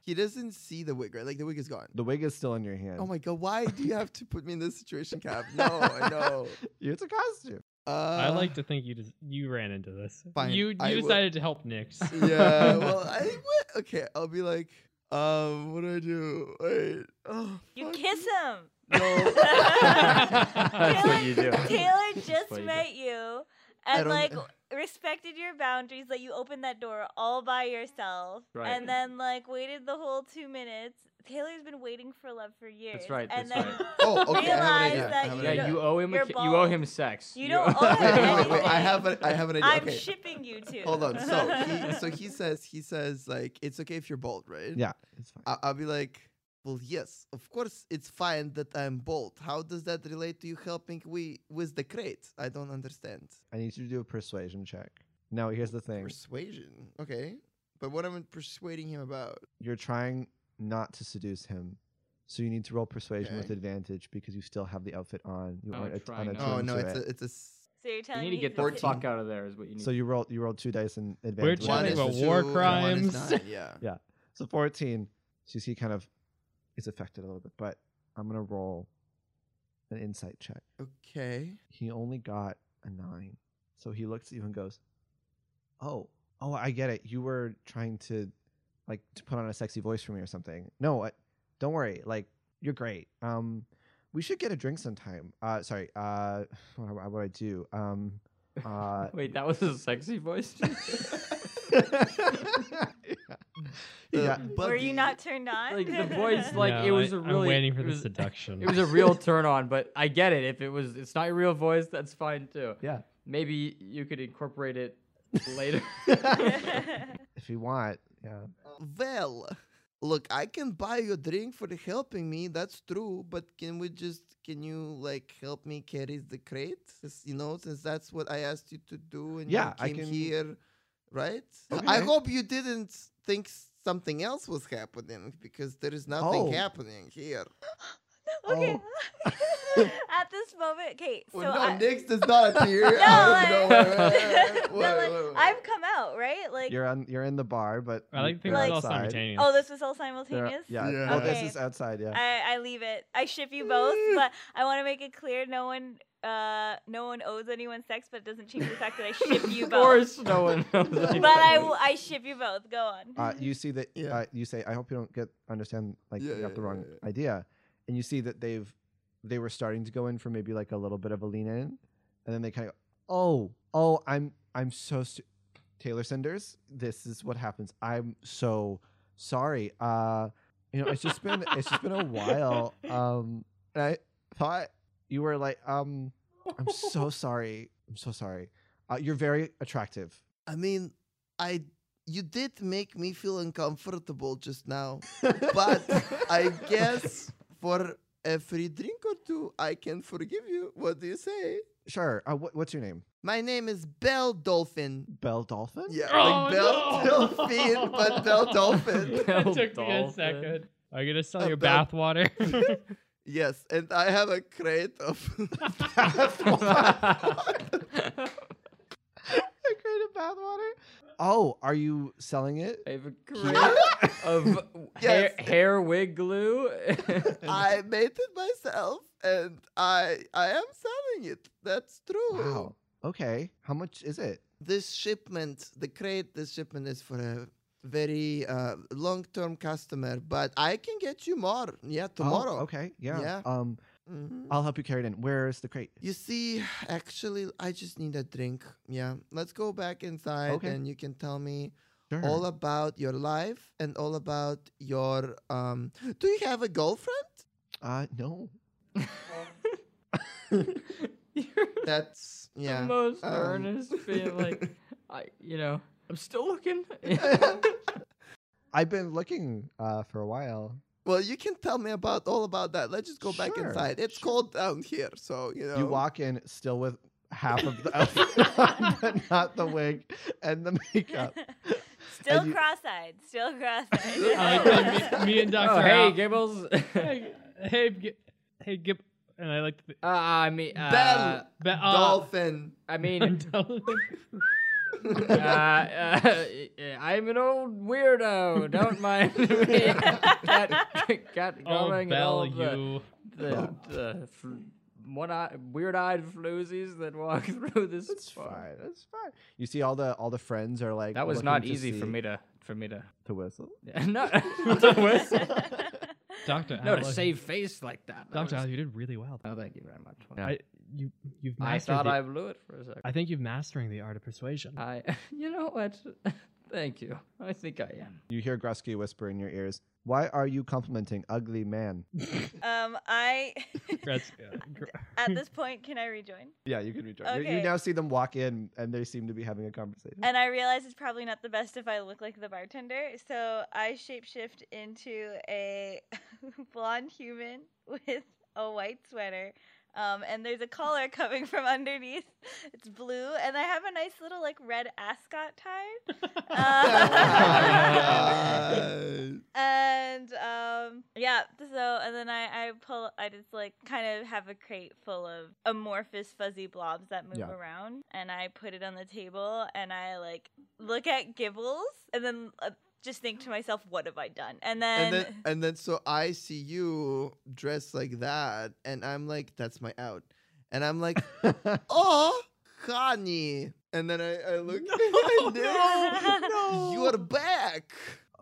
Speaker 5: he doesn't see the wig, right? Like the wig is gone.
Speaker 1: the wig is still in your hand.
Speaker 5: Oh my god! Why do you have to put me in this situation, Cap? No, I know.
Speaker 1: It's a costume.
Speaker 5: Uh,
Speaker 3: I like to think you just you ran into this.
Speaker 5: Fine,
Speaker 3: You you
Speaker 5: I will-
Speaker 3: decided to help Nix.
Speaker 5: yeah. Well, I what? okay. I'll be like, um, what do I do? Wait. Oh,
Speaker 4: You
Speaker 5: fuck.
Speaker 4: kiss him.
Speaker 5: No.
Speaker 2: That's what you do.
Speaker 4: Taylor just
Speaker 2: what you do.
Speaker 4: met you
Speaker 5: I
Speaker 4: and
Speaker 5: don't-
Speaker 4: like respected your boundaries, let you open that door all by yourself,
Speaker 2: Right.
Speaker 4: and then like waited the whole two minutes. Taylor's been waiting for love for years.
Speaker 2: right,
Speaker 4: And
Speaker 2: that's
Speaker 4: then
Speaker 2: right.
Speaker 5: Oh, okay. I
Speaker 4: realized
Speaker 5: have an idea. I
Speaker 4: that
Speaker 5: have an
Speaker 4: you,
Speaker 2: Yeah,
Speaker 5: idea.
Speaker 2: you owe him. A
Speaker 4: You're
Speaker 2: ki- you owe
Speaker 4: bald.
Speaker 2: him sex.
Speaker 4: You don't owe
Speaker 5: wait,
Speaker 4: him
Speaker 5: wait, wait, wait. I
Speaker 4: anything.
Speaker 5: have an, I have an idea.
Speaker 4: I'm
Speaker 5: okay.
Speaker 4: shipping you two.
Speaker 5: Hold on. So he, so he says he says like it's okay if you're bald, right?
Speaker 1: Yeah, it's fine.
Speaker 5: I, I'll be like, well, yes, of course it's fine that I'm bald. How does that relate to you helping we with the crate? I don't understand.
Speaker 1: I need you to do a persuasion check. Now, here's the thing.
Speaker 5: Persuasion. Okay. But what am I persuading him about?
Speaker 1: You're trying not to seduce him. So you need to roll persuasion with
Speaker 5: Okay.
Speaker 1: advantage because you still have the outfit on. You
Speaker 2: Oh,
Speaker 1: aren't att-
Speaker 2: try
Speaker 1: on
Speaker 2: not
Speaker 1: attuned
Speaker 5: Oh no,
Speaker 1: to
Speaker 5: it's
Speaker 1: it.
Speaker 5: a, it's a s-
Speaker 4: So you're
Speaker 2: You
Speaker 4: telling
Speaker 2: need
Speaker 4: me
Speaker 2: to get the
Speaker 4: he's-
Speaker 5: Fourteen.
Speaker 2: fuck out of there. Is what you need.
Speaker 1: so you roll you roll two dice in advantage.
Speaker 3: We're chatting
Speaker 5: one is
Speaker 3: about
Speaker 5: the two
Speaker 3: war
Speaker 5: and one is
Speaker 3: crimes.
Speaker 5: nine, Yeah.
Speaker 1: So 14. So you see kind of is affected a little bit, but I'm going to roll an insight check.
Speaker 5: Okay.
Speaker 1: He only got a 9. So he looks at you and goes, "Oh, oh, I get it. You were trying to like to put on a sexy voice for me or something. No, I, don't worry. Like you're great. Um we should get a drink sometime. Uh sorry. Uh what would I- what would I do? Um uh
Speaker 2: Wait, that was a sexy voice.
Speaker 5: The
Speaker 3: Uh,
Speaker 1: yeah.
Speaker 4: Were
Speaker 5: buggy-
Speaker 4: you not turned on?
Speaker 2: like the voice, like it
Speaker 3: No,
Speaker 2: was
Speaker 3: I-
Speaker 2: a really.
Speaker 3: I'm waiting for
Speaker 2: it
Speaker 3: the
Speaker 2: was-
Speaker 3: seduction.
Speaker 2: It was a real turn on, but I get it. If it was, it's not your real voice. That's fine too.
Speaker 1: Yeah.
Speaker 2: Maybe you could incorporate it later.
Speaker 1: If you want, yeah.
Speaker 5: Well, look, I can buy you a drink for helping me. That's true. But can we just, can you like help me carry the crate? Since, you know, since that's what I asked you to do, and
Speaker 1: Yeah, I
Speaker 5: you came
Speaker 1: can-
Speaker 5: here, right? I
Speaker 1: Okay.
Speaker 5: hope you didn't think something else was happening because there is nothing
Speaker 1: Oh.
Speaker 5: happening here.
Speaker 4: okay.
Speaker 1: Oh.
Speaker 4: At this moment, okay. So
Speaker 5: well, Oh, no,
Speaker 4: I,
Speaker 5: Nix does not appear.
Speaker 4: No,
Speaker 5: I-
Speaker 4: like-
Speaker 5: wait, wait, wait,
Speaker 4: No,
Speaker 5: wait,
Speaker 4: like,
Speaker 5: wait, wait, wait.
Speaker 4: I've come out, right? Like,
Speaker 1: You're on. You're in the bar, but
Speaker 3: I like
Speaker 1: you're
Speaker 3: things like, all
Speaker 1: outside.
Speaker 3: simultaneous.
Speaker 4: oh, this was all
Speaker 1: They're-
Speaker 4: simultaneous.
Speaker 1: Yeah.
Speaker 5: Yeah.
Speaker 1: Well, this
Speaker 4: Okay.
Speaker 1: is outside. Yeah.
Speaker 4: I, I leave it. I ship you both, but I want to make it clear no one uh no one owes anyone sex, but it doesn't change the fact that I ship you
Speaker 2: of
Speaker 4: both.
Speaker 2: course, no one knows.
Speaker 5: But
Speaker 4: But I, will- I ship you both. Go on.
Speaker 1: uh, you see that.
Speaker 5: Yeah.
Speaker 1: Uh, you say, "I hope you don't get understand like
Speaker 5: Yeah,
Speaker 1: you got
Speaker 5: yeah,
Speaker 1: the wrong
Speaker 5: yeah,
Speaker 1: idea," and you see that they've they were starting to go in for maybe like a little bit of a lean in, and then they kind of, "Oh, oh, I'm I'm so stu- Taylor Cinders. This is what happens. I'm so sorry. Uh, you know, it's just been it's just been a while. Um, and I thought you were like, um, I'm so sorry. I'm so sorry. Uh, you're very attractive.
Speaker 5: I mean, I you did make me feel uncomfortable just now, but I guess for a free drink or two, I can forgive you. What do you say?
Speaker 1: Sure. Uh, what, what's your name?
Speaker 5: My name is Bell Dolphin.
Speaker 1: Bell Dolphin?
Speaker 5: Yeah,
Speaker 3: Oh,
Speaker 5: like Bell
Speaker 3: no.
Speaker 5: Dolphin, but Bell Dolphin.
Speaker 3: that
Speaker 2: Bell
Speaker 3: took me a
Speaker 2: dolphin.
Speaker 3: second. Are you gonna sell
Speaker 5: A
Speaker 3: your
Speaker 5: bell-
Speaker 3: bathwater?
Speaker 5: Yes, and I have a crate of.
Speaker 1: I created bathwater. Oh, are you selling it?
Speaker 2: I have a crate of hair,
Speaker 5: Yes.
Speaker 2: hair wig glue.
Speaker 5: I made it myself, and I I am selling it. That's true.
Speaker 1: Wow. Okay. How much is it?
Speaker 5: this shipment, the crate, this shipment is for a very uh, long-term customer, but I can get you more. Yeah,
Speaker 1: Oh,
Speaker 5: tomorrow.
Speaker 1: okay. Yeah.
Speaker 5: Yeah.
Speaker 1: Um,
Speaker 5: Mhm.
Speaker 1: I'll help you carry it in. Where's the crate?
Speaker 5: You see, actually, I just need a drink. Yeah, let's go back inside,
Speaker 1: Okay. Mm-hmm.
Speaker 5: and you can tell me
Speaker 1: Sure.
Speaker 5: all about your life and all about your. Um, do you have a girlfriend?
Speaker 1: uh, no.
Speaker 2: You're
Speaker 5: That's yeah.
Speaker 2: the most
Speaker 5: um,
Speaker 2: earnest being like, I, you know, I'm still looking.
Speaker 3: Uh,
Speaker 1: I've been looking uh, for a while.
Speaker 5: Well, you can tell me about all about that. Let's just go back
Speaker 1: Sure,
Speaker 5: inside. It's cold down here, so you know.
Speaker 1: You walk in still with half of the outfit on, but not the wig and the makeup.
Speaker 4: still
Speaker 1: And you-
Speaker 4: cross-eyed. Still
Speaker 3: like,
Speaker 4: cross-eyed.
Speaker 3: me, me and Doctor.
Speaker 2: oh, hey, Gibbles.
Speaker 3: hey, hey, Gi- hey, Gib. And I like. The,
Speaker 2: Uh, I mean, uh,
Speaker 5: Bell.
Speaker 3: but, uh,
Speaker 5: Dolphin.
Speaker 2: I mean, uh, uh, I'm an old weirdo. Don't mind me. got, got
Speaker 3: oh,
Speaker 2: going and all
Speaker 3: Bell,
Speaker 2: the-
Speaker 3: you.
Speaker 2: the, the fl- one eye, weird-eyed floozies that walk through this.
Speaker 1: That's
Speaker 2: bar.
Speaker 1: fine. That's fine. You see, all the all the friends are like.
Speaker 2: That was
Speaker 1: looking
Speaker 2: not
Speaker 1: to
Speaker 2: easy for
Speaker 1: see-
Speaker 2: me to for me to
Speaker 1: to whistle.
Speaker 2: no to whistle.
Speaker 3: Doctor.
Speaker 2: no to save face like that. That
Speaker 3: Doctor,
Speaker 2: was-
Speaker 3: you did really well.
Speaker 2: No, thank you very much.
Speaker 3: I, you, you've
Speaker 2: I
Speaker 3: mastered.
Speaker 2: thought
Speaker 3: the,
Speaker 2: I Uh, blew it for a second.
Speaker 3: I think you've mastering the art of persuasion.
Speaker 2: I, you know what? thank you. I think I am.
Speaker 1: You hear Grusky whisper in your ears, Why are you complimenting ugly man?
Speaker 4: um, I
Speaker 3: That's, uh, gr-
Speaker 4: at this point can I rejoin?
Speaker 1: Yeah, you can rejoin. You,
Speaker 4: Okay.
Speaker 1: you now see them walk in and they seem to be having a conversation.
Speaker 4: And I realize it's probably not the best if I look like the bartender, so I shapeshift into a blonde human with a white sweater, Um, and there's a collar coming from underneath. It's blue, and I have a nice little like red ascot tied. Uh,
Speaker 5: Oh God.
Speaker 4: and um, yeah, so and then I I pull I just like kind of have a crate full of amorphous fuzzy blobs that move
Speaker 1: Yeah.
Speaker 4: around, and I put it on the table, and I like look at Gibbles, and then. Uh, just think to myself, what have I done? And then,
Speaker 5: and then and then so I see you dressed like that, and I'm like, that's my out. And I'm like, oh, Kanye. And then I, I look, and then you are back.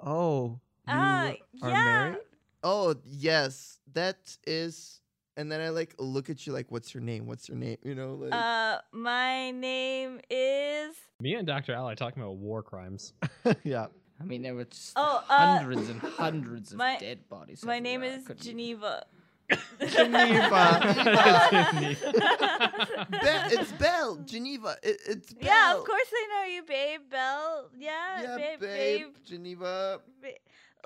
Speaker 1: oh, you
Speaker 4: Ah,
Speaker 1: are
Speaker 4: yeah.
Speaker 1: married.
Speaker 5: Oh yes, that is. And then I like look at you like, what's your name? What's your name? You know, like
Speaker 4: uh, my name is
Speaker 3: Me and Dr. Al are talking about war crimes.
Speaker 1: yeah.
Speaker 2: I mean, there were just
Speaker 4: Oh, uh,
Speaker 2: hundreds and hundreds of
Speaker 4: my-
Speaker 2: dead bodies.
Speaker 4: my name
Speaker 2: everywhere. I
Speaker 4: is
Speaker 2: couldn't even-
Speaker 4: Geneva.
Speaker 3: Geneva.
Speaker 5: Be- it's Belle, Geneva. It, it's Belle.
Speaker 4: yeah, of course I know you, babe. Belle. Yeah,
Speaker 5: Yeah,
Speaker 4: babe,
Speaker 5: babe,
Speaker 4: babe.
Speaker 5: Geneva.
Speaker 4: ba-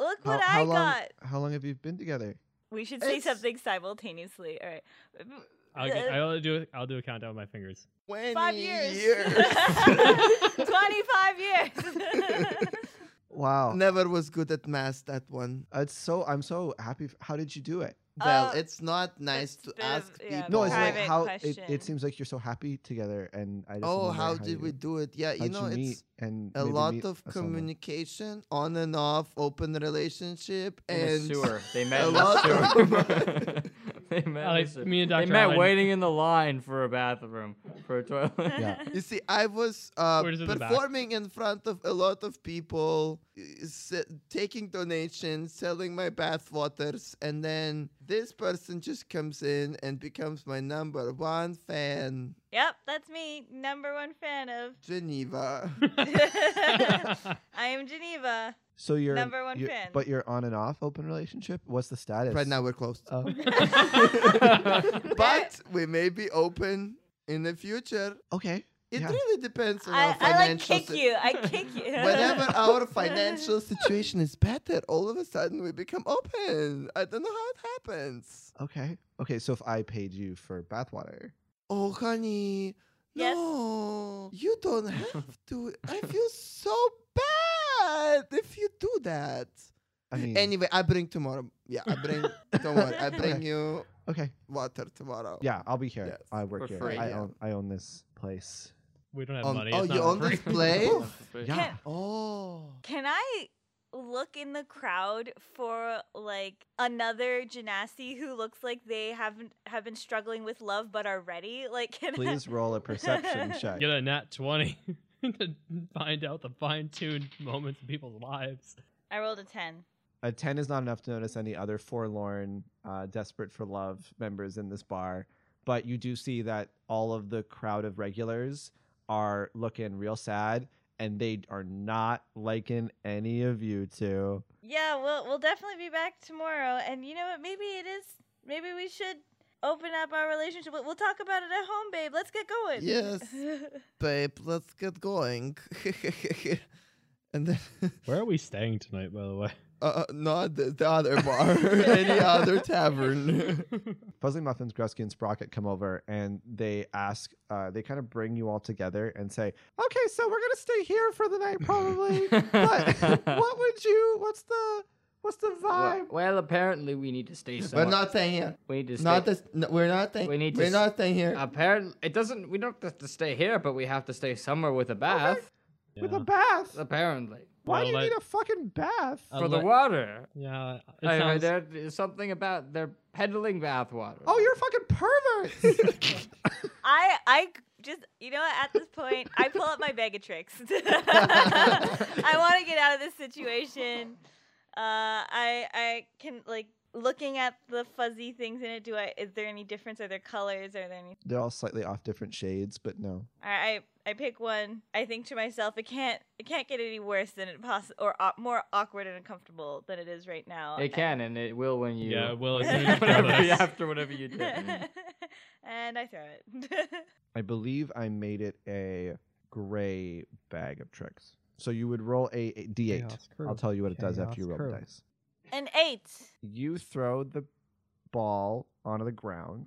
Speaker 4: Look
Speaker 1: How,
Speaker 4: what
Speaker 1: how
Speaker 4: I
Speaker 1: long?
Speaker 4: got.
Speaker 1: How long have you been together?
Speaker 4: We should say
Speaker 5: It's-
Speaker 4: something simultaneously. All right. Uh,
Speaker 3: I'll, get, I'll do it. I'll do a countdown with my fingers.
Speaker 5: Twenty
Speaker 4: Five years.
Speaker 5: years.
Speaker 4: 25 years.
Speaker 1: Wow.
Speaker 5: Never was good at math. That one.
Speaker 1: It's so. I'm so happy. f- How did you do it?
Speaker 5: Well,
Speaker 4: Uh,
Speaker 5: it's not
Speaker 4: it's
Speaker 5: nice to
Speaker 4: bit of-
Speaker 5: ask
Speaker 4: yeah,
Speaker 5: people.
Speaker 1: No, it's like
Speaker 4: Private
Speaker 1: how it,
Speaker 4: question.
Speaker 1: it seems like you're so happy together, and I. Just
Speaker 5: oh,
Speaker 1: wonder
Speaker 5: how did
Speaker 1: you-
Speaker 5: we do it? Yeah, you
Speaker 1: how'd
Speaker 5: know,
Speaker 1: you meet
Speaker 5: it's
Speaker 1: and
Speaker 5: a
Speaker 1: maybe
Speaker 5: lot
Speaker 1: meet
Speaker 5: of
Speaker 1: someone?
Speaker 5: communication, on and off, open relationship,
Speaker 2: In
Speaker 5: and
Speaker 2: the sewer. They met in
Speaker 5: lot
Speaker 2: the sewer.
Speaker 5: of-
Speaker 2: they met,
Speaker 3: I
Speaker 2: in
Speaker 3: like-
Speaker 2: the sewer.
Speaker 3: me and
Speaker 2: they
Speaker 3: Dr.
Speaker 2: met
Speaker 3: Allen-
Speaker 2: waiting in the line for a bathroom, for a toilet.
Speaker 1: Yeah.
Speaker 5: You see, I was uh,
Speaker 3: Where is it in the back?
Speaker 5: performing in front of a lot of people, uh, se- taking donations, selling my bath waters, and then this person just comes in and becomes my number one fan,
Speaker 4: yep, that's me, number one fan of.
Speaker 5: Geneva.
Speaker 4: I am Geneva.
Speaker 1: So you're
Speaker 4: Number one
Speaker 1: you're-
Speaker 4: fan.
Speaker 1: but you're on and off open relationship. What's the status
Speaker 5: Right now, we're closed.
Speaker 1: Oh.
Speaker 3: Oh.
Speaker 5: but we may be open in the future.
Speaker 1: okay.
Speaker 5: It
Speaker 1: Yeah.
Speaker 5: really depends on our
Speaker 4: I, I like
Speaker 5: financial
Speaker 4: kick
Speaker 5: si-
Speaker 4: you. I kick you.
Speaker 5: Whenever our financial situation is better, all of a sudden we become open. I don't know how it happens.
Speaker 1: Okay. Okay. So if I paid you for bathwater,
Speaker 5: Oh, honey.
Speaker 4: Yes?
Speaker 5: No, you don't have to. I feel so bad if you do that.
Speaker 1: I mean.
Speaker 5: Anyway, I bring tomorrow. Yeah, I bring. don't worry, I bring
Speaker 1: Okay.
Speaker 5: you
Speaker 1: okay.
Speaker 5: water tomorrow.
Speaker 1: Yeah, I'll be here.
Speaker 5: Oh, Yes.
Speaker 1: I work
Speaker 2: For
Speaker 1: here.
Speaker 2: free,
Speaker 1: I
Speaker 5: yeah.
Speaker 1: own. I own this place.
Speaker 3: We don't have
Speaker 5: Um,
Speaker 3: money.
Speaker 5: oh,
Speaker 3: it's
Speaker 5: you
Speaker 3: not
Speaker 5: own
Speaker 3: free.
Speaker 5: this place?
Speaker 1: Yeah.
Speaker 5: Oh.
Speaker 4: Can I look in the crowd for like another Genasi who looks like they haven't have been struggling with love but are ready? Like, can I-
Speaker 1: Please roll a perception check.
Speaker 3: Get a nat twenty to find out the fine-tuned moments in people's lives.
Speaker 4: I rolled a ten.
Speaker 1: A ten is not enough to notice any other forlorn, uh, desperate for love members in this bar, but you do see that all of the crowd of regulars are looking real sad, and they are not liking any of you two.
Speaker 4: Yeah, we'll we'll definitely be back tomorrow. And you know what? Maybe it is. Maybe we should open up our relationship. We'll we'll talk about it at home, babe. Let's get going.
Speaker 5: Yes. Babe, let's get going. and then.
Speaker 3: Where are we staying tonight, by the way?
Speaker 5: Uh, not the, the other bar, any other tavern.
Speaker 1: Fuzzy Muffins, Grusky, and Sprocket come over and they ask, uh, they kind of bring you all together and say,
Speaker 6: Okay, so we're gonna stay here for the night probably.
Speaker 2: Yeah.
Speaker 6: but what would you? What's the what's the vibe?
Speaker 2: Well, well, apparently we need to stay somewhere.
Speaker 5: we're not staying here.
Speaker 2: We need to stay.
Speaker 5: Not this. No, we're not staying.
Speaker 2: We need to
Speaker 5: We're
Speaker 2: s- uh,
Speaker 5: not staying here.
Speaker 2: Apparently, it doesn't. We don't have to stay here, but we have to stay somewhere with a bath.
Speaker 6: With
Speaker 3: Yeah.
Speaker 6: a bath?
Speaker 2: Apparently,
Speaker 6: Why do you
Speaker 3: Well,
Speaker 6: need
Speaker 3: let-
Speaker 6: a fucking bath?
Speaker 3: Uh,
Speaker 2: for the
Speaker 3: let-
Speaker 2: water.
Speaker 3: Yeah, it
Speaker 2: I,
Speaker 3: sounds-
Speaker 2: there- there's something about they're peddling bath water.
Speaker 6: oh, you're a fucking perverts.
Speaker 4: I I just you know what, at this point I pull out my bag of tricks. I want to get out of this situation. Uh, I I can like looking at the fuzzy things in it. Do I is there any difference? Are there colors? Are there any?
Speaker 1: they're all slightly off different shades, but no.
Speaker 4: I I, I pick one. I think to myself, it can't it can't get any worse than it poss or au- more awkward and uncomfortable than it is right now.
Speaker 2: It can and it will when you.
Speaker 3: Yeah, well, as soon as you throw
Speaker 2: whatever,
Speaker 3: this.
Speaker 2: you- after whatever you Mm. do.
Speaker 4: and I throw it.
Speaker 1: I believe I made it a gray bag of tricks. So you would roll a a d8.
Speaker 3: Chaos crew.
Speaker 1: I'll tell you what it does after
Speaker 3: Chaos
Speaker 1: you roll the
Speaker 3: crew.
Speaker 1: dice.
Speaker 4: An eight.
Speaker 1: You throw the ball onto the ground,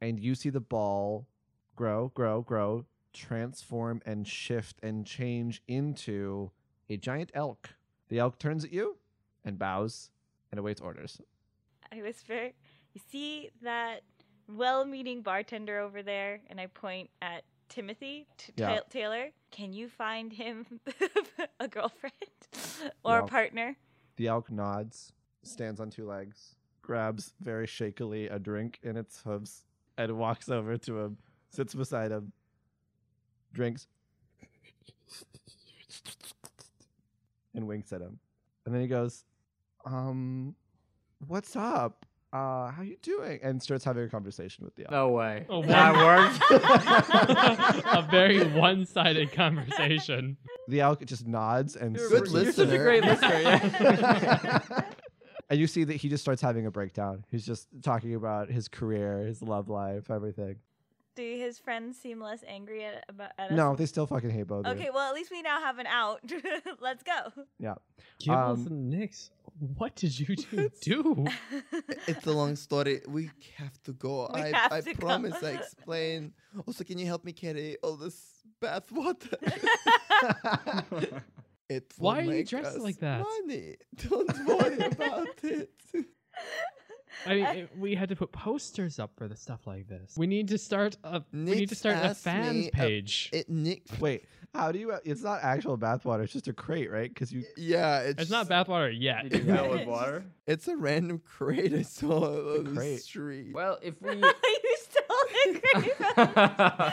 Speaker 1: and you see the ball grow, grow, grow, transform and shift and change into a giant elk. The elk turns at you and bows and awaits orders.
Speaker 4: I whisper, You see that well meaning bartender over there? And I point at Timothy t-
Speaker 1: Yeah.
Speaker 4: Ta- Taylor. Can you find him a girlfriend or
Speaker 1: No.
Speaker 4: a partner?
Speaker 1: The elk nods, stands on two legs, grabs very shakily a drink in its hooves, and walks over to him, sits beside him, drinks, and winks at him. And then he goes, "Um, what's up? Uh, how you doing?" And starts having a conversation with the elk.
Speaker 2: No way.
Speaker 3: Oh,
Speaker 2: that worked.
Speaker 3: a very one-sided conversation.
Speaker 1: The elk just nods and
Speaker 2: You're-
Speaker 5: Good
Speaker 2: you're such a
Speaker 5: listener.
Speaker 2: great listener. Yeah.
Speaker 1: and you see that he just starts having a breakdown. He's just talking about his career, his love life, everything.
Speaker 4: Do his friends seem less angry at, about, at us?
Speaker 1: No, they still fucking hate both.
Speaker 4: Okay, well, at least we now have an out. Let's go.
Speaker 3: Gibbles
Speaker 1: Um,
Speaker 3: and Nix, what did you two do?
Speaker 5: It's a long story. We have to go.
Speaker 4: We
Speaker 5: I,
Speaker 4: have
Speaker 5: I
Speaker 4: to go.
Speaker 5: promise I explain. Also, can you help me carry all this bath water? it will
Speaker 3: Why are you
Speaker 5: make
Speaker 3: dressed
Speaker 5: us
Speaker 3: like that?
Speaker 5: Money. Don't worry about it.
Speaker 3: I mean, it- we had to put posters up for the stuff like this. We need to start a. we need to
Speaker 5: Nix
Speaker 3: start a
Speaker 5: asked
Speaker 3: fans
Speaker 5: me, uh,
Speaker 3: page.
Speaker 5: It Nick.
Speaker 1: Wait, how do you? It's not actual bathwater. It's just a crate, right? Because you.
Speaker 5: Yeah, it's,
Speaker 3: it's not
Speaker 5: just-
Speaker 3: bathwater yet.
Speaker 2: Did you
Speaker 5: Yeah.
Speaker 2: fill it with water?
Speaker 5: It's a random crate I saw on the
Speaker 1: crate.
Speaker 5: street.
Speaker 2: Well, if we
Speaker 4: you stole it, Graven.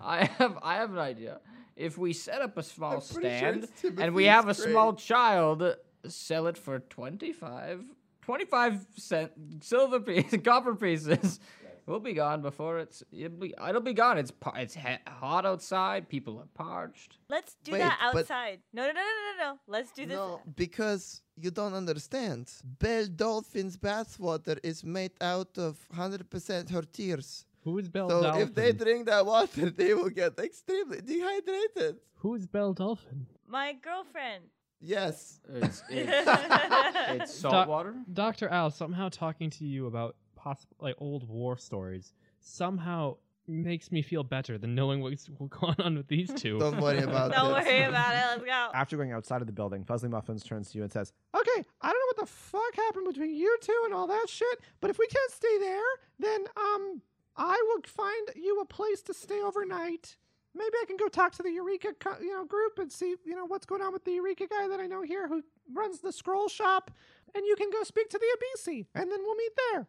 Speaker 2: I have I have an idea. If we set up a small
Speaker 5: I'm pretty sure
Speaker 2: stand
Speaker 5: it's
Speaker 2: and we
Speaker 5: Timothy's
Speaker 2: have a small
Speaker 5: crate.
Speaker 2: child, sell it for 25, 25 cent silver piece, copper pieces. We'll be gone before it's it'll be, it'll be gone. It's par- it's he- hot outside. People are parched.
Speaker 4: Let's do
Speaker 5: Wait,
Speaker 4: that
Speaker 5: but-
Speaker 4: outside. No, no, no, no, no, no. Let's do this.
Speaker 5: No, because you don't understand. Belle Dolphin's bathwater is made out of 100% her tears.
Speaker 3: Who's Bell
Speaker 5: So
Speaker 3: Dolphin?
Speaker 5: if they drink that water, they will get extremely dehydrated.
Speaker 3: Who's Bell Dolphin?
Speaker 4: My girlfriend.
Speaker 5: Yes.
Speaker 2: It's it's,
Speaker 4: I
Speaker 2: it's salt water.
Speaker 3: Doctor Al, somehow talking to you about possible like old war stories somehow makes me feel better than knowing what's going on with these two.
Speaker 5: Don't worry about
Speaker 4: Don't
Speaker 5: it.
Speaker 4: worry about it. Let's go.
Speaker 1: After going outside of the building, Fuzzy Muffins turns to you and says, "Okay, I don't know what the fuck happened between you two and all that shit, but if we can't stay there, then um, I will find you a place to stay overnight. Maybe I can go talk to the Eureka, co- you know, group and see, you know, what's going on with the Eureka guy that I know here who runs the scroll shop, and you can go speak to the Abisi, and then we'll meet there."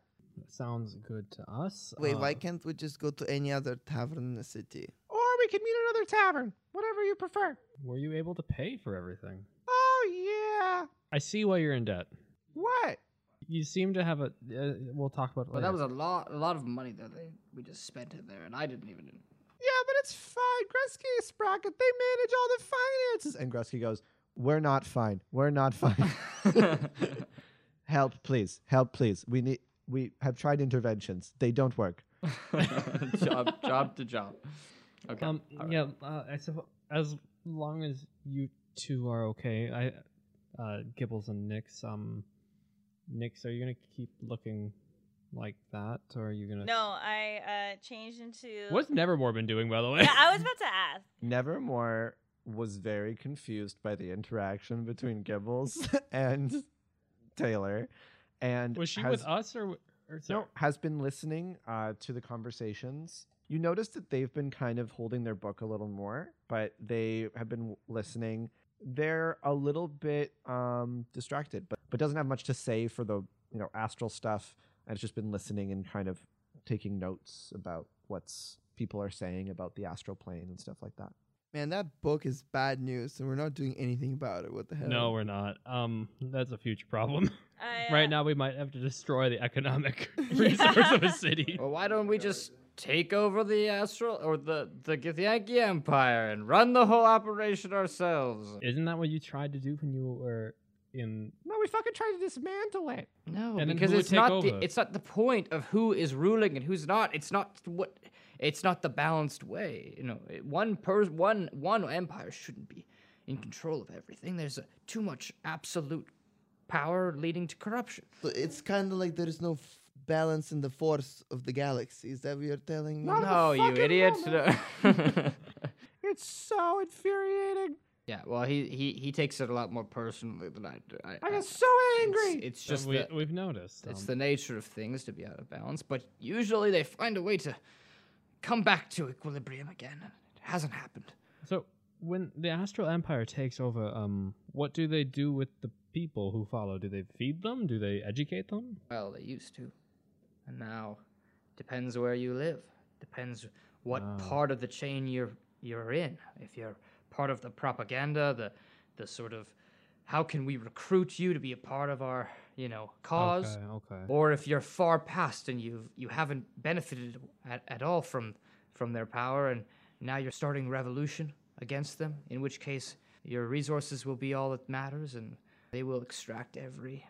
Speaker 3: Sounds good to us.
Speaker 5: Wait,
Speaker 3: Uh,
Speaker 5: why can't we just go to any other tavern in the city?
Speaker 1: Or we could meet at another tavern, whatever you prefer.
Speaker 3: Were you able to pay for everything?
Speaker 1: Oh yeah.
Speaker 3: I see why you're in debt.
Speaker 1: What?
Speaker 3: You seem to have a. Uh, we'll talk about. It
Speaker 2: But
Speaker 3: later.
Speaker 2: that was a lot a lot of money that they we just spent it there, and I didn't even.
Speaker 1: Yeah, but it's fine. Gretzky and Sprocket, they manage all the finances. And Gretzky goes, We're not fine. We're not fine. help, please. Help, please. We need we have tried interventions. They don't work.
Speaker 2: job job to job. Okay.
Speaker 3: Um,
Speaker 2: all right.
Speaker 3: yeah, uh, I suppose as long as you two are okay, I, uh, Gibbles and Nix. Um, Nix, are you gonna keep looking like that, or are you gonna?
Speaker 4: No, I uh, changed into.
Speaker 3: What's Nevermore been doing, by the way?
Speaker 4: Yeah, I was about to ask.
Speaker 1: Nevermore was very confused by the interaction between Gibbles and Taylor. And
Speaker 3: was she
Speaker 1: has-
Speaker 3: with us or? w- or
Speaker 1: No,
Speaker 3: sorry.
Speaker 1: has been listening uh, to the conversations. You notice that they've been kind of holding their book a little more, but they have been w- listening. They're a little bit um, distracted, but but doesn't have much to say for the you know astral stuff, and it's just been listening and kind of taking notes about what's people are saying about the astral plane and stuff like that.
Speaker 5: Man, that book is bad news, and we're not doing anything about it. What the hell?
Speaker 3: No, we're not. Um, that's a future problem.
Speaker 4: I, uh,
Speaker 3: right now, we might have to destroy the economic
Speaker 4: Yeah.
Speaker 3: resource of a city.
Speaker 2: Well, why don't we just take over the astral or the the Githyanki Empire and run the whole operation ourselves?
Speaker 3: Isn't that what you tried to do when you were in?
Speaker 1: No, we fucking tried to dismantle it.
Speaker 2: No,
Speaker 3: And then
Speaker 2: because
Speaker 3: who would
Speaker 2: it's
Speaker 3: take
Speaker 2: not
Speaker 3: over?
Speaker 2: the it's not the point of who is ruling and who's not. It's not what it's not the balanced way. You know, It- one pers one one empire shouldn't be in control of everything. There's a, too much absolute power leading to corruption.
Speaker 5: So it's kind of like there is no f- balance in the force of the galaxy. Is that what you're telling me?
Speaker 6: Not-
Speaker 2: No, you
Speaker 6: fucking
Speaker 2: idiot.
Speaker 6: moment. It's so infuriating.
Speaker 2: yeah, well, he, he he takes it a lot more personally than I do. I,
Speaker 6: I
Speaker 2: I-
Speaker 6: get so
Speaker 2: it's-
Speaker 6: angry.
Speaker 2: It's, just
Speaker 3: uh, we,
Speaker 2: the,
Speaker 3: we've noticed.
Speaker 2: it's
Speaker 3: um,
Speaker 2: the nature of things to be out of balance, but usually they find a way to come back to equilibrium again. and It hasn't happened.
Speaker 3: So when the Astral Empire takes over, um, what do they do with the people who follow? Do they feed them? Do they educate them?
Speaker 2: Well, they used to. And now depends where you live. Depends what
Speaker 3: Ah.
Speaker 2: part of the chain you're you're in. If you're part of the propaganda, the the sort of how can we recruit you to be a part of our, you know, cause?
Speaker 3: Okay, okay.
Speaker 2: Or if you're far past and you've you haven't benefited at, at all from from their power and now you're starting revolution against them, in which case your resources will be all that matters and they will extract every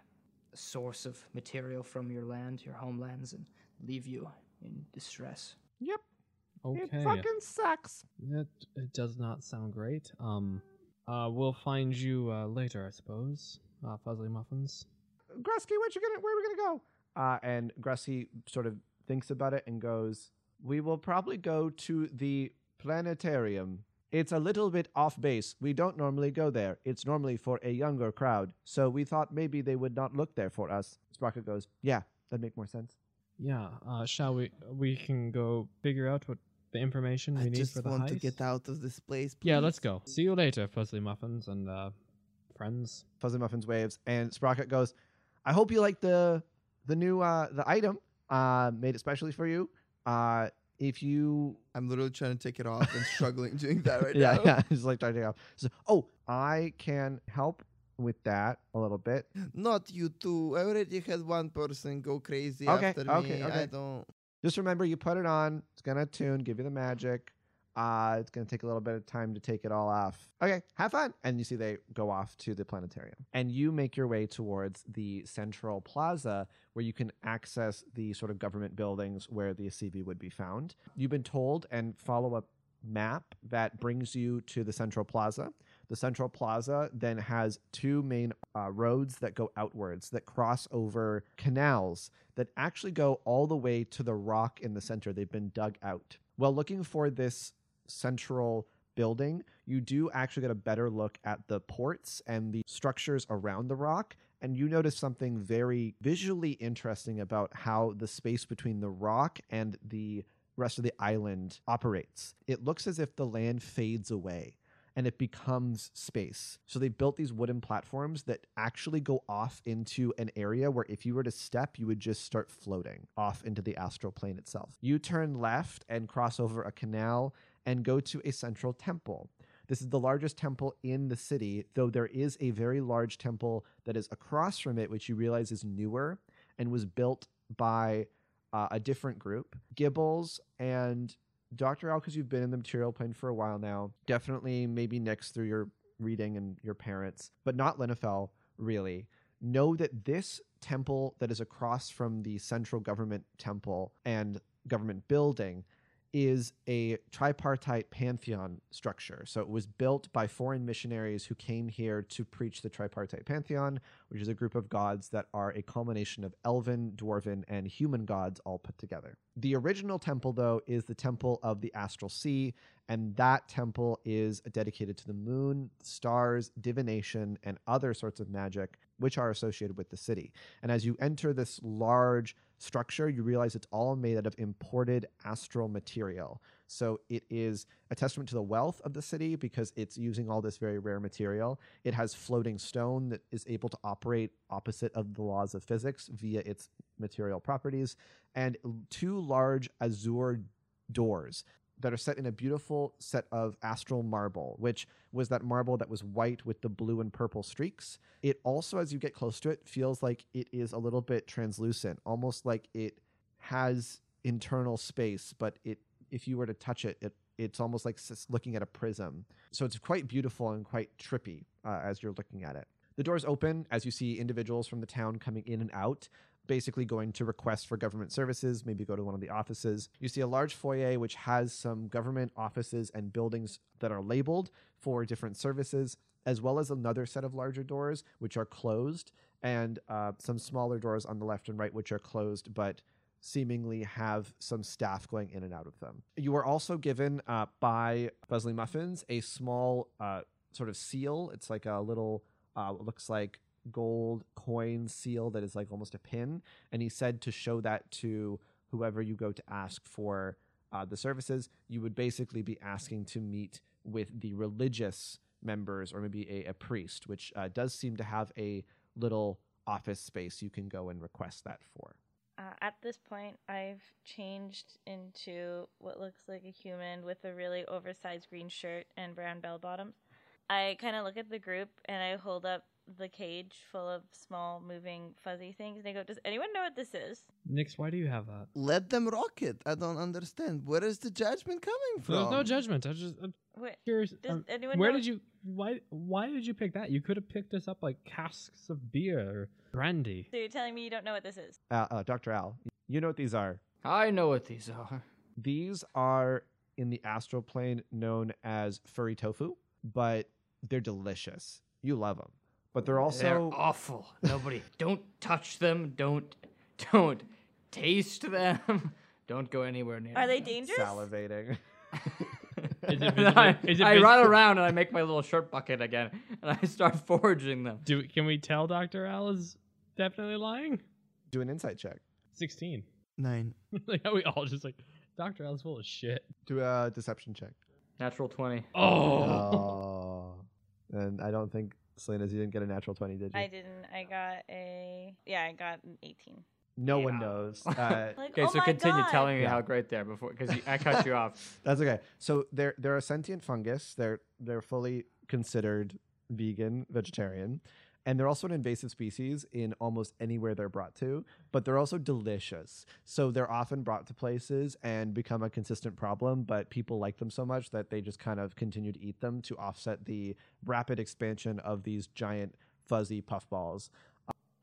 Speaker 2: source of material from your land, your homelands, and leave you in distress.
Speaker 6: Yep, it
Speaker 3: Okay.
Speaker 6: fucking sucks.
Speaker 3: That it does not sound great. Um, uh, we'll find you uh, later, I suppose. Uh, Fuzzly muffins.
Speaker 6: Grusky, what you gonna? Where we gonna go?
Speaker 1: Uh, and Grusky sort of thinks about it and goes, We will probably go to the planetarium. It's a little bit off base. We don't normally go there. It's normally for a younger crowd. So we thought maybe they would not look there for us. Sprocket goes, Yeah, that'd make more sense.
Speaker 3: Yeah. Uh, shall we? We can go figure out what the information we
Speaker 5: I
Speaker 3: need
Speaker 5: just
Speaker 3: for the
Speaker 5: want
Speaker 3: heist.
Speaker 5: to get out of this place.
Speaker 3: Yeah, let's
Speaker 5: please.
Speaker 3: go. See you later, Fuzzly muffins and uh, friends.
Speaker 1: Fuzzy Muffins waves, and Sprocket goes, "I hope you like the the new uh, the item uh, made especially for you. Uh, if you
Speaker 5: I'm literally trying to take it off and struggling doing that right
Speaker 1: yeah
Speaker 5: now.
Speaker 1: yeah, just like starting off. So, oh, I can help with that a little bit.
Speaker 5: Not you two. I already had one person go crazy
Speaker 1: Okay,
Speaker 5: after
Speaker 1: okay,
Speaker 5: me.
Speaker 1: okay.
Speaker 5: I don't.
Speaker 1: Just remember, you put it on. It's gonna tune, give you the magic. Uh, it's gonna take a little bit of time to take it all off. Okay, have fun. And you see they go off to the planetarium, and you make your way towards the central plaza where you can access the sort of government buildings where the CV would be found. You've been told and follow a map that brings you to the central plaza. The central plaza then has two main uh, roads that go outwards that cross over canals that actually go all the way to the rock in the center. They've been dug out. While looking for this central building, you do actually get a better look at the ports and the structures around the rock. And you notice something very visually interesting about how the space between the rock and the rest of the island operates. It looks as if the land fades away and it becomes space. So they built these wooden platforms that actually go off into an area where if you were to step, you would just start floating off into the astral plane itself. You turn left and cross over a canal and go to a central temple. This is the largest temple in the city, though there is a very large temple that is across from it, which you realize is newer and was built by uh, a different group. Gibbles and Dr. Al, because you've been in the material plane for a while now, definitely maybe Nix through your reading and your parents, but not Linafel, really, know that this temple that is across from the central government temple and government building is a tripartite pantheon structure. So it was built by foreign missionaries who came here to preach the tripartite pantheon, which is a group of gods that are a culmination of elven, dwarven, and human gods all put together. The original temple, though, is the temple of the astral sea, and that temple is dedicated to the moon, stars, divination, and other sorts of magic which are associated with the city. And as you enter this large structure, you realize it's all made out of imported astral material. So it is a testament to the wealth of the city because it's using all this very rare material. It has floating stone that is able to operate opposite of the laws of physics via its material properties, and l- two large azure doors that are set in a beautiful set of astral marble, which was that marble that was white with the blue and purple streaks. It also, as you get close to it, feels like it is a little bit translucent, almost like it has internal space, but it if you were to touch it, it it's almost like s- looking at a prism. So it's quite beautiful and quite trippy uh, as you're looking at it. The doors open as you see individuals from the town coming in and out, basically going to request for government services, maybe go to one of the offices. You see a large foyer which has some government offices and buildings that are labeled for different services, as well as another set of larger doors which are closed and uh, some smaller doors on the left and right, which are closed but seemingly have some staff going in and out of them. You are also given uh, by Buzzly Muffins a small uh, sort of seal. It's like a little, uh, what looks like gold coin seal that is like almost a pin. And he said to show that to whoever you go to ask for uh, the services, you would basically be asking to meet with the religious members or maybe a, a priest, which uh, does seem to have a little office space you can go and request that for.
Speaker 4: Uh, at this point, I've changed into what looks like a human with a really oversized green shirt and brown bell bottoms. I kind of look at the group and I hold up the cage full of small, moving, fuzzy things. And I go, Does anyone know what this is?
Speaker 3: Nix, why do you have that?
Speaker 5: Let them rock it. I don't understand. Where is the judgment coming from?
Speaker 3: There's no judgment. I just I'm
Speaker 4: What?
Speaker 3: curious.
Speaker 4: Does
Speaker 3: um,
Speaker 4: anyone
Speaker 3: where
Speaker 4: know-
Speaker 3: did you? Why? Why did you pick that? You could have picked us up like casks of beer or brandy.
Speaker 4: So you're telling me you don't know what this is?
Speaker 1: Uh, uh, Dr. Al, you know what these are.
Speaker 2: I know what these are.
Speaker 1: These are in the astral plane known as furry tofu, but they're delicious. You love them. But they're also
Speaker 2: They're awful. Nobody, don't touch them. Don't, don't taste them. Don't go anywhere near.
Speaker 4: Are they
Speaker 2: them.
Speaker 4: dangerous?
Speaker 1: salivating.
Speaker 3: Is it
Speaker 2: And I,
Speaker 3: visible- is it
Speaker 2: I
Speaker 3: vis-
Speaker 2: run around and I make my little shirt bucket again, and I start foraging them.
Speaker 3: Do can we tell Doctor Al is definitely lying?
Speaker 1: Do an insight check.
Speaker 3: Sixteen.
Speaker 5: Nine.
Speaker 3: like how we all just like Doctor Al's full of shit.
Speaker 1: Do a deception check.
Speaker 2: Natural twenty.
Speaker 3: Oh,
Speaker 1: Oh. And I don't think, Selena's, you didn't get a natural 20, did you?
Speaker 4: I didn't. I got a. Yeah, I got an 18.
Speaker 1: no one
Speaker 2: Yeah.
Speaker 1: knows. Uh,
Speaker 4: Like,
Speaker 2: Okay,
Speaker 4: oh
Speaker 2: so
Speaker 4: my
Speaker 2: continue
Speaker 4: God.
Speaker 2: telling me
Speaker 1: Yeah.
Speaker 2: how great they are before, because I cut you off.
Speaker 1: That's okay. So they're they're a sentient fungus. They're they're fully considered vegan, vegetarian, and they're also an invasive species in almost anywhere they're brought to. But they're also delicious. So they're often brought to places and become a consistent problem. But people like them so much that they just kind of continue to eat them to offset the rapid expansion of these giant fuzzy puffballs.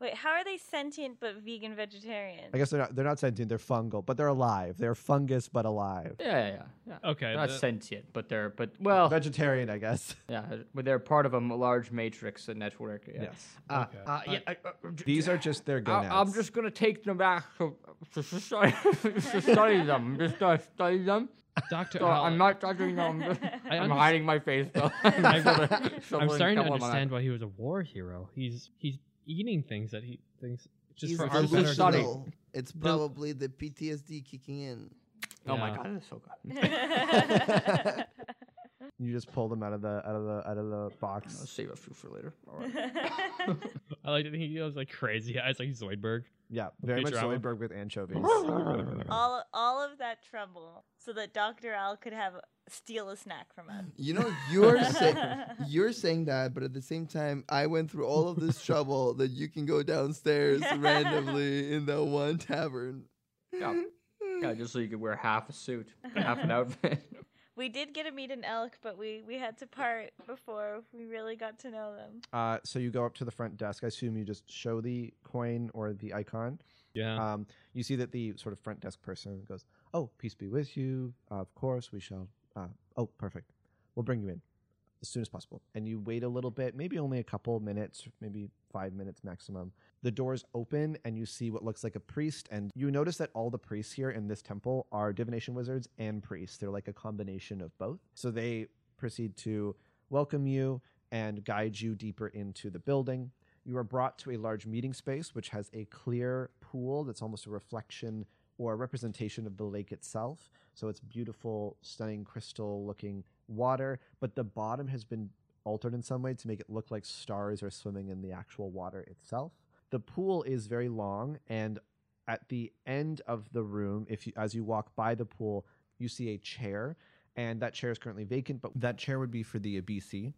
Speaker 4: Wait, how are they sentient but vegan vegetarian?
Speaker 1: I guess they're not they're not sentient. They're fungal, but they're alive. They're fungus, but alive.
Speaker 2: Yeah, yeah, yeah. yeah.
Speaker 3: okay.
Speaker 2: They're not
Speaker 3: that-
Speaker 2: sentient, but they're but well,
Speaker 1: Vegetarian, I guess.
Speaker 2: yeah, but they're part of a m- large matrix, a network. Yeah.
Speaker 1: Yes.
Speaker 2: Uh,
Speaker 3: Okay.
Speaker 2: uh, yeah, I- I- I'm j-
Speaker 1: These are just their
Speaker 2: I-
Speaker 1: gonads.
Speaker 2: I'm just gonna take them back to, to, to study, to study them. I'm just gonna study them.
Speaker 3: Doctor
Speaker 2: So
Speaker 3: Al.
Speaker 2: I'm not judging them. I'm, just,
Speaker 3: I
Speaker 2: I'm
Speaker 3: under-
Speaker 2: hiding my face though.
Speaker 4: I'm
Speaker 3: I'm starting to understand why he was a war hero. He's he's eating things that he thinks just
Speaker 5: He's
Speaker 3: for our better
Speaker 2: study.
Speaker 3: good.
Speaker 5: delusional. It's probably the PTSD kicking in.
Speaker 2: Oh my
Speaker 3: Yeah.
Speaker 2: god, that's so good.
Speaker 1: You just pull them out of the out of the out of the
Speaker 2: I'll
Speaker 1: box.
Speaker 2: save a few for later. All right.
Speaker 3: I like to think he was like crazy eyes like Zoidberg.
Speaker 1: Yeah, very much
Speaker 3: drama.
Speaker 1: Zoidberg with anchovies.
Speaker 4: all all of that trouble so that Dr. Al could have steal a snack from us.
Speaker 5: You know, you're sa- you're saying that, but at the same time, I went through all of this trouble that you can go downstairs randomly in that one tavern.
Speaker 2: Yeah. Yeah, just so you could wear half a suit, half an outfit.
Speaker 4: We did get to meet an elk, but we we had to part before we really got to know them.
Speaker 1: Uh, so you go up to the front desk. I assume you just show the coin or the icon.
Speaker 3: Yeah.
Speaker 1: Um, you see that the sort of front desk person goes, "Oh, peace be with you. Uh, of course, we shall. Uh, oh, perfect. We'll bring you in as soon as possible." And you wait a little bit, maybe only a couple minutes, maybe five minutes maximum. The doors open, and you see what looks like a priest. And you notice that all the priests here in this temple are divination wizards and priests. They're like a combination of both. So they proceed to welcome you and guide you deeper into the building. You are brought to a large meeting space which has a clear pool that's almost a reflection or a representation of the lake itself. So it's beautiful, stunning, crystal looking water, but the bottom has been altered in some way to make it look like stars are swimming in the actual water itself. The pool is very long and at the end of the room, if you, as you walk by the pool, you see a chair and that chair is currently vacant, but that chair would be for the ABC,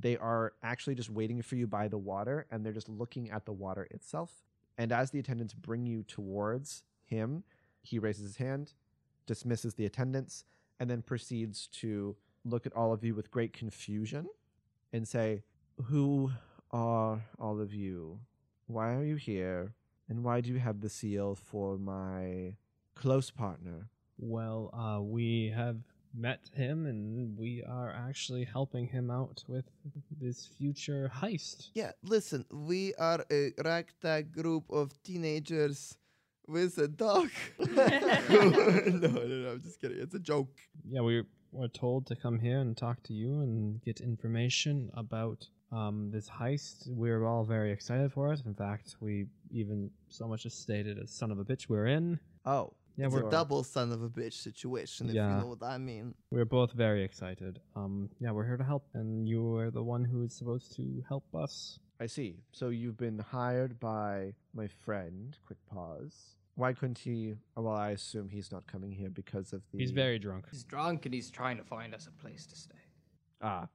Speaker 1: they are actually just waiting for you by the water and they're just looking at the water itself. And as the attendants bring you towards him, he raises his hand, dismisses the attendants, and then proceeds to look at all of you with great confusion and say, Who are all of you? Why are you here? And why do you have the seal for my close partner?
Speaker 3: Well, uh, we have met him and we are actually helping him out with this future heist.
Speaker 5: Yeah, listen, we are a ragtag group of teenagers with a dog. no, no, no, I'm just kidding. It's a joke.
Speaker 3: Yeah, we were told to come here and talk to you and get information about um, this heist. We are all very excited for it. In fact, we even so much as stated as son of a bitch we're in.
Speaker 1: Oh,
Speaker 3: Yeah,
Speaker 5: It's
Speaker 3: we're
Speaker 5: a double son of a bitch situation, if
Speaker 3: Yeah.
Speaker 5: you know what I mean.
Speaker 3: we're both very excited. Um, yeah, we're here to help, and you are the one who is supposed to help us.
Speaker 1: I see. So you've been hired by my friend. Quick pause. Why couldn't he? Well, I assume he's not coming here because of the.
Speaker 3: He's very drunk.
Speaker 2: He's drunk and he's trying to find us a place to stay.
Speaker 1: Ah,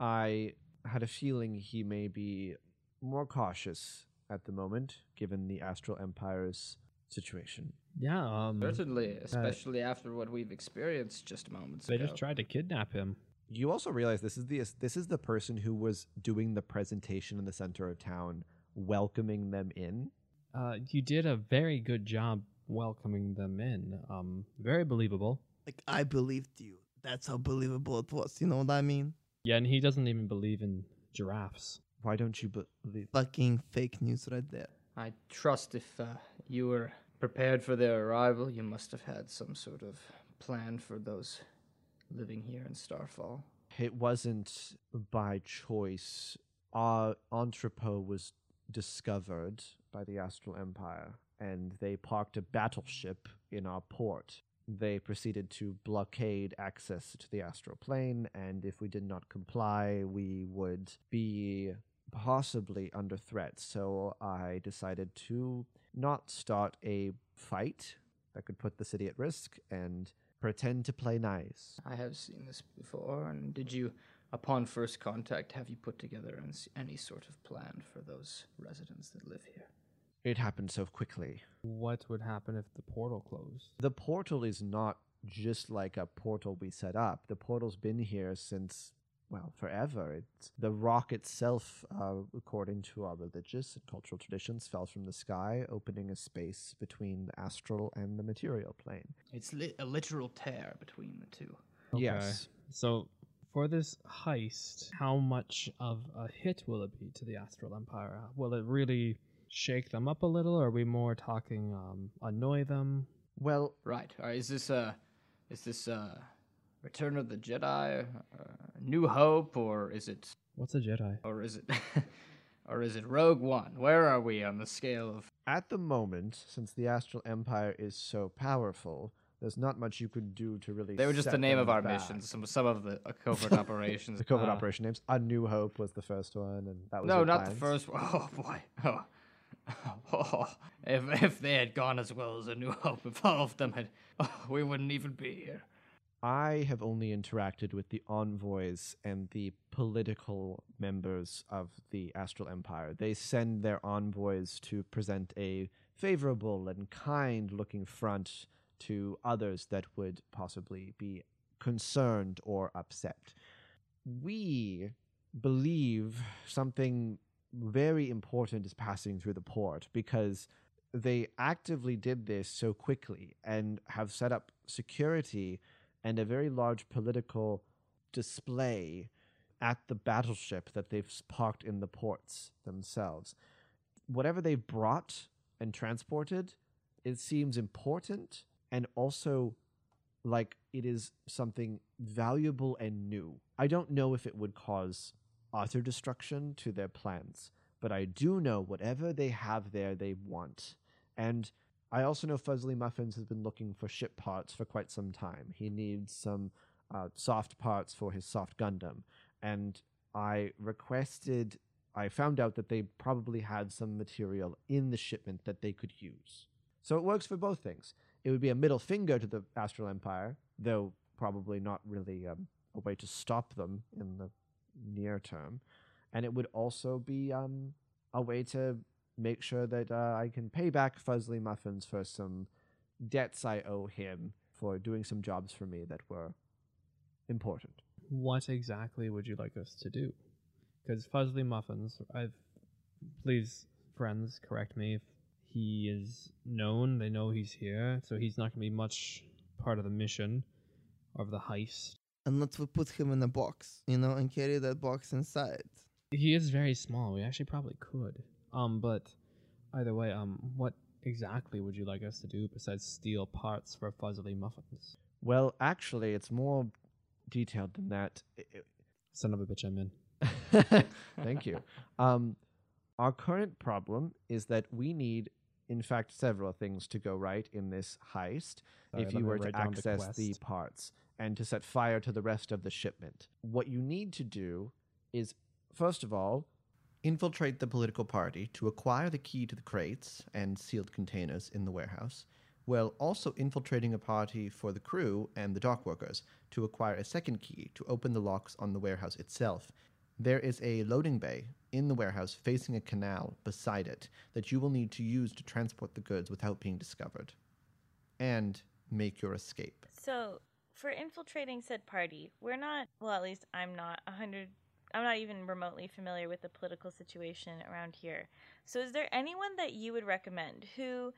Speaker 1: I had a feeling he may be more cautious at the moment, given the Astral Empire's situation.
Speaker 3: Yeah, um,
Speaker 2: Certainly, especially after what we've experienced just moments
Speaker 3: they
Speaker 2: ago.
Speaker 3: just tried to kidnap him.
Speaker 1: You also realize this is the this is the person who was doing the presentation in the center of town, welcoming them in.
Speaker 3: Uh, you did a very good job welcoming them in. Um, very believable.
Speaker 5: Like, I believed you. That's how believable it was, you know what I mean?
Speaker 3: Yeah, and he doesn't even believe in giraffes.
Speaker 1: Why don't you believe?
Speaker 5: Fucking fake news right there.
Speaker 2: I trust if uh, you were prepared for their arrival, you must have had some sort of plan for those living here in Starfall.
Speaker 1: It wasn't by choice. Our entrepot was discovered by the Astral Empire, and they parked a battleship in our port. They proceeded to blockade access to the astral plane, and if we did not comply, we would be possibly under threat. So I decided to not start a fight that could put the city at risk and pretend to play nice.
Speaker 2: I have seen this before, and did you, upon first contact, have you put together an- any sort of plan for those residents that live here?
Speaker 1: It happened so quickly.
Speaker 3: What would happen if the portal closed?
Speaker 1: The portal is not just like a portal we set up. The portal's been here since, well, forever. It's, the rock itself, uh, according to our religious and cultural traditions, fell from the sky, opening a space between the astral and the material plane.
Speaker 2: It's li- a literal tear between the two.
Speaker 1: Yes.
Speaker 3: So, for this heist, how much of a hit will it be to the Astral Empire? Will it really shake them up a little? Or are we more talking um, annoy them?
Speaker 1: Well,
Speaker 2: Right. All right. Is this uh, is this uh, Return of the Jedi, uh, New Hope, or is it,
Speaker 3: What's a Jedi?
Speaker 2: or is it, or is it Rogue One? Where are we on the scale of?
Speaker 1: at the moment, since the astral empire is so powerful, there's not much you could do to really.
Speaker 2: They were just
Speaker 1: set
Speaker 2: the name
Speaker 1: them
Speaker 2: of our
Speaker 1: back.
Speaker 2: missions. Some some of the uh, covert operations.
Speaker 1: The covert
Speaker 2: uh,
Speaker 1: operation names. A New Hope was the first one, and that was
Speaker 2: No,
Speaker 1: your
Speaker 2: not the
Speaker 1: plans.
Speaker 2: first one. Oh boy. Oh. Oh, if if they had gone as well as a new hope, if all of them had, oh, we wouldn't even be here.
Speaker 1: I have only interacted with the envoys and the political members of the Astral Empire. They send their envoys to present a favorable and kind looking front to others that would possibly be concerned or upset. We believe something very important is passing through the port because they actively did this so quickly and have set up security and a very large political display at the battleship that they've s- parked in the ports themselves. Whatever they've brought and transported, it seems important and also like it is something valuable and new. I don't know if it would cause utter destruction to their plans, but I do know whatever they have there, they want. And I also know Fuzzly Muffins has been looking for ship parts for quite some time. He needs some uh, soft parts for his soft Gundam. And I requested, I found out that they probably had some material in the shipment that they could use. So it works for both things. It would be a middle finger to the Astral Empire, though probably not really um, a way to stop them in the near term. And it would also be um, a way to make sure that uh, I can pay back Fuzzly Muffins for some debts I owe him for doing some jobs for me that were important.
Speaker 3: What exactly would you like us to do? Because Fuzzly Muffins, I've. Please, friends, correct me if he is known. They know he's here, so he's not going to be much part of the mission. of the heist.
Speaker 5: And let's we put him in a box, you know, and carry that box inside.
Speaker 3: He is very small. We actually probably could. Um, but either way, um, what exactly would you like us to do besides steal parts for fuzzily muffins?
Speaker 1: Well, actually, it's more detailed than that.
Speaker 3: Son of a bitch, I'm in.
Speaker 1: Thank you. Um, our current problem is that we need, in fact, several things to go right in this heist
Speaker 3: Sorry,
Speaker 1: if
Speaker 3: let
Speaker 1: you
Speaker 3: me
Speaker 1: were to
Speaker 3: write down the
Speaker 1: access the
Speaker 3: quest.
Speaker 1: parts and to set fire to the rest of the shipment. What you need to do is, first of all, infiltrate the political party to acquire the key to the crates and sealed containers in the warehouse, while also infiltrating a party for the crew and the dock workers to acquire a second key to open the locks on the warehouse itself. There is a loading bay in the warehouse facing a canal beside it that you will need to use to transport the goods without being discovered and make your escape.
Speaker 4: So, for infiltrating said party, we're not, well, at least I'm not a 100, I'm not even remotely familiar with the political situation around here. So, is there anyone that you would recommend who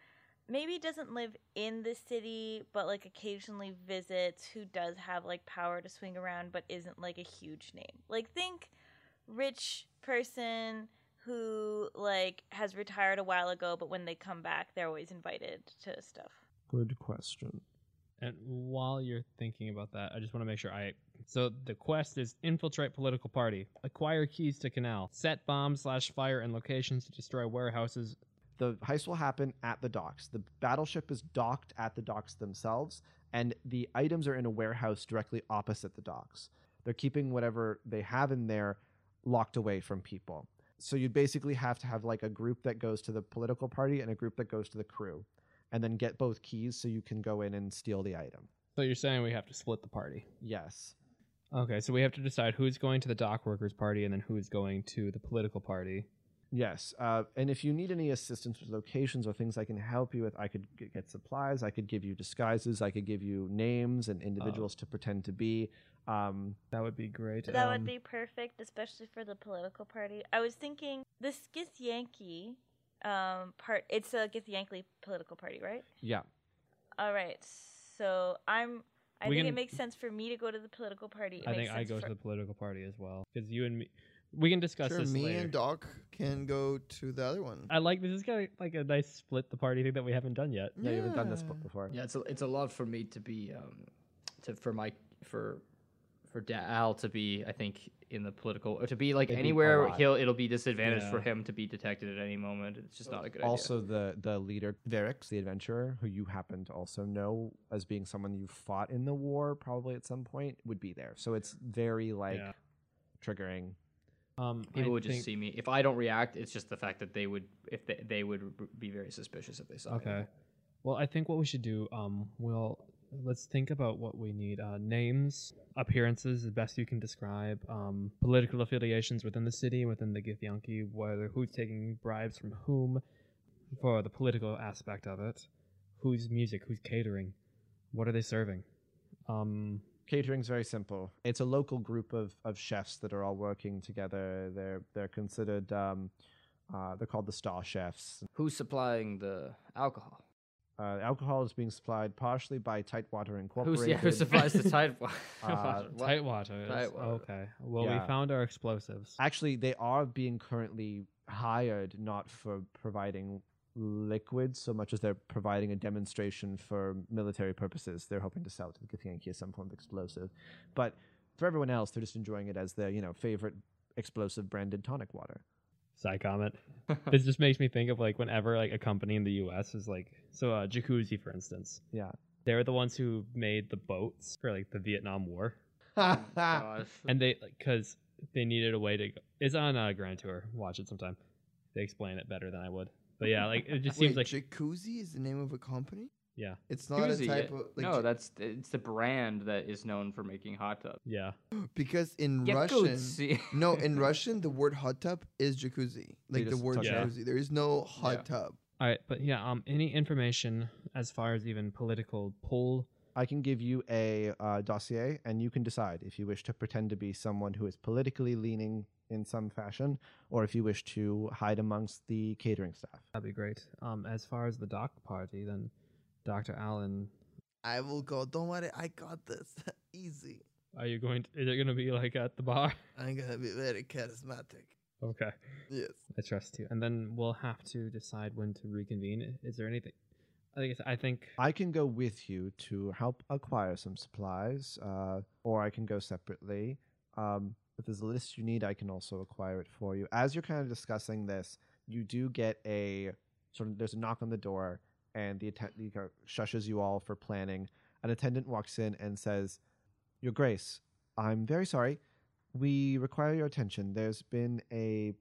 Speaker 4: maybe doesn't live in the city, but like occasionally visits, who does have like power to swing around, but isn't like a huge name? Like, think rich person who like has retired a while ago but when they come back they're always invited to stuff
Speaker 1: Good question.
Speaker 3: And while you're thinking about that, I just want to make sure I. So the quest is infiltrate political party, acquire keys to canal, set bombs slash fire in locations to destroy warehouses.
Speaker 1: The heist will happen at the docks. The battleship is docked at the docks themselves, and the items are in a warehouse directly opposite the docks. They're keeping whatever they have in there locked away from people. So you'd basically have to have like a group that goes to the political party and a group that goes to the crew, and then get both keys so you can go in and steal the item.
Speaker 3: So you're saying we have to split the party?
Speaker 1: Yes.
Speaker 3: Okay, so we have to decide who's going to the dock workers party and then who's going to the political party.
Speaker 1: Yes. Uh, and if you need any assistance with locations or things I can help you with, I could g- get supplies. I could give you disguises. I could give you names and individuals to pretend to be. Um,
Speaker 3: Oh. That would be great.
Speaker 4: That
Speaker 3: Um,
Speaker 4: would be perfect, especially for the political party. I was thinking the Skith Yankee um, part. It's a Gith Yankee political party, right?
Speaker 1: yeah.
Speaker 4: All right. So I'm. I
Speaker 3: We
Speaker 4: think
Speaker 3: can-
Speaker 4: it makes sense for me to go to the political party. It
Speaker 3: I
Speaker 4: makes
Speaker 3: think I
Speaker 4: sense
Speaker 3: go
Speaker 4: for-
Speaker 3: to the political party as well because you and me, we can discuss
Speaker 5: Sure,
Speaker 3: this
Speaker 5: me
Speaker 3: later.
Speaker 5: and Doc can go to the other one.
Speaker 3: I like this is kind of like a nice split the party thing that we haven't done yet.
Speaker 1: Yeah, you haven't done this book
Speaker 4: Mm.
Speaker 5: Yeah.
Speaker 1: before.
Speaker 2: Yeah, it's a, it's a lot for me to be um, to for my for for Da- Al to be I think in the political or to be like
Speaker 1: It'd be a
Speaker 2: anywhere
Speaker 1: lot.
Speaker 2: he'll it'll be disadvantaged for
Speaker 3: Yeah.
Speaker 2: him to be detected at any moment. It's just not a good
Speaker 1: Also, the the leader Varix, the adventurer, who you happen to also know as being someone you fought in the war, probably at some point, would be there. So it's very like
Speaker 3: Yeah.
Speaker 1: triggering.
Speaker 3: Um,
Speaker 2: idea. People
Speaker 3: I
Speaker 2: would
Speaker 3: think-
Speaker 2: just see me if I don't react. It's just the fact that they would if they, they would b- be very suspicious if they saw me.
Speaker 3: Okay. Well, I think what we should do, um, we'll let's think about what we need. Uh, names, appearances, the best you can describe. Um, political affiliations within the city, within the Githyanki, whether who's taking bribes from whom, for the political aspect of it, who's music, who's catering, what are they serving? Um,
Speaker 1: Catering's very simple. It's a local group of, of chefs that are all working together. They're they're considered um, uh, they're called the star chefs.
Speaker 2: Who's supplying the alcohol?
Speaker 1: Uh, alcohol is being supplied partially by Tightwater Incorporated.
Speaker 2: Who's, yeah, who supplies the tide?
Speaker 1: Uh,
Speaker 2: What?
Speaker 3: Tightwater. is-
Speaker 2: Tightwater.
Speaker 3: Okay. Well,
Speaker 1: Yeah.
Speaker 3: we found our explosives.
Speaker 1: Actually, they are being currently hired not for providing liquids so much as they're providing a demonstration for military purposes. They're hoping to sell to the Githyanki as some form of explosive, but for everyone else, they're just enjoying it as their you know favorite explosive branded tonic water.
Speaker 3: side comment. this just makes me think of like whenever like a company in the U.S. is like so uh, Jacuzzi, for instance.
Speaker 1: Yeah.
Speaker 3: they're the ones who made the boats for like the Vietnam War,
Speaker 2: Oh, gosh.
Speaker 3: Ah, and they because they needed a way to. Go. It's on uh, Grand Tour. Watch it sometime. They explain it better than I would. But yeah, like it just seems
Speaker 5: Wait,
Speaker 3: like
Speaker 5: jacuzzi is the name of a company.
Speaker 3: Yeah.
Speaker 5: it's not
Speaker 2: Jacuzzi,
Speaker 5: a type
Speaker 2: yeah.
Speaker 5: of like
Speaker 2: no,
Speaker 5: ju-
Speaker 2: that's it's the brand that is known for making hot tubs.
Speaker 3: yeah.
Speaker 5: because in Russian.
Speaker 2: Jacuzzi.
Speaker 5: No, in Russian, the word hot tub is jacuzzi. Like the
Speaker 1: just
Speaker 5: word
Speaker 1: touch
Speaker 3: it.
Speaker 5: jacuzzi. There is no hot
Speaker 2: Yeah.
Speaker 5: tub.
Speaker 3: All right, but yeah, um, any information as far as even political pull.
Speaker 1: I can give you a uh, dossier, and you can decide if you wish to pretend to be someone who is politically leaning in some fashion, or if you wish to hide amongst the catering staff.
Speaker 3: That'd be great. Um, as far as the dock party, then Dr. Allen
Speaker 5: I will go. Don't worry, I got this. easy.
Speaker 3: Are you going? To, is it going to be like at the bar?
Speaker 5: I'm gonna be very charismatic.
Speaker 3: Okay,
Speaker 5: Yes.
Speaker 3: I trust you. And then we'll have to decide when to reconvene. Is there anything? I think. It's, I think.
Speaker 1: I can go with you to help acquire some supplies, uh, or I can go separately. Um, if there's a list you need, I can also acquire it for you. As you're kind of discussing this, you do get a sort of there's a knock on the door, and the attendant shushes you all for planning. An attendant walks in and says, "Your Grace, I'm very sorry. We require your attention. There's been a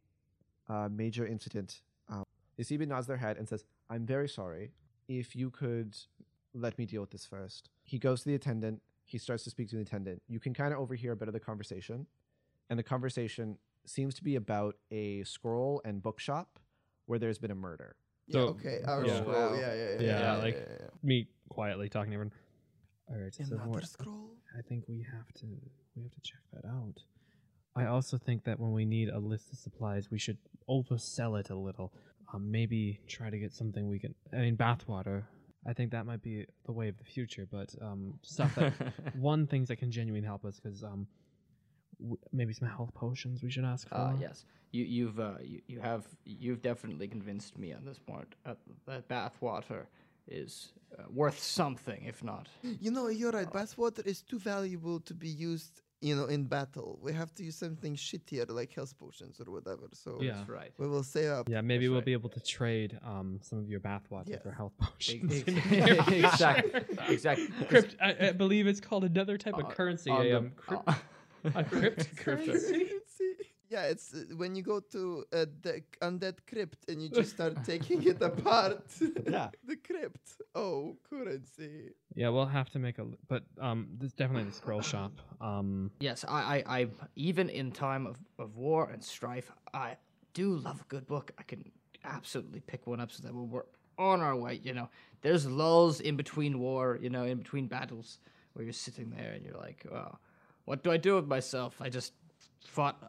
Speaker 1: uh, major incident." Um, Isibi nods their head and says, "I'm very sorry if you could let me deal with this first. He goes to the attendant. He starts to speak to the attendant. You can kind of overhear a bit of the conversation. And the conversation seems to be about a scroll and bookshop where there's been a murder.
Speaker 5: Yeah,
Speaker 3: So-
Speaker 5: okay. Our
Speaker 3: yeah.
Speaker 5: scroll. Yeah, yeah, yeah.
Speaker 3: Yeah,
Speaker 5: yeah,
Speaker 3: like-
Speaker 5: yeah, yeah.
Speaker 3: Me quietly talking to everyone. All right. So
Speaker 5: another
Speaker 3: more,
Speaker 5: scroll.
Speaker 3: I think we have to we have to check that out. I also think that when we need a list of supplies, we should oversell it a little. Um, maybe try to get something we can. I mean, bathwater. I think that might be the way of the future. But um, stuff that one things that can genuinely help us because um, w- maybe some health potions we should ask for.
Speaker 2: Uh, yes, you, you've uh, you, you have you've definitely convinced me on this point. Uh, that bathwater is uh, worth something, if not.
Speaker 5: You know, you're right. Bathwater is too valuable to be used. You know, in battle, we have to use something shittier like health potions or whatever. So
Speaker 3: Yeah.
Speaker 2: That's right.
Speaker 5: we will save up.
Speaker 3: Yeah, maybe
Speaker 2: That's
Speaker 3: we'll
Speaker 2: right.
Speaker 3: be able to trade um, some of your bathwater
Speaker 5: Yes.
Speaker 3: for health potions.
Speaker 2: Ex-
Speaker 3: in the
Speaker 2: ex-
Speaker 3: future.
Speaker 2: exactly, exactly. 'Cause-
Speaker 3: Crypt, I, I believe it's called another type
Speaker 2: Uh,
Speaker 3: of currency.
Speaker 2: on
Speaker 3: a,
Speaker 2: the-
Speaker 3: um, crypt,
Speaker 2: uh,
Speaker 3: a cryptocurrency.
Speaker 5: Yeah, it's uh, when you go to uh, the undead crypt and you just start taking it apart.
Speaker 1: Yeah.
Speaker 5: the crypt. Oh, currency.
Speaker 3: Yeah, we'll have to make a. l- But um, there's definitely the scroll shop. Um,
Speaker 2: Yes, I, I, I even in time of, of war and strife, I do love a good book. I can absolutely pick one up so that when we're on our way, you know, there's lulls in between war, you know, in between battles where you're sitting there and you're like, oh, what do I do with myself? I just fought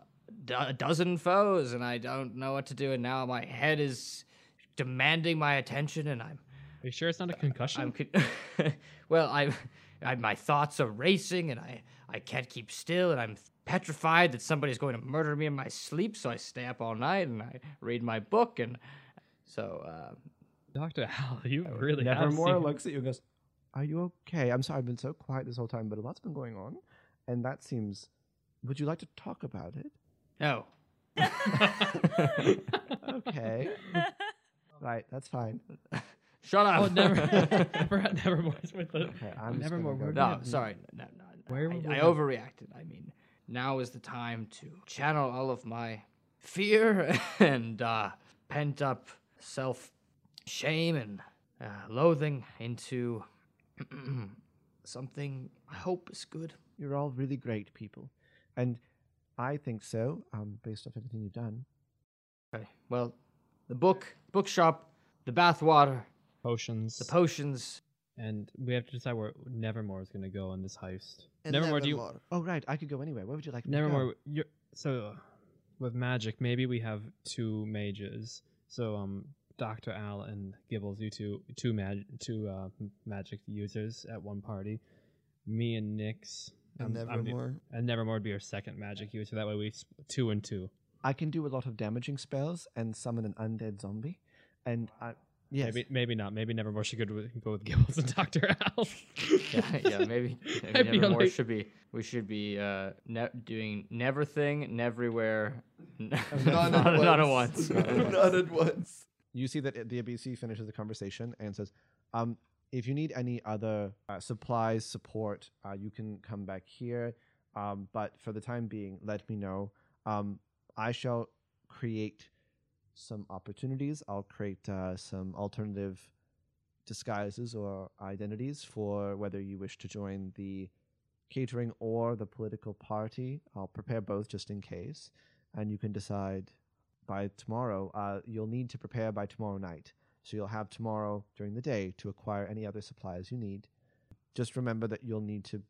Speaker 2: do- a dozen foes and I don't know what to do. And now my head is demanding my attention and I'm
Speaker 3: are you sure it's not a concussion?
Speaker 2: I'm con- well, I'm, I, my thoughts are racing, and I, I can't keep still, and I'm petrified that somebody's going to murder me in my sleep. So I stay up all night and I read my book, and so uh,
Speaker 3: Doctor Hal, you really have
Speaker 1: Nevermore
Speaker 3: seen-
Speaker 1: looks at you and goes, Are you okay? I'm sorry, I've been so quiet this whole time, but a lot's been going on. And that seems. Would you like to talk about it?
Speaker 2: no,
Speaker 1: Okay. right, that's fine.
Speaker 2: shut up.
Speaker 3: Oh, never, never, Nevermore's with the.
Speaker 1: Okay, I'm just
Speaker 3: Nevermore.
Speaker 1: gonna go
Speaker 3: where do we
Speaker 2: No,
Speaker 3: have-
Speaker 2: sorry, no, no. no.
Speaker 3: Where would we
Speaker 2: I, I
Speaker 3: have-
Speaker 2: overreacted. I mean, now is the time to channel all of my fear and uh, pent up self shame and uh, loathing into something I hope is good.
Speaker 1: You're all really great people. And I think so, um, based off everything you've done.
Speaker 2: Okay. Well, the book, bookshop, the bathwater,
Speaker 3: Potions.
Speaker 2: the potions.
Speaker 3: and we have to decide where Nevermore is going to go on this heist.
Speaker 5: And
Speaker 3: Nevermore, do you?
Speaker 5: Nevermore.
Speaker 1: Oh, right, I could go anywhere. Where would you like me to go?
Speaker 3: Nevermore, you're, so with magic, maybe we have two mages. So um, Doctor Al and Gibbles, you two, two mag, two uh, magic users at one party. Me and Nix.
Speaker 5: And
Speaker 3: I'm- I'm the-
Speaker 5: Nevermore.
Speaker 3: and Nevermore would be our second magic user. That way we s- two and two.
Speaker 1: I can do a lot of damaging spells and summon an undead zombie. And I, yes,
Speaker 3: Maybe maybe not. Maybe Nevermore should go, to, go with Gibbles and Doctor Al.
Speaker 2: yeah, yeah, maybe,
Speaker 3: I
Speaker 2: maybe
Speaker 3: feel
Speaker 2: Nevermore
Speaker 3: like-
Speaker 2: should be. We should be uh, ne- doing never thing, neverywhere, n-
Speaker 5: None, at
Speaker 2: none at
Speaker 5: once.
Speaker 2: once.
Speaker 5: None at once.
Speaker 1: you see that the ABC finishes the conversation and says, um, if you need any other uh, supplies, support, uh, you can come back here. Um, but for the time being, let me know. Um, I shall create some opportunities. I'll create uh, some alternative disguises or identities for whether you wish to join the catering or the political party. I'll prepare both just in case. And you can decide by tomorrow. Uh, you'll need to prepare by tomorrow night. So you'll have tomorrow during the day to acquire any other supplies you need. Just remember that you'll need to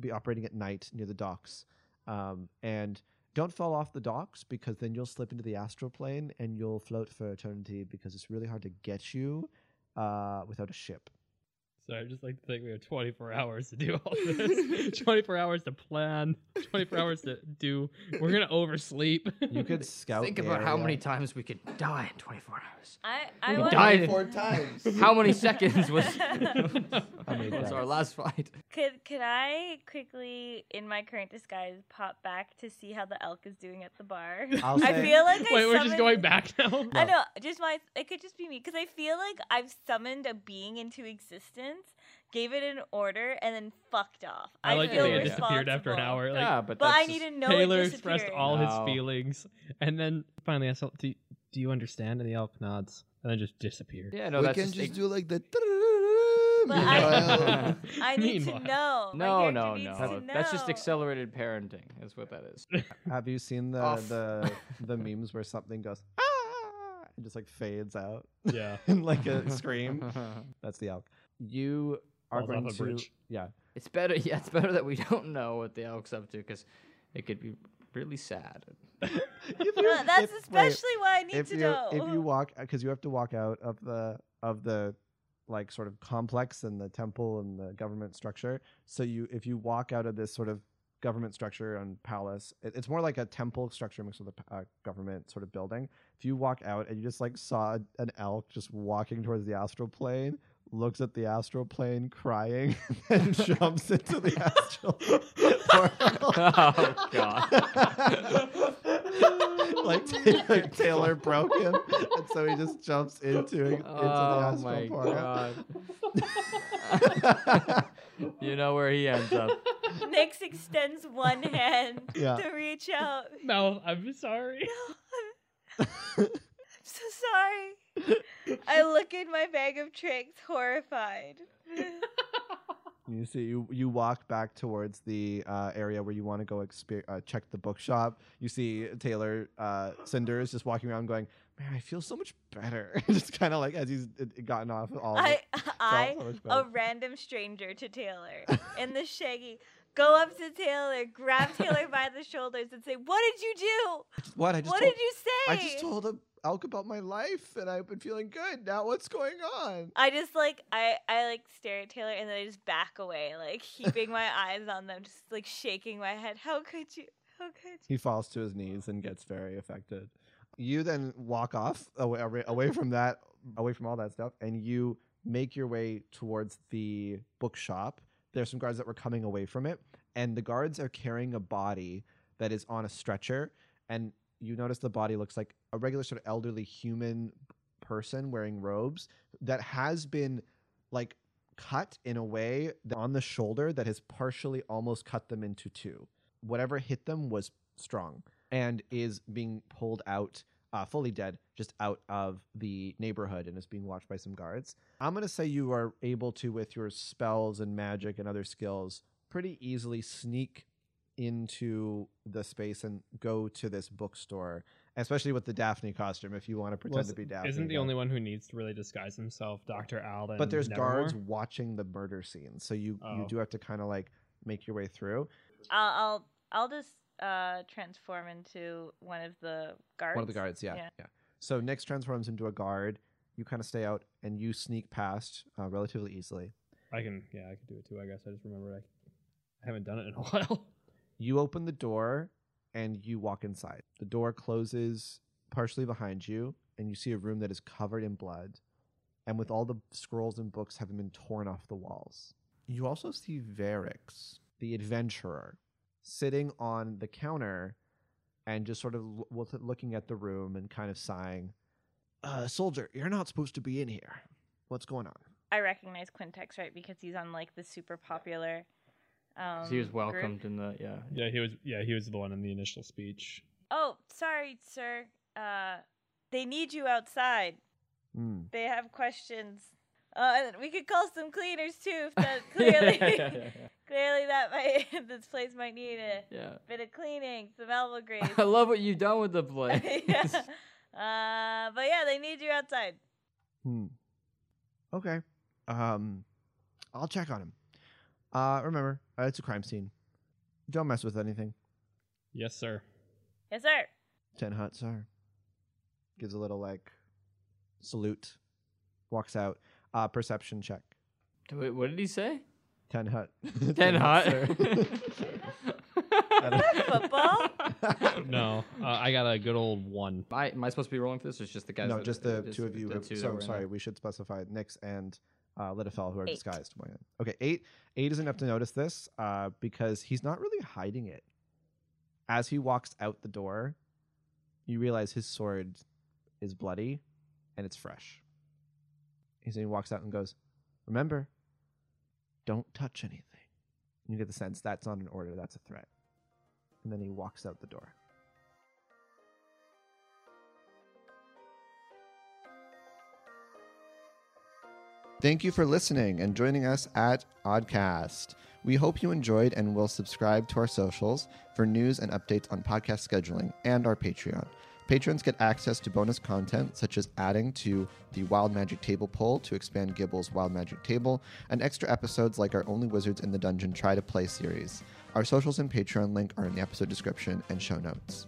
Speaker 1: be operating at night near the docks. Um, and don't fall off the docks because then you'll slip into the astral plane and you'll float for eternity because it's really hard to get you uh, without a ship.
Speaker 3: So I just like to think we have 24 hours to do all this. 24 hours to plan. 24 hours to do. We're gonna oversleep.
Speaker 1: You could scout.
Speaker 2: Think
Speaker 1: the
Speaker 2: about how
Speaker 1: area.
Speaker 2: many times we could die in 24 hours.
Speaker 4: I, I
Speaker 2: We
Speaker 4: want
Speaker 2: died.
Speaker 5: Four times.
Speaker 2: How many seconds was,
Speaker 1: How many
Speaker 2: was our
Speaker 1: times?
Speaker 2: last fight?
Speaker 4: Could could I quickly, in my current disguise, pop back to see how the elk is doing at the bar?
Speaker 1: I'll
Speaker 4: I
Speaker 1: say-
Speaker 4: feel like I
Speaker 3: Wait, we're just
Speaker 4: summoned-
Speaker 3: going back now.
Speaker 4: I know, just my. It could just be me because I feel like I've summoned a being into existence, gave it an order, and then fucked off.
Speaker 3: I like
Speaker 4: feel
Speaker 3: that it disappeared after an
Speaker 4: responsible.
Speaker 3: hour. Like
Speaker 2: yeah, but,
Speaker 4: But
Speaker 2: that's
Speaker 4: I
Speaker 2: just-
Speaker 4: need to know
Speaker 3: Taylor
Speaker 4: it
Speaker 3: expressed
Speaker 4: disappeared.
Speaker 3: all
Speaker 2: No.
Speaker 3: his feelings, and then finally I said, do, "Do you understand?" And the elk nods, and then just disappeared.
Speaker 2: Yeah, no,
Speaker 5: we
Speaker 2: that's
Speaker 5: can
Speaker 2: just,
Speaker 5: just
Speaker 2: it-
Speaker 5: do like the.
Speaker 4: But I-
Speaker 5: meanwhile.
Speaker 4: I need to
Speaker 3: Meanwhile.
Speaker 4: know. My
Speaker 2: No,
Speaker 4: character
Speaker 2: no,
Speaker 4: needs
Speaker 2: no.
Speaker 4: to
Speaker 2: That's just
Speaker 4: know.
Speaker 2: accelerated parenting. Is what that is.
Speaker 1: Have you seen the
Speaker 2: Off.
Speaker 1: the the memes where something goes ah and just like fades out
Speaker 3: Yeah.
Speaker 1: in like a scream? That's the elk. You are
Speaker 3: Falls off
Speaker 1: going
Speaker 3: a
Speaker 1: to
Speaker 3: bridge.
Speaker 1: yeah.
Speaker 2: It's better. Yeah, it's better that we don't know what the elk's up to because it could be really sad.
Speaker 1: If you-
Speaker 4: Uh, that's
Speaker 1: if- wait,
Speaker 4: especially why I need
Speaker 1: if
Speaker 4: to
Speaker 1: you
Speaker 4: know.
Speaker 1: if you walk because you have to walk out of the of the like sort of complex and the temple and the government structure. So you if you walk out of this sort of government structure and palace, it- it's more like a temple structure mixed with a p- uh, government sort of building. If you walk out and you just like saw an elk just walking towards the astral plane, looks at the astral plane crying, and jumps into the astral portal.
Speaker 2: Oh, God.
Speaker 1: like Taylor, Taylor broke him, and so he just jumps into into
Speaker 2: oh
Speaker 1: the
Speaker 2: my
Speaker 1: astral portal.
Speaker 2: god. you know where he ends up.
Speaker 4: Nyx extends one hand
Speaker 1: Yeah.
Speaker 4: to reach out.
Speaker 3: Mouth, I'm sorry.
Speaker 4: I'm so sorry. I look in my bag of tricks, horrified.
Speaker 1: You see, you you walk back towards the uh, area where you want to go exper- uh, check the bookshop. You see Taylor uh, Cinder is just walking around, going, "Man, I feel so much better." just kind of like as he's uh, gotten off all. of
Speaker 4: I,
Speaker 1: it. Felt
Speaker 4: I, um,
Speaker 1: so much
Speaker 4: a
Speaker 1: better.
Speaker 4: random stranger to Taylor in the shaggy, go up to Taylor, grab Taylor by the shoulders, and say, "What did you do?
Speaker 1: what I just
Speaker 4: What
Speaker 1: told,
Speaker 4: did you say?"
Speaker 1: I just told him Elk about my life, and I've been feeling good. Now what's going on?
Speaker 4: I just like I I like stare at Taylor and then I just back away, like keeping my eyes on them, just like shaking my head. How could you? How could you?
Speaker 1: He falls to his knees and gets very affected. You then walk off away, away- away from that, away from all that stuff, and you make your way towards the bookshop. There's some guards that were coming away from it, and the guards are carrying a body that is on a stretcher. And you notice the body looks like a regular sort of elderly human person wearing robes that has been like cut in a way that on the shoulder that has partially almost cut them into two whatever hit them was strong and is being pulled out uh, fully dead just out of the neighborhood and is being watched by some guards i'm going to say you are able to with your spells and magic and other skills pretty easily sneak into the space and go to this bookstore especially with the daphne costume if you want to pretend
Speaker 3: Well,
Speaker 1: to be daphne
Speaker 3: Isn't the
Speaker 1: again.
Speaker 3: only one who needs to really disguise himself, Doctor Alden?
Speaker 1: but there's
Speaker 3: Nevermore?
Speaker 1: guards watching the murder scene so you you
Speaker 3: Oh.
Speaker 1: do have to kind of like make your way through
Speaker 4: I'll I'll, I'll just uh, transform into one of the guards.
Speaker 1: One of the guards, yeah, yeah.
Speaker 4: Yeah.
Speaker 1: So Nyx transforms into a guard. You kind of stay out and you sneak past uh, relatively easily.
Speaker 3: I can, yeah, I can do it too. I guess I just remembered I, I haven't done it in a while.
Speaker 1: You open the door and you walk inside. The door closes partially behind you, and you see a room that is covered in blood, and with all the scrolls and books having been torn off the walls. You also see Varix, the adventurer, sitting on the counter and just sort of l- wo- looking at the room and kind of sighing. Uh, soldier, you're not supposed to be in here. What's going on?
Speaker 4: I recognize Quintex right because he's on like the super popular. Um,
Speaker 2: he was
Speaker 4: group.
Speaker 2: welcomed in the yeah.
Speaker 3: yeah, he was. Yeah, he was the one in the initial speech.
Speaker 4: Oh, sorry, sir. Uh, they need you outside.
Speaker 1: Hmm.
Speaker 4: They have questions. Uh, and we could call some cleaners too. If that clearly, clearly that might this place might need a
Speaker 2: Yeah.
Speaker 4: bit of cleaning, some elbow grease.
Speaker 2: I love what you've done with the play.
Speaker 4: yeah. Uh, but yeah, they need you outside.
Speaker 1: Hmm. Okay. Um, I'll check on him. Uh, remember, uh, it's a crime scene. Don't mess with anything.
Speaker 3: Yes, sir.
Speaker 4: Yes, sir.
Speaker 1: Ten hot sir. Gives a little like salute. Walks out. Uh, perception check.
Speaker 2: Wait, what did he say?
Speaker 1: Ten hut.
Speaker 2: Ten hot.
Speaker 4: Football?
Speaker 3: No, uh, I got a good old one.
Speaker 2: I, am I supposed to be rolling for this? Or it's just the guys?
Speaker 1: no,
Speaker 2: that-
Speaker 1: just the
Speaker 2: it's
Speaker 1: two of you.
Speaker 2: the
Speaker 1: who-
Speaker 2: two that
Speaker 1: so
Speaker 2: were
Speaker 1: I'm
Speaker 2: in
Speaker 1: sorry,
Speaker 2: there?
Speaker 1: we should specify Nix and uh, Littlefell, who are
Speaker 4: Eight.
Speaker 1: disguised. Why not? Okay, eight. Eight is enough to notice this uh, because he's not really hiding it. As he walks out the door, you realize his sword is bloody and it's fresh. He's- He walks out and goes, Remember, don't touch anything. You get the sense that's not an order, that's a threat. And then he walks out the door. Thank you for listening and joining us at Oddcast. We hope you enjoyed and will subscribe to our socials for news and updates on podcast scheduling and our Patreon. Patrons get access to bonus content such as adding to the Wild Magic Table poll to expand Gibble's Wild Magic Table and extra episodes like our Only Wizards in the Dungeon Try to Play series. Our socials and Patreon link are in the episode description and show notes.